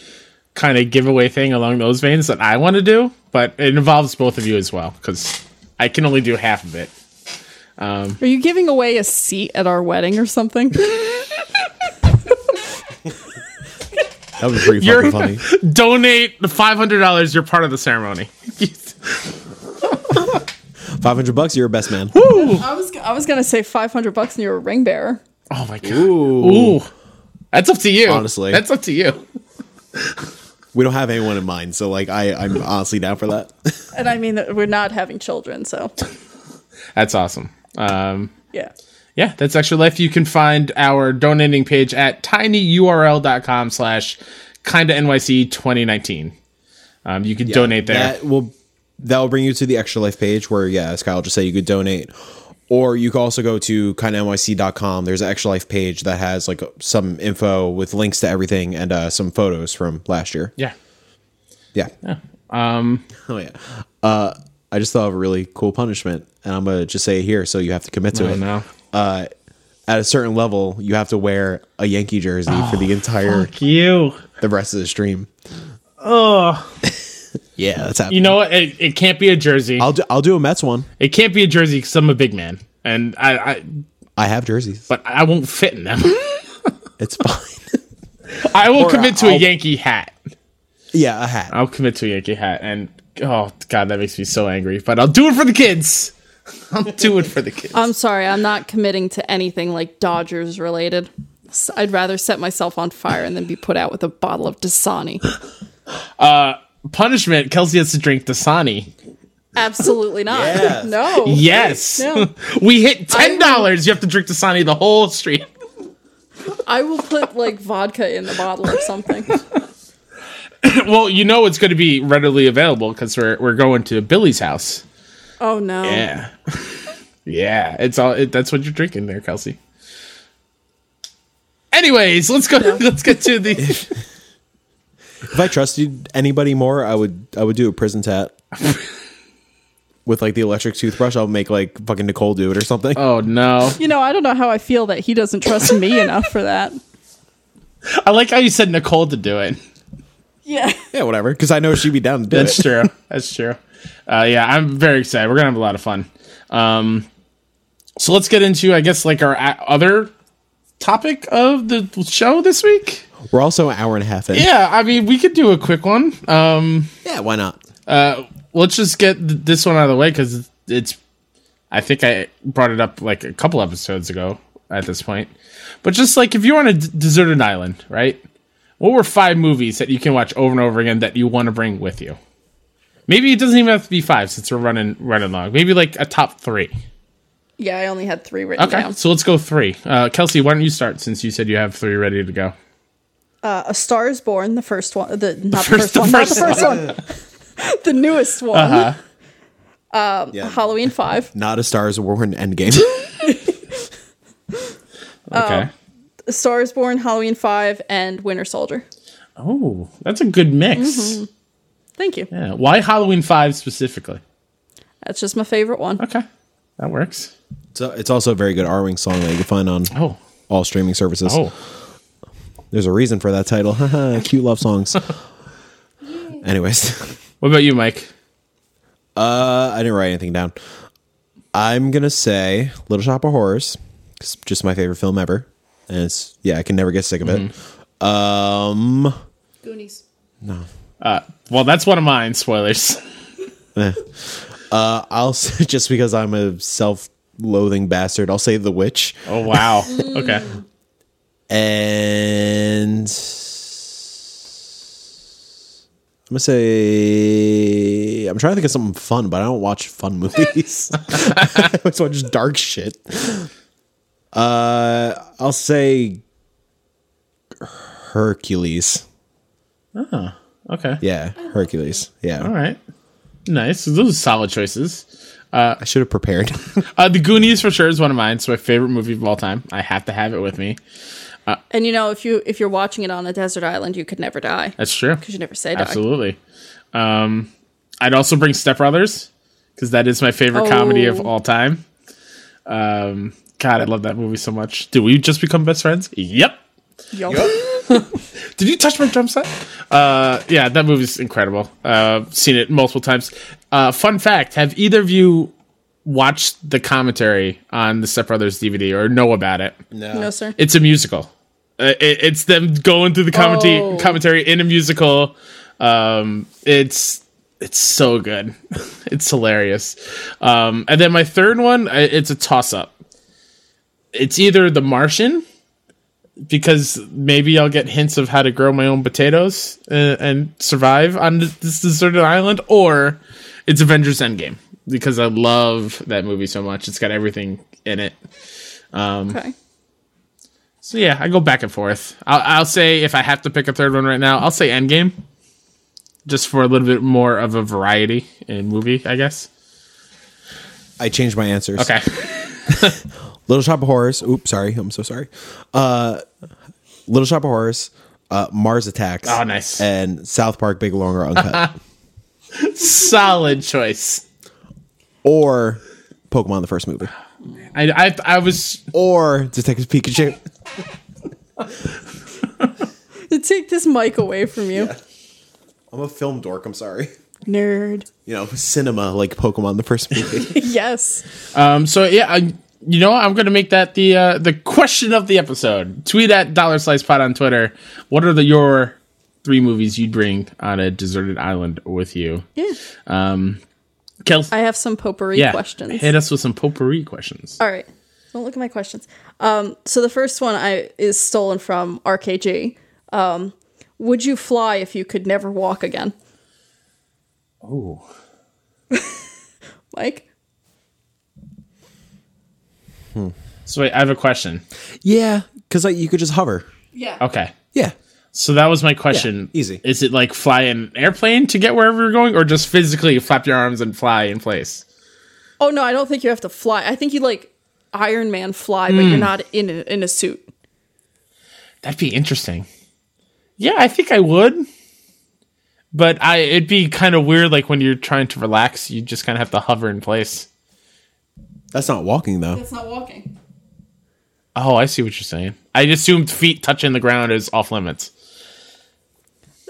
Speaker 1: kind of giveaway thing along those veins that I want to do, but it involves both of you as well because I can only do half of it.
Speaker 2: Are you giving away a seat at our wedding or something?
Speaker 3: that was pretty
Speaker 1: You're-
Speaker 3: fucking funny
Speaker 1: Donate the five hundred dollars. You're part of the ceremony.
Speaker 3: 500 bucks you're a best man
Speaker 2: I was I was gonna say 500 bucks and you're a ring bearer.
Speaker 1: oh my god! Ooh. that's up to you.
Speaker 3: Honestly.
Speaker 1: that's up to you.
Speaker 3: we don't have anyone in mind so like i i'm honestly down for that
Speaker 2: And I mean that we're not having children, so
Speaker 1: That's awesome. Um,
Speaker 2: yeah.
Speaker 1: yeah that's extra life you can find our donating page at tinyurl.com slash kinda nyc 2019 um, you can donate there
Speaker 3: That will that will bring you to the extra life page where yeah, as Kyle just said, you could donate. Or you could also go to kindnyc.com. There's an extra life page that has like some info with links to everything and uh, some photos from last year.
Speaker 1: yeah
Speaker 3: Yeah. Um, oh yeah. Uh, I just thought of a really cool punishment, and I'm gonna just say it here, so you have to commit to
Speaker 1: Oh,
Speaker 3: it.
Speaker 1: no.
Speaker 3: Uh, at a certain level, you have to wear a Yankee jersey
Speaker 1: Oh,
Speaker 3: for the entire
Speaker 1: you
Speaker 3: the rest of the stream. Oh. yeah, that's happening.
Speaker 1: you know what it, it can't be a jersey
Speaker 3: I'll do, I'll do a Mets one.
Speaker 1: it can't be a jersey because i'm a big man and I, I
Speaker 3: I have jerseys.
Speaker 1: but i won't fit in them
Speaker 3: It's fine.
Speaker 1: i will commit to a
Speaker 3: I'll-
Speaker 1: yankee hat
Speaker 3: yeah, a hat.
Speaker 1: i'll commit to a yankee hat and oh god that makes me so angry but i'll do it for the kids i'll do it for the kids
Speaker 3: Uh,
Speaker 2: I'm sorry, I'm not committing to anything like Dodgers related. S- I'd rather set myself on fire and then be put out with a bottle of Dasani.
Speaker 1: punishment kelsey has to drink dasani
Speaker 2: Absolutely not.
Speaker 3: Yes.
Speaker 2: No.
Speaker 1: Yes.
Speaker 2: No.
Speaker 1: we hit ten
Speaker 2: I
Speaker 1: dollars. You have to drink Dasani the whole street.
Speaker 2: I will put like vodka in the bottle or something.
Speaker 1: well, you know it's going to be readily available because we're we're going to Billy's house.
Speaker 2: Oh no.
Speaker 1: Yeah, yeah. It's all it, that's what you're drinking there, Kelsey. Anyways, let's go. Let's get to the.
Speaker 3: If I trusted anybody more, I would I would do a prison tat. With like the electric toothbrush, I'll make like fucking Nicole do it or something.
Speaker 1: Oh no!
Speaker 2: You know, I don't know how I feel that he doesn't trust me enough for that.
Speaker 1: I like how you said Nicole to do it.
Speaker 2: Yeah.
Speaker 3: yeah, whatever. Because I know she'd be down to do
Speaker 1: That's
Speaker 3: it.
Speaker 1: true. That's true. Uh, yeah, I'm very excited. We're gonna have a lot of fun. Um, so let's get into, I guess, like our a- other topic of the show this week.
Speaker 3: We're also an hour and a half in.
Speaker 1: Yeah, I mean, we could do a quick one. Um,
Speaker 3: Yeah, why not?
Speaker 1: let's just get th- this one out of the way because it's. I think I brought it up like a couple episodes ago at this point, but just like if you're on a d- deserted island, right? What were five movies that you can watch over and over again that you want to bring with you? Maybe it doesn't even have to be five since we're running running long. Maybe like a top three.
Speaker 2: Yeah, I only had three written
Speaker 1: Okay,
Speaker 2: down.
Speaker 1: so let's go three. Uh, Kelsey, why don't you start since you said you have three ready to go?
Speaker 2: A Star is Born, the first one, the not the
Speaker 1: first-
Speaker 2: first,
Speaker 1: the
Speaker 2: one,
Speaker 1: first
Speaker 2: not the first one, the newest one,
Speaker 1: Uh-huh.
Speaker 3: Yeah.
Speaker 2: Halloween Five,
Speaker 3: Not a Star is Born Endgame.
Speaker 1: Okay.
Speaker 2: A Star is Born, Halloween Five, and Winter Soldier.
Speaker 1: oh, that's a good mix.
Speaker 2: Thank you.
Speaker 1: Yeah. Why Halloween Five specifically?
Speaker 2: That's just my favorite one.
Speaker 1: Okay, that works.
Speaker 3: so it's also a very good R Wing song that you can find on
Speaker 1: Oh,
Speaker 3: all streaming services.
Speaker 1: oh,
Speaker 3: There's a reason for that title. Cute love songs. Anyways,
Speaker 1: What about you, Mike?
Speaker 3: Uh, I didn't write anything down. I'm gonna say Little Shop of Horrors. 'cause It's just my favorite film ever, and it's yeah, I can never get sick of it. Um,
Speaker 4: Goonies.
Speaker 1: Well, that's one of mine. Spoilers.
Speaker 3: Eh. Uh, I'll say, just because I'm a self-loathing bastard, I'll say The Witch,
Speaker 1: Oh wow. okay.
Speaker 3: and I'm gonna say I'm trying to think of something fun, but I don't watch fun movies. I always watch dark shit. Uh, I'll say Hercules.
Speaker 1: Okay.
Speaker 3: Yeah, Hercules. Yeah.
Speaker 1: All right. Nice. Those are solid choices.
Speaker 3: I should have prepared.
Speaker 1: Uh, the Goonies for sure is one of mine. It's my favorite movie of all time. I have to have it with me.
Speaker 2: And you know, if you if you're watching it on a desert island, you could never die.
Speaker 1: That's true.
Speaker 2: You should never say die.
Speaker 1: Absolutely. Um, I'd also bring Step Brothers because that is my favorite comedy of
Speaker 2: Oh.
Speaker 1: all time. Um, God, I love that movie so much. Did we just become best friends? Yep.
Speaker 2: Yo.
Speaker 1: Did you touch my drum set? Uh, yeah, that movie's incredible. Uh, seen it multiple times. Uh, fun fact: Have either of you watched the commentary on the Step Brothers DVD or know about it?
Speaker 2: No, sir.
Speaker 1: It's a musical. Uh, it, it's them going through the commentary
Speaker 2: Oh.
Speaker 1: commentary in a musical. Um, it's it's so good. it's hilarious. Um, and then my third one, I- it's a toss up. It's either The Martian, because maybe I'll get hints of how to grow my own potatoes and, and survive on this deserted island, or it's Avengers Endgame because I love that movie so much. It's got everything in it. Um,
Speaker 2: Okay.
Speaker 1: So yeah, I go back and forth. I'll, I'll say if I have to pick a third one right now, I'll say Endgame, just for a little bit more of a variety in movie, I guess.
Speaker 3: I changed my answers.
Speaker 1: Okay,
Speaker 3: Little Shop of Horrors. Oops, sorry. I'm so sorry. Uh, Little Shop of Horrors, uh, Mars Attacks.
Speaker 1: Oh, nice.
Speaker 3: And South Park Big Long or Uncut.
Speaker 1: solid choice.
Speaker 3: or Pokemon the first movie.
Speaker 1: I I, I was
Speaker 3: Or Detective Pikachu.
Speaker 2: To take this mic away from you,
Speaker 3: I'm a film dork. I'm sorry.
Speaker 2: nerd.
Speaker 3: You know, cinema like Pokemon the first movie.
Speaker 2: yes.
Speaker 1: um so yeah. I, you know what? I'm gonna make that the uh, the question of the episode. Tweet at Dollar Slice Pod on Twitter. What are the your three movies you'd bring on a deserted island with you?
Speaker 2: Yeah.
Speaker 1: Um, Kels,
Speaker 2: I have some potpourri
Speaker 1: yeah,
Speaker 2: questions.
Speaker 1: hit us with some potpourri questions.
Speaker 2: All right. Don't look at my questions. Um, so the first one I is stolen from RKG. Um, would you fly if you could never walk again?
Speaker 1: Oh.
Speaker 2: Mike?
Speaker 1: So wait, I have a question.
Speaker 3: yeah, because like, you could just hover.
Speaker 4: Yeah.
Speaker 1: Okay.
Speaker 3: Yeah.
Speaker 1: So that was my question.
Speaker 3: Yeah, easy.
Speaker 1: Is it like fly an airplane to get wherever you're going, or just physically flap your arms and fly in place?
Speaker 2: Oh no, I don't think you have to fly. I think you like Iron Man fly, but
Speaker 1: Hmm.
Speaker 2: you're not in a, in a suit.
Speaker 1: That'd be interesting. Yeah, I think I would. But I it'd be kind of weird like when you're trying to relax, you just kind of have to hover in place.
Speaker 3: That's not walking, though.
Speaker 4: That's not walking.
Speaker 1: Oh, I see what you're saying. I assumed feet touching the ground is off limits.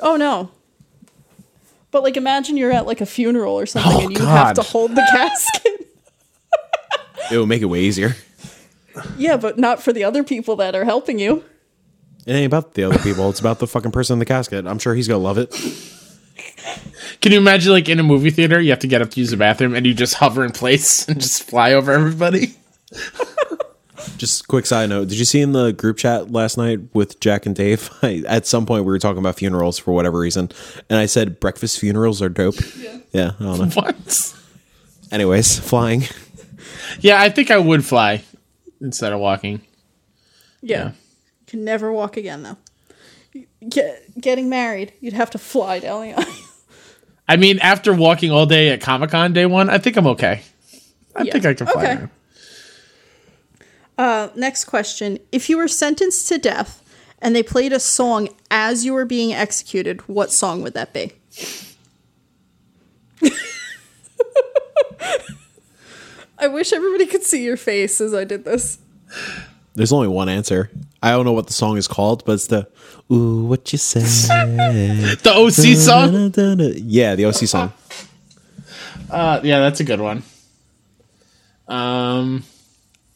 Speaker 2: Oh no. But like imagine you're at like a funeral or something
Speaker 1: Oh,
Speaker 2: and you have
Speaker 1: God.
Speaker 2: to hold the casket.
Speaker 3: It would make it way easier.
Speaker 2: yeah, but not for the other people that are helping you.
Speaker 3: It ain't about the other people. It's about the fucking person in the casket. I'm sure he's going to love it.
Speaker 1: Can you imagine like in a movie theater, you have to get up to use the bathroom and you just hover in place and just fly over everybody?
Speaker 3: Just quick side note: Did you see in the group chat last night with Jack and Dave? I, at some point, we were talking about funerals for whatever reason, and I said breakfast funerals are dope. Yeah, I don't know.
Speaker 1: What?
Speaker 3: Anyways, flying.
Speaker 1: Yeah, I think I would fly instead of walking.
Speaker 2: Yeah. Can never walk again though. Get, getting married, you'd have to fly down the aisle.
Speaker 1: I mean, after walking all day at Comic Con day one, I think I'm okay. I
Speaker 2: Yeah.
Speaker 1: think I can fly.
Speaker 2: Okay.
Speaker 1: around.
Speaker 2: Uh, next question: If you were sentenced to death and they played a song as you were being executed, what song would that be? I wish everybody could see your face as I did this.
Speaker 3: There's only one answer. I don't know what the song is called, but it's the ooh what you say.
Speaker 1: The OC song?
Speaker 3: yeah, the OC song.
Speaker 1: Uh, yeah, that's a good one. Um.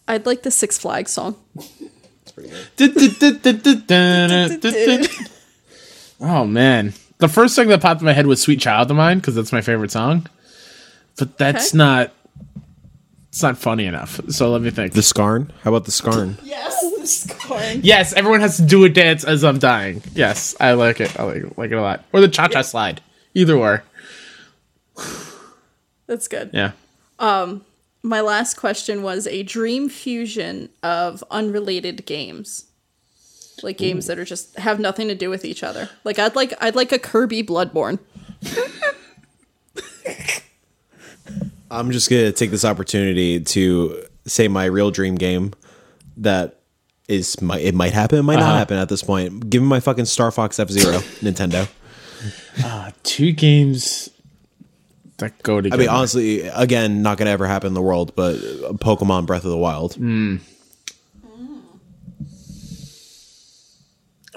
Speaker 2: I'd like the Six Flags song.
Speaker 1: Oh man. The first thing that popped in my head was Sweet Child of Mine because that's my favorite song. But that's
Speaker 2: Okay.
Speaker 1: not it's not funny enough. So let me think.
Speaker 3: The Scarn. How about the Scarn?
Speaker 4: Yes, the scoring.
Speaker 1: yes, everyone has to do a dance as I'm dying. Yes, I like it. I like, like it a lot. Or the cha cha slide. Either or.
Speaker 2: That's good.
Speaker 1: Yeah.
Speaker 2: My last question was a dream fusion of unrelated games. Like games that are just have nothing to do with each other. Like I'd like I'd like a Kirby Bloodborne.
Speaker 3: I'm just gonna take this opportunity to say my real dream game that is my it might happen, it might not happen at this point. Give me my fucking Star Fox F Zero, Nintendo.
Speaker 1: Two games that go
Speaker 3: I
Speaker 1: together.
Speaker 3: mean, honestly, again, not gonna ever happen in the world, but Pokemon Breath of the Wild.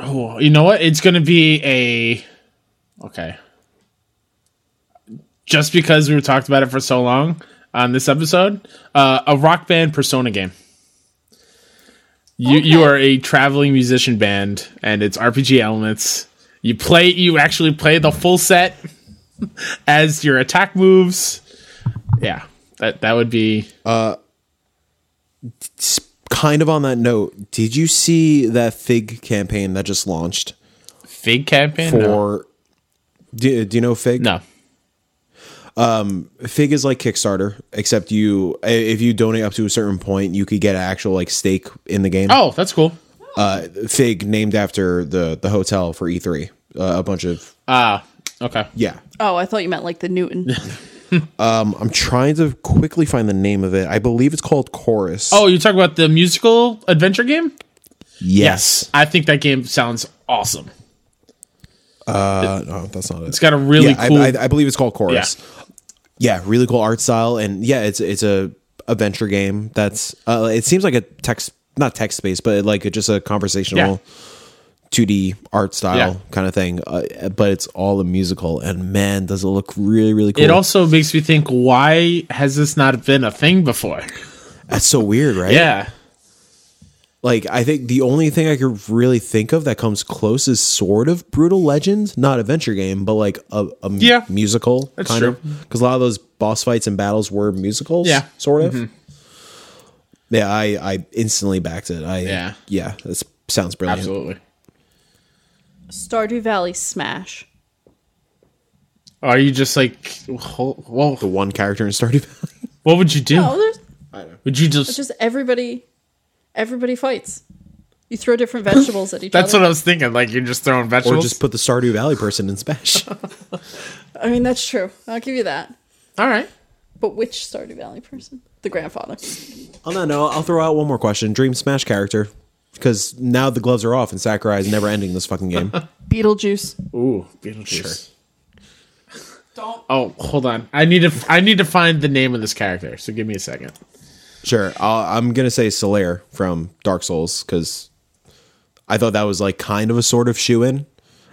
Speaker 1: Oh, you know what? It's gonna be a okay. Just because we were talked about it for so long on this episode, uh, a rock band persona game. You you are a traveling musician band, and it's RPG elements. You play you actually play the full set as your attack moves. Yeah, that that would be
Speaker 3: S- Kind of on that note, did you see that Fig campaign that just launched
Speaker 1: fig campaign
Speaker 3: for?
Speaker 1: No.
Speaker 3: Do, do you know Fig?
Speaker 1: no.
Speaker 3: Fig is like Kickstarter, except you i- if you donate up to a certain point, you could get an actual like stake in the game.
Speaker 1: Oh, that's cool.
Speaker 3: Uh, Fig named after the the hotel for E3. Uh, a bunch of
Speaker 1: Ah, okay.
Speaker 3: yeah.
Speaker 2: Oh, I thought you meant like the Newton.
Speaker 3: Um, I'm trying to quickly find the name of it. I believe it's called Chorus.
Speaker 1: Oh, you talk about the musical adventure game?
Speaker 3: yes.
Speaker 1: I think that game sounds awesome.
Speaker 3: Uh, no, that's not it.
Speaker 1: It's got a really
Speaker 3: yeah,
Speaker 1: cool.
Speaker 3: I, I, I believe it's called Chorus. Yeah. really cool art style, and yeah, it's it's a adventure game. That's uh, it seems like a text, not text based, but like a, just a conversational, two D art style
Speaker 1: Yeah.
Speaker 3: kind of thing. Uh, but it's all a musical, and man, does it look really really cool.
Speaker 1: it also makes me think, why has this not been a thing before?
Speaker 3: that's so weird, right?
Speaker 1: Yeah.
Speaker 3: Like I think the only thing I could really think of that comes close is sort of Brutal Legend, not adventure game, but like a, a m-
Speaker 1: Yeah.
Speaker 3: musical
Speaker 1: That's
Speaker 3: kind
Speaker 1: true.
Speaker 3: of because a lot of those boss fights and battles were musicals,
Speaker 1: Yeah. Mm-hmm.
Speaker 3: sort of. Yeah, I I instantly backed it. I
Speaker 1: Yeah.
Speaker 3: yeah, that sounds brilliant.
Speaker 1: Absolutely.
Speaker 2: Stardew Valley Smash.
Speaker 1: Are you just like, ho- well,
Speaker 3: The one character in Stardew Valley.
Speaker 1: what would you
Speaker 2: Oh,
Speaker 1: do?
Speaker 2: there's
Speaker 1: Would you just.
Speaker 2: just everybody everybody fights. You throw different vegetables at each
Speaker 1: That's what
Speaker 2: other.
Speaker 1: I was thinking. Like, you're just throwing
Speaker 3: Or
Speaker 1: vegetables.
Speaker 3: just put the Stardew Valley person in Smash.
Speaker 2: I mean, that's true. I'll give you that.
Speaker 1: All right.
Speaker 2: But which Stardew Valley person? The grandfather.
Speaker 3: On that note, I'll throw out one more question: Dream Smash character, because now the gloves are off and Sakurai is never ending this fucking game.
Speaker 2: Beetlejuice.
Speaker 1: Ooh, Beetlejuice.
Speaker 4: Don't.
Speaker 1: Oh, hold on. I need to. f- I need to find the name of this character. So give me a second.
Speaker 3: Sure, I'll, I'm gonna say Solaire from Dark Souls because I thought that was like kind of a sort of shoe in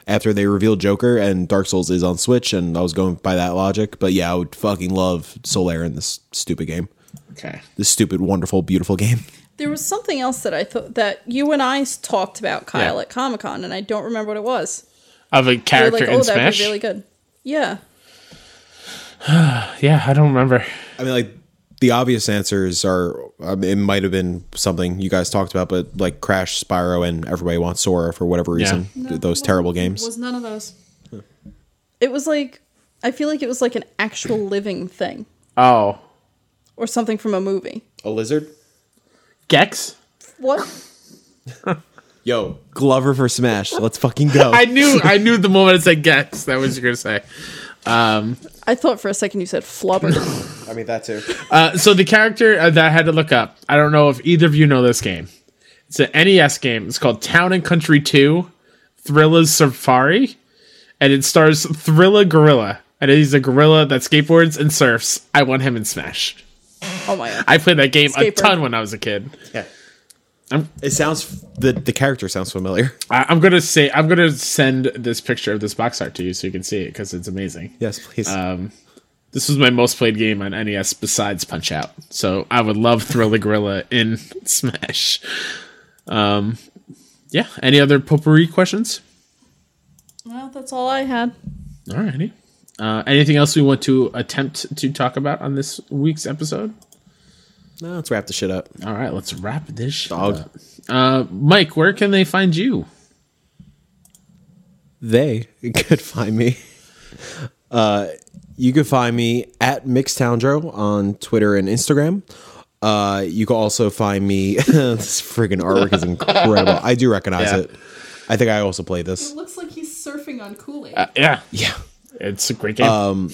Speaker 3: after they revealed Joker and Dark Souls is on Switch, and I was going by that logic. But yeah, I would fucking love Solaire in this stupid game,
Speaker 1: Okay.
Speaker 3: this stupid, wonderful, beautiful game.
Speaker 2: There was something else that I thought that you and I s- talked about Kyle
Speaker 1: Yeah.
Speaker 2: at Comic Con, and I don't remember what it was.
Speaker 1: Of a
Speaker 2: You're
Speaker 1: character
Speaker 2: like,
Speaker 1: in
Speaker 2: oh, that'd
Speaker 1: Smash.
Speaker 2: be really good. Yeah.
Speaker 1: yeah, I don't remember.
Speaker 3: I mean, like the obvious answers are I mean, it might have been something you guys talked about, but like Crash, Spyro, and everybody wants Sora for whatever reason. Th- Those terrible games.
Speaker 4: Was none of those.
Speaker 2: It was like I feel like it was like an actual living thing
Speaker 1: Oh,
Speaker 2: or something from a movie.
Speaker 3: a lizard.
Speaker 1: Gex.
Speaker 2: What?
Speaker 3: Yo, Glover for Smash. Let's fucking go.
Speaker 1: I knew I knew the moment I said Gex. That was you're gonna say.
Speaker 2: I thought for a second you said flubber.
Speaker 3: I mean that too.
Speaker 1: Uh, so the character uh, that I had to look up. I don't know if either of you know this game. It's an NES game. It's called Town and Country Two, Thrilla's Safari, and it stars Thrilla Gorilla, and he's a gorilla that skateboards and surfs. I want him in Smash.
Speaker 2: oh my god.
Speaker 1: I played that game a
Speaker 2: Skateboard.
Speaker 1: ton when I was a kid.
Speaker 3: Yeah.
Speaker 1: I'm
Speaker 3: It sounds the the character sounds familiar.
Speaker 1: I- I'm gonna say I'm gonna send this picture of this box art to you so you can see it because it's amazing.
Speaker 3: Yes, please.
Speaker 1: This was my most played game on NES besides Punch Out. So I would love Thrill the Gorilla in Smash. Um, yeah. Any other potpourri questions?
Speaker 2: Well, that's all I had.
Speaker 1: Alrighty. Uh, anything else we want to attempt to talk about on this week's episode?
Speaker 3: no, let's wrap the shit up.
Speaker 1: All right, let's wrap this. shit
Speaker 3: Dog.
Speaker 1: up. Uh, Mike, where can they find you?
Speaker 3: they could find me. Uh, you can find me at Mixtoundro on Twitter and Instagram. Uh, you can also find me. this friggin' artwork is incredible. I do recognize
Speaker 1: Yeah.
Speaker 3: it. I think I also played this.
Speaker 4: It looks like he's surfing on Kool Aid.
Speaker 3: Uh,
Speaker 1: Yeah,
Speaker 3: Yeah.
Speaker 1: it's a great game.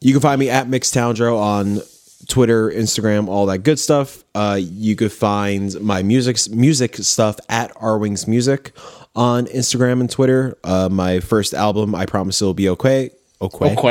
Speaker 3: You can find me at Mixtoundro on Twitter, Instagram, all that good stuff. Uh, you could find my music music stuff at R Wings Music on Instagram and Twitter. Uh, my first album, I promise it'll be okay. Okay.
Speaker 1: Oh,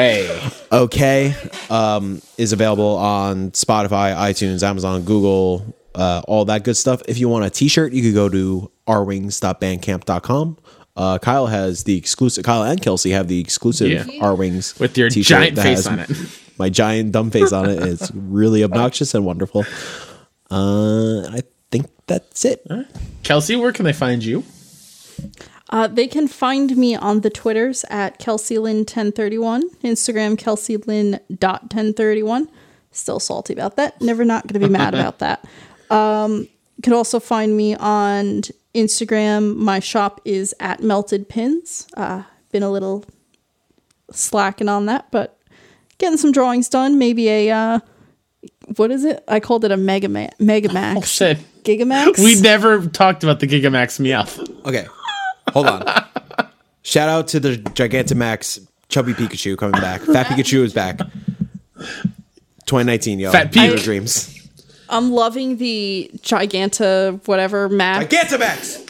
Speaker 1: Quay.
Speaker 3: Okay um, is available on Spotify, iTunes, Amazon, Google, uh, all that good stuff. If you want a t shirt, you could go to rwings.bandcamp.com. Uh, Kyle has the exclusive, Kyle and Kelsey have the exclusive
Speaker 1: Yeah.
Speaker 3: R Wings
Speaker 1: With your
Speaker 3: t-shirt
Speaker 1: giant
Speaker 3: that
Speaker 1: face
Speaker 3: has
Speaker 1: on it.
Speaker 3: My giant dumb face on it. It's really obnoxious and wonderful. Uh, I think that's it.
Speaker 1: Kelsey, where can they find you?
Speaker 2: Uh, they can find me on the Twitters at KelseyLyn1031, Instagram KelseyLyn.1031. Still salty about that. Never not going to be mad about that. Um, you can also find me on Instagram. My shop is at Melted Pins. Uh, been a little slacking on that, but getting some drawings done. Maybe a, uh, what is it? I called it a Mega, Ma- Mega Max.
Speaker 1: Oh, shit.
Speaker 2: Gigamax?
Speaker 1: We never talked about the Gigamax Meowth.
Speaker 3: Okay, hold on. Shout out to the Gigantamax Chubby Pikachu coming back. Fat Pikachu is back. 2019, yo.
Speaker 1: Fat
Speaker 3: These
Speaker 1: Pete.
Speaker 3: are dreams.
Speaker 2: I'm loving the Giganta whatever map
Speaker 3: Gigantamax.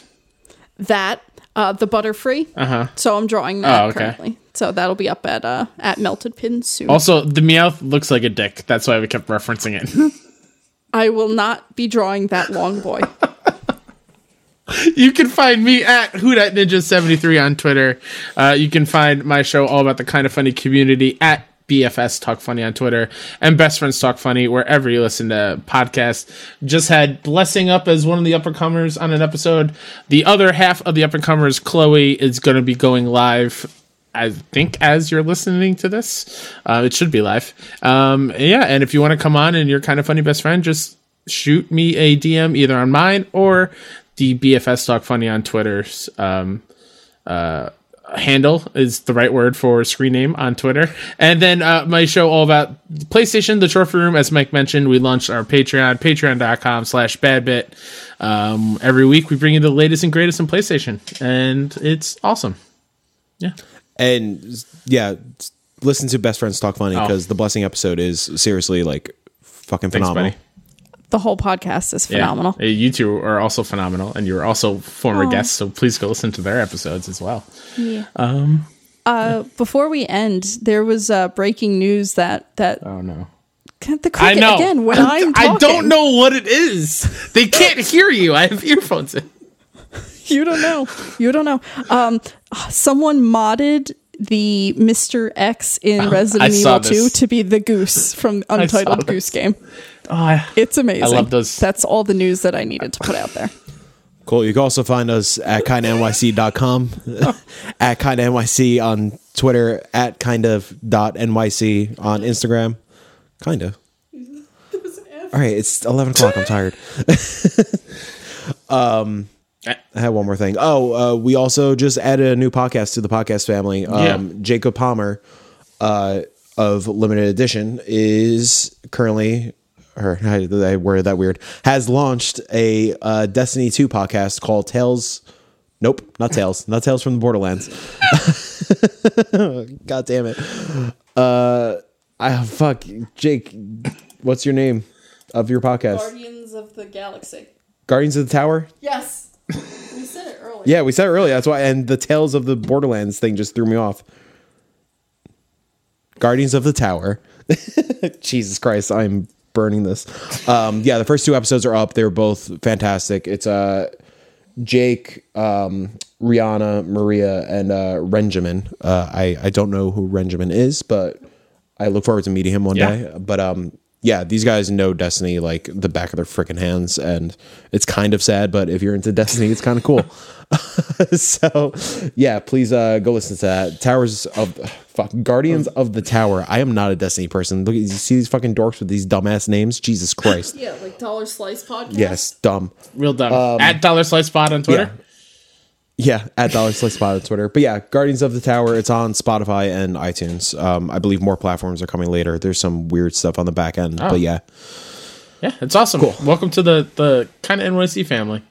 Speaker 2: that uh, the Butterfree. Uh-huh. So I'm drawing that
Speaker 1: Oh, okay. Oh.
Speaker 2: currently. So that'll be up at uh, at Melted Pin soon.
Speaker 1: Also, the Meowth looks like a dick. That's why we kept referencing it.
Speaker 2: I will not be drawing that long boy.
Speaker 1: you can find me at WhoDatNinja73 on Twitter. Uh, you can find my show, All About the Kind of Funny Community, at BFS Talk Funny on Twitter and Best Friends Talk Funny wherever you listen to podcasts. Just had Blessing up as one of the up and comers on an episode. The other half of the up and comers, Chloe, is going to be going live I think as you're listening to this, uh, it should be live. Um, yeah, and if you want to come on and you're kind of funny best friend, just shoot me a DM either on mine or the BFS Talk Funny on Twitter's um, uh, handle is the right word for screen name on Twitter. And then uh, my show all about PlayStation, the Trophy Room. As Mike mentioned, we launched our Patreon, patreon.com slash badbit. Um, every week we bring you the latest and greatest in PlayStation, and it's awesome. Yeah.
Speaker 3: And yeah, listen to Best Friends Talk Funny because the blessing episode is seriously like fucking
Speaker 1: Oh. Thanks,
Speaker 3: phenomenal.
Speaker 1: buddy.
Speaker 2: The whole podcast is
Speaker 1: Yeah.
Speaker 2: phenomenal.
Speaker 1: Uh, You two are also phenomenal, and you're also former guests. So please go listen to their episodes as well. Um,
Speaker 2: Uh, before we end, there was uh, breaking news that that
Speaker 1: Oh no,
Speaker 2: the cricket
Speaker 1: I know.
Speaker 2: again when I'm
Speaker 1: I don't
Speaker 2: talking.
Speaker 1: know what it is. They can't hear you. I have earphones in.
Speaker 2: You don't know. You don't know. Um, someone modded the Mr. X in Resident
Speaker 1: saw
Speaker 2: Evil 2
Speaker 1: this.
Speaker 2: to be the goose from Untitled
Speaker 1: this.
Speaker 2: Goose Game.
Speaker 1: Oh, I-
Speaker 2: It's amazing.
Speaker 1: love those.
Speaker 2: That's all the news that I needed to put out there.
Speaker 3: Cool. You can also find us at kindnyc.com, at kindnyc on Twitter, at kind of dot nyc on Instagram. Kind of. All right, it's eleven o'clock. I'm tired. um, I had one more thing. Oh, uh, we also just added a new podcast to the podcast family. Um,
Speaker 1: Yeah.
Speaker 3: Jacob Palmer uh, of Limited Edition is currently, or I, I worded that weird, has launched a uh, Destiny Two podcast called Tales. Nope, not Tales, not Tales from the Borderlands. God damn it! I fuck Jake. What's your name of your podcast?
Speaker 4: Guardians of the Galaxy.
Speaker 3: Guardians of the Tower.
Speaker 4: Yes. we said it earlier.
Speaker 3: Yeah, we said it earlier. That's why. And the Tales of the Borderlands thing just threw me off. Guardians of the Tower. Jesus Christ, I'm burning this. Um, yeah, the first two episodes are up. They're both fantastic. It's uh, Jake, um, Rihanna, Maria, and uh, Renjamin. Uh, I I don't know who Renjamin is, but I look forward to meeting him one
Speaker 1: Yeah.
Speaker 3: day. But um, yeah, these guys know Destiny like the back of their freaking hands, and it's kind of sad. But if you're into Destiny, it's kind of cool. so yeah, please uh, go listen to that. Towers of fuck Guardians of the Tower. I am not a Destiny person. Look, at you see these fucking dorks with these dumbass names. Jesus Christ.
Speaker 4: Yeah, like Dollar Slice podcast.
Speaker 3: Yes, dumb.
Speaker 1: Real dumb. At Dollar Slice Pod on Twitter.
Speaker 3: Yeah, at Dollar Slice Spot on Twitter. But yeah, Guardians of the Tower. It's on Spotify and iTunes. Um, I believe more platforms are coming later. There's some weird stuff on the back end, but yeah,
Speaker 1: Yeah, it's awesome. Welcome to the the kind of NYC family.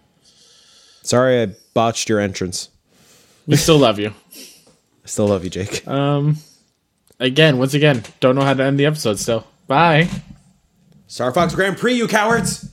Speaker 3: sorry I botched your entrance.
Speaker 1: We still love you.
Speaker 3: I still love you, Jake.
Speaker 1: Again, once again, don't know how to end the episode. Still, bye.
Speaker 3: Star Fox Grand Prix, you cowards.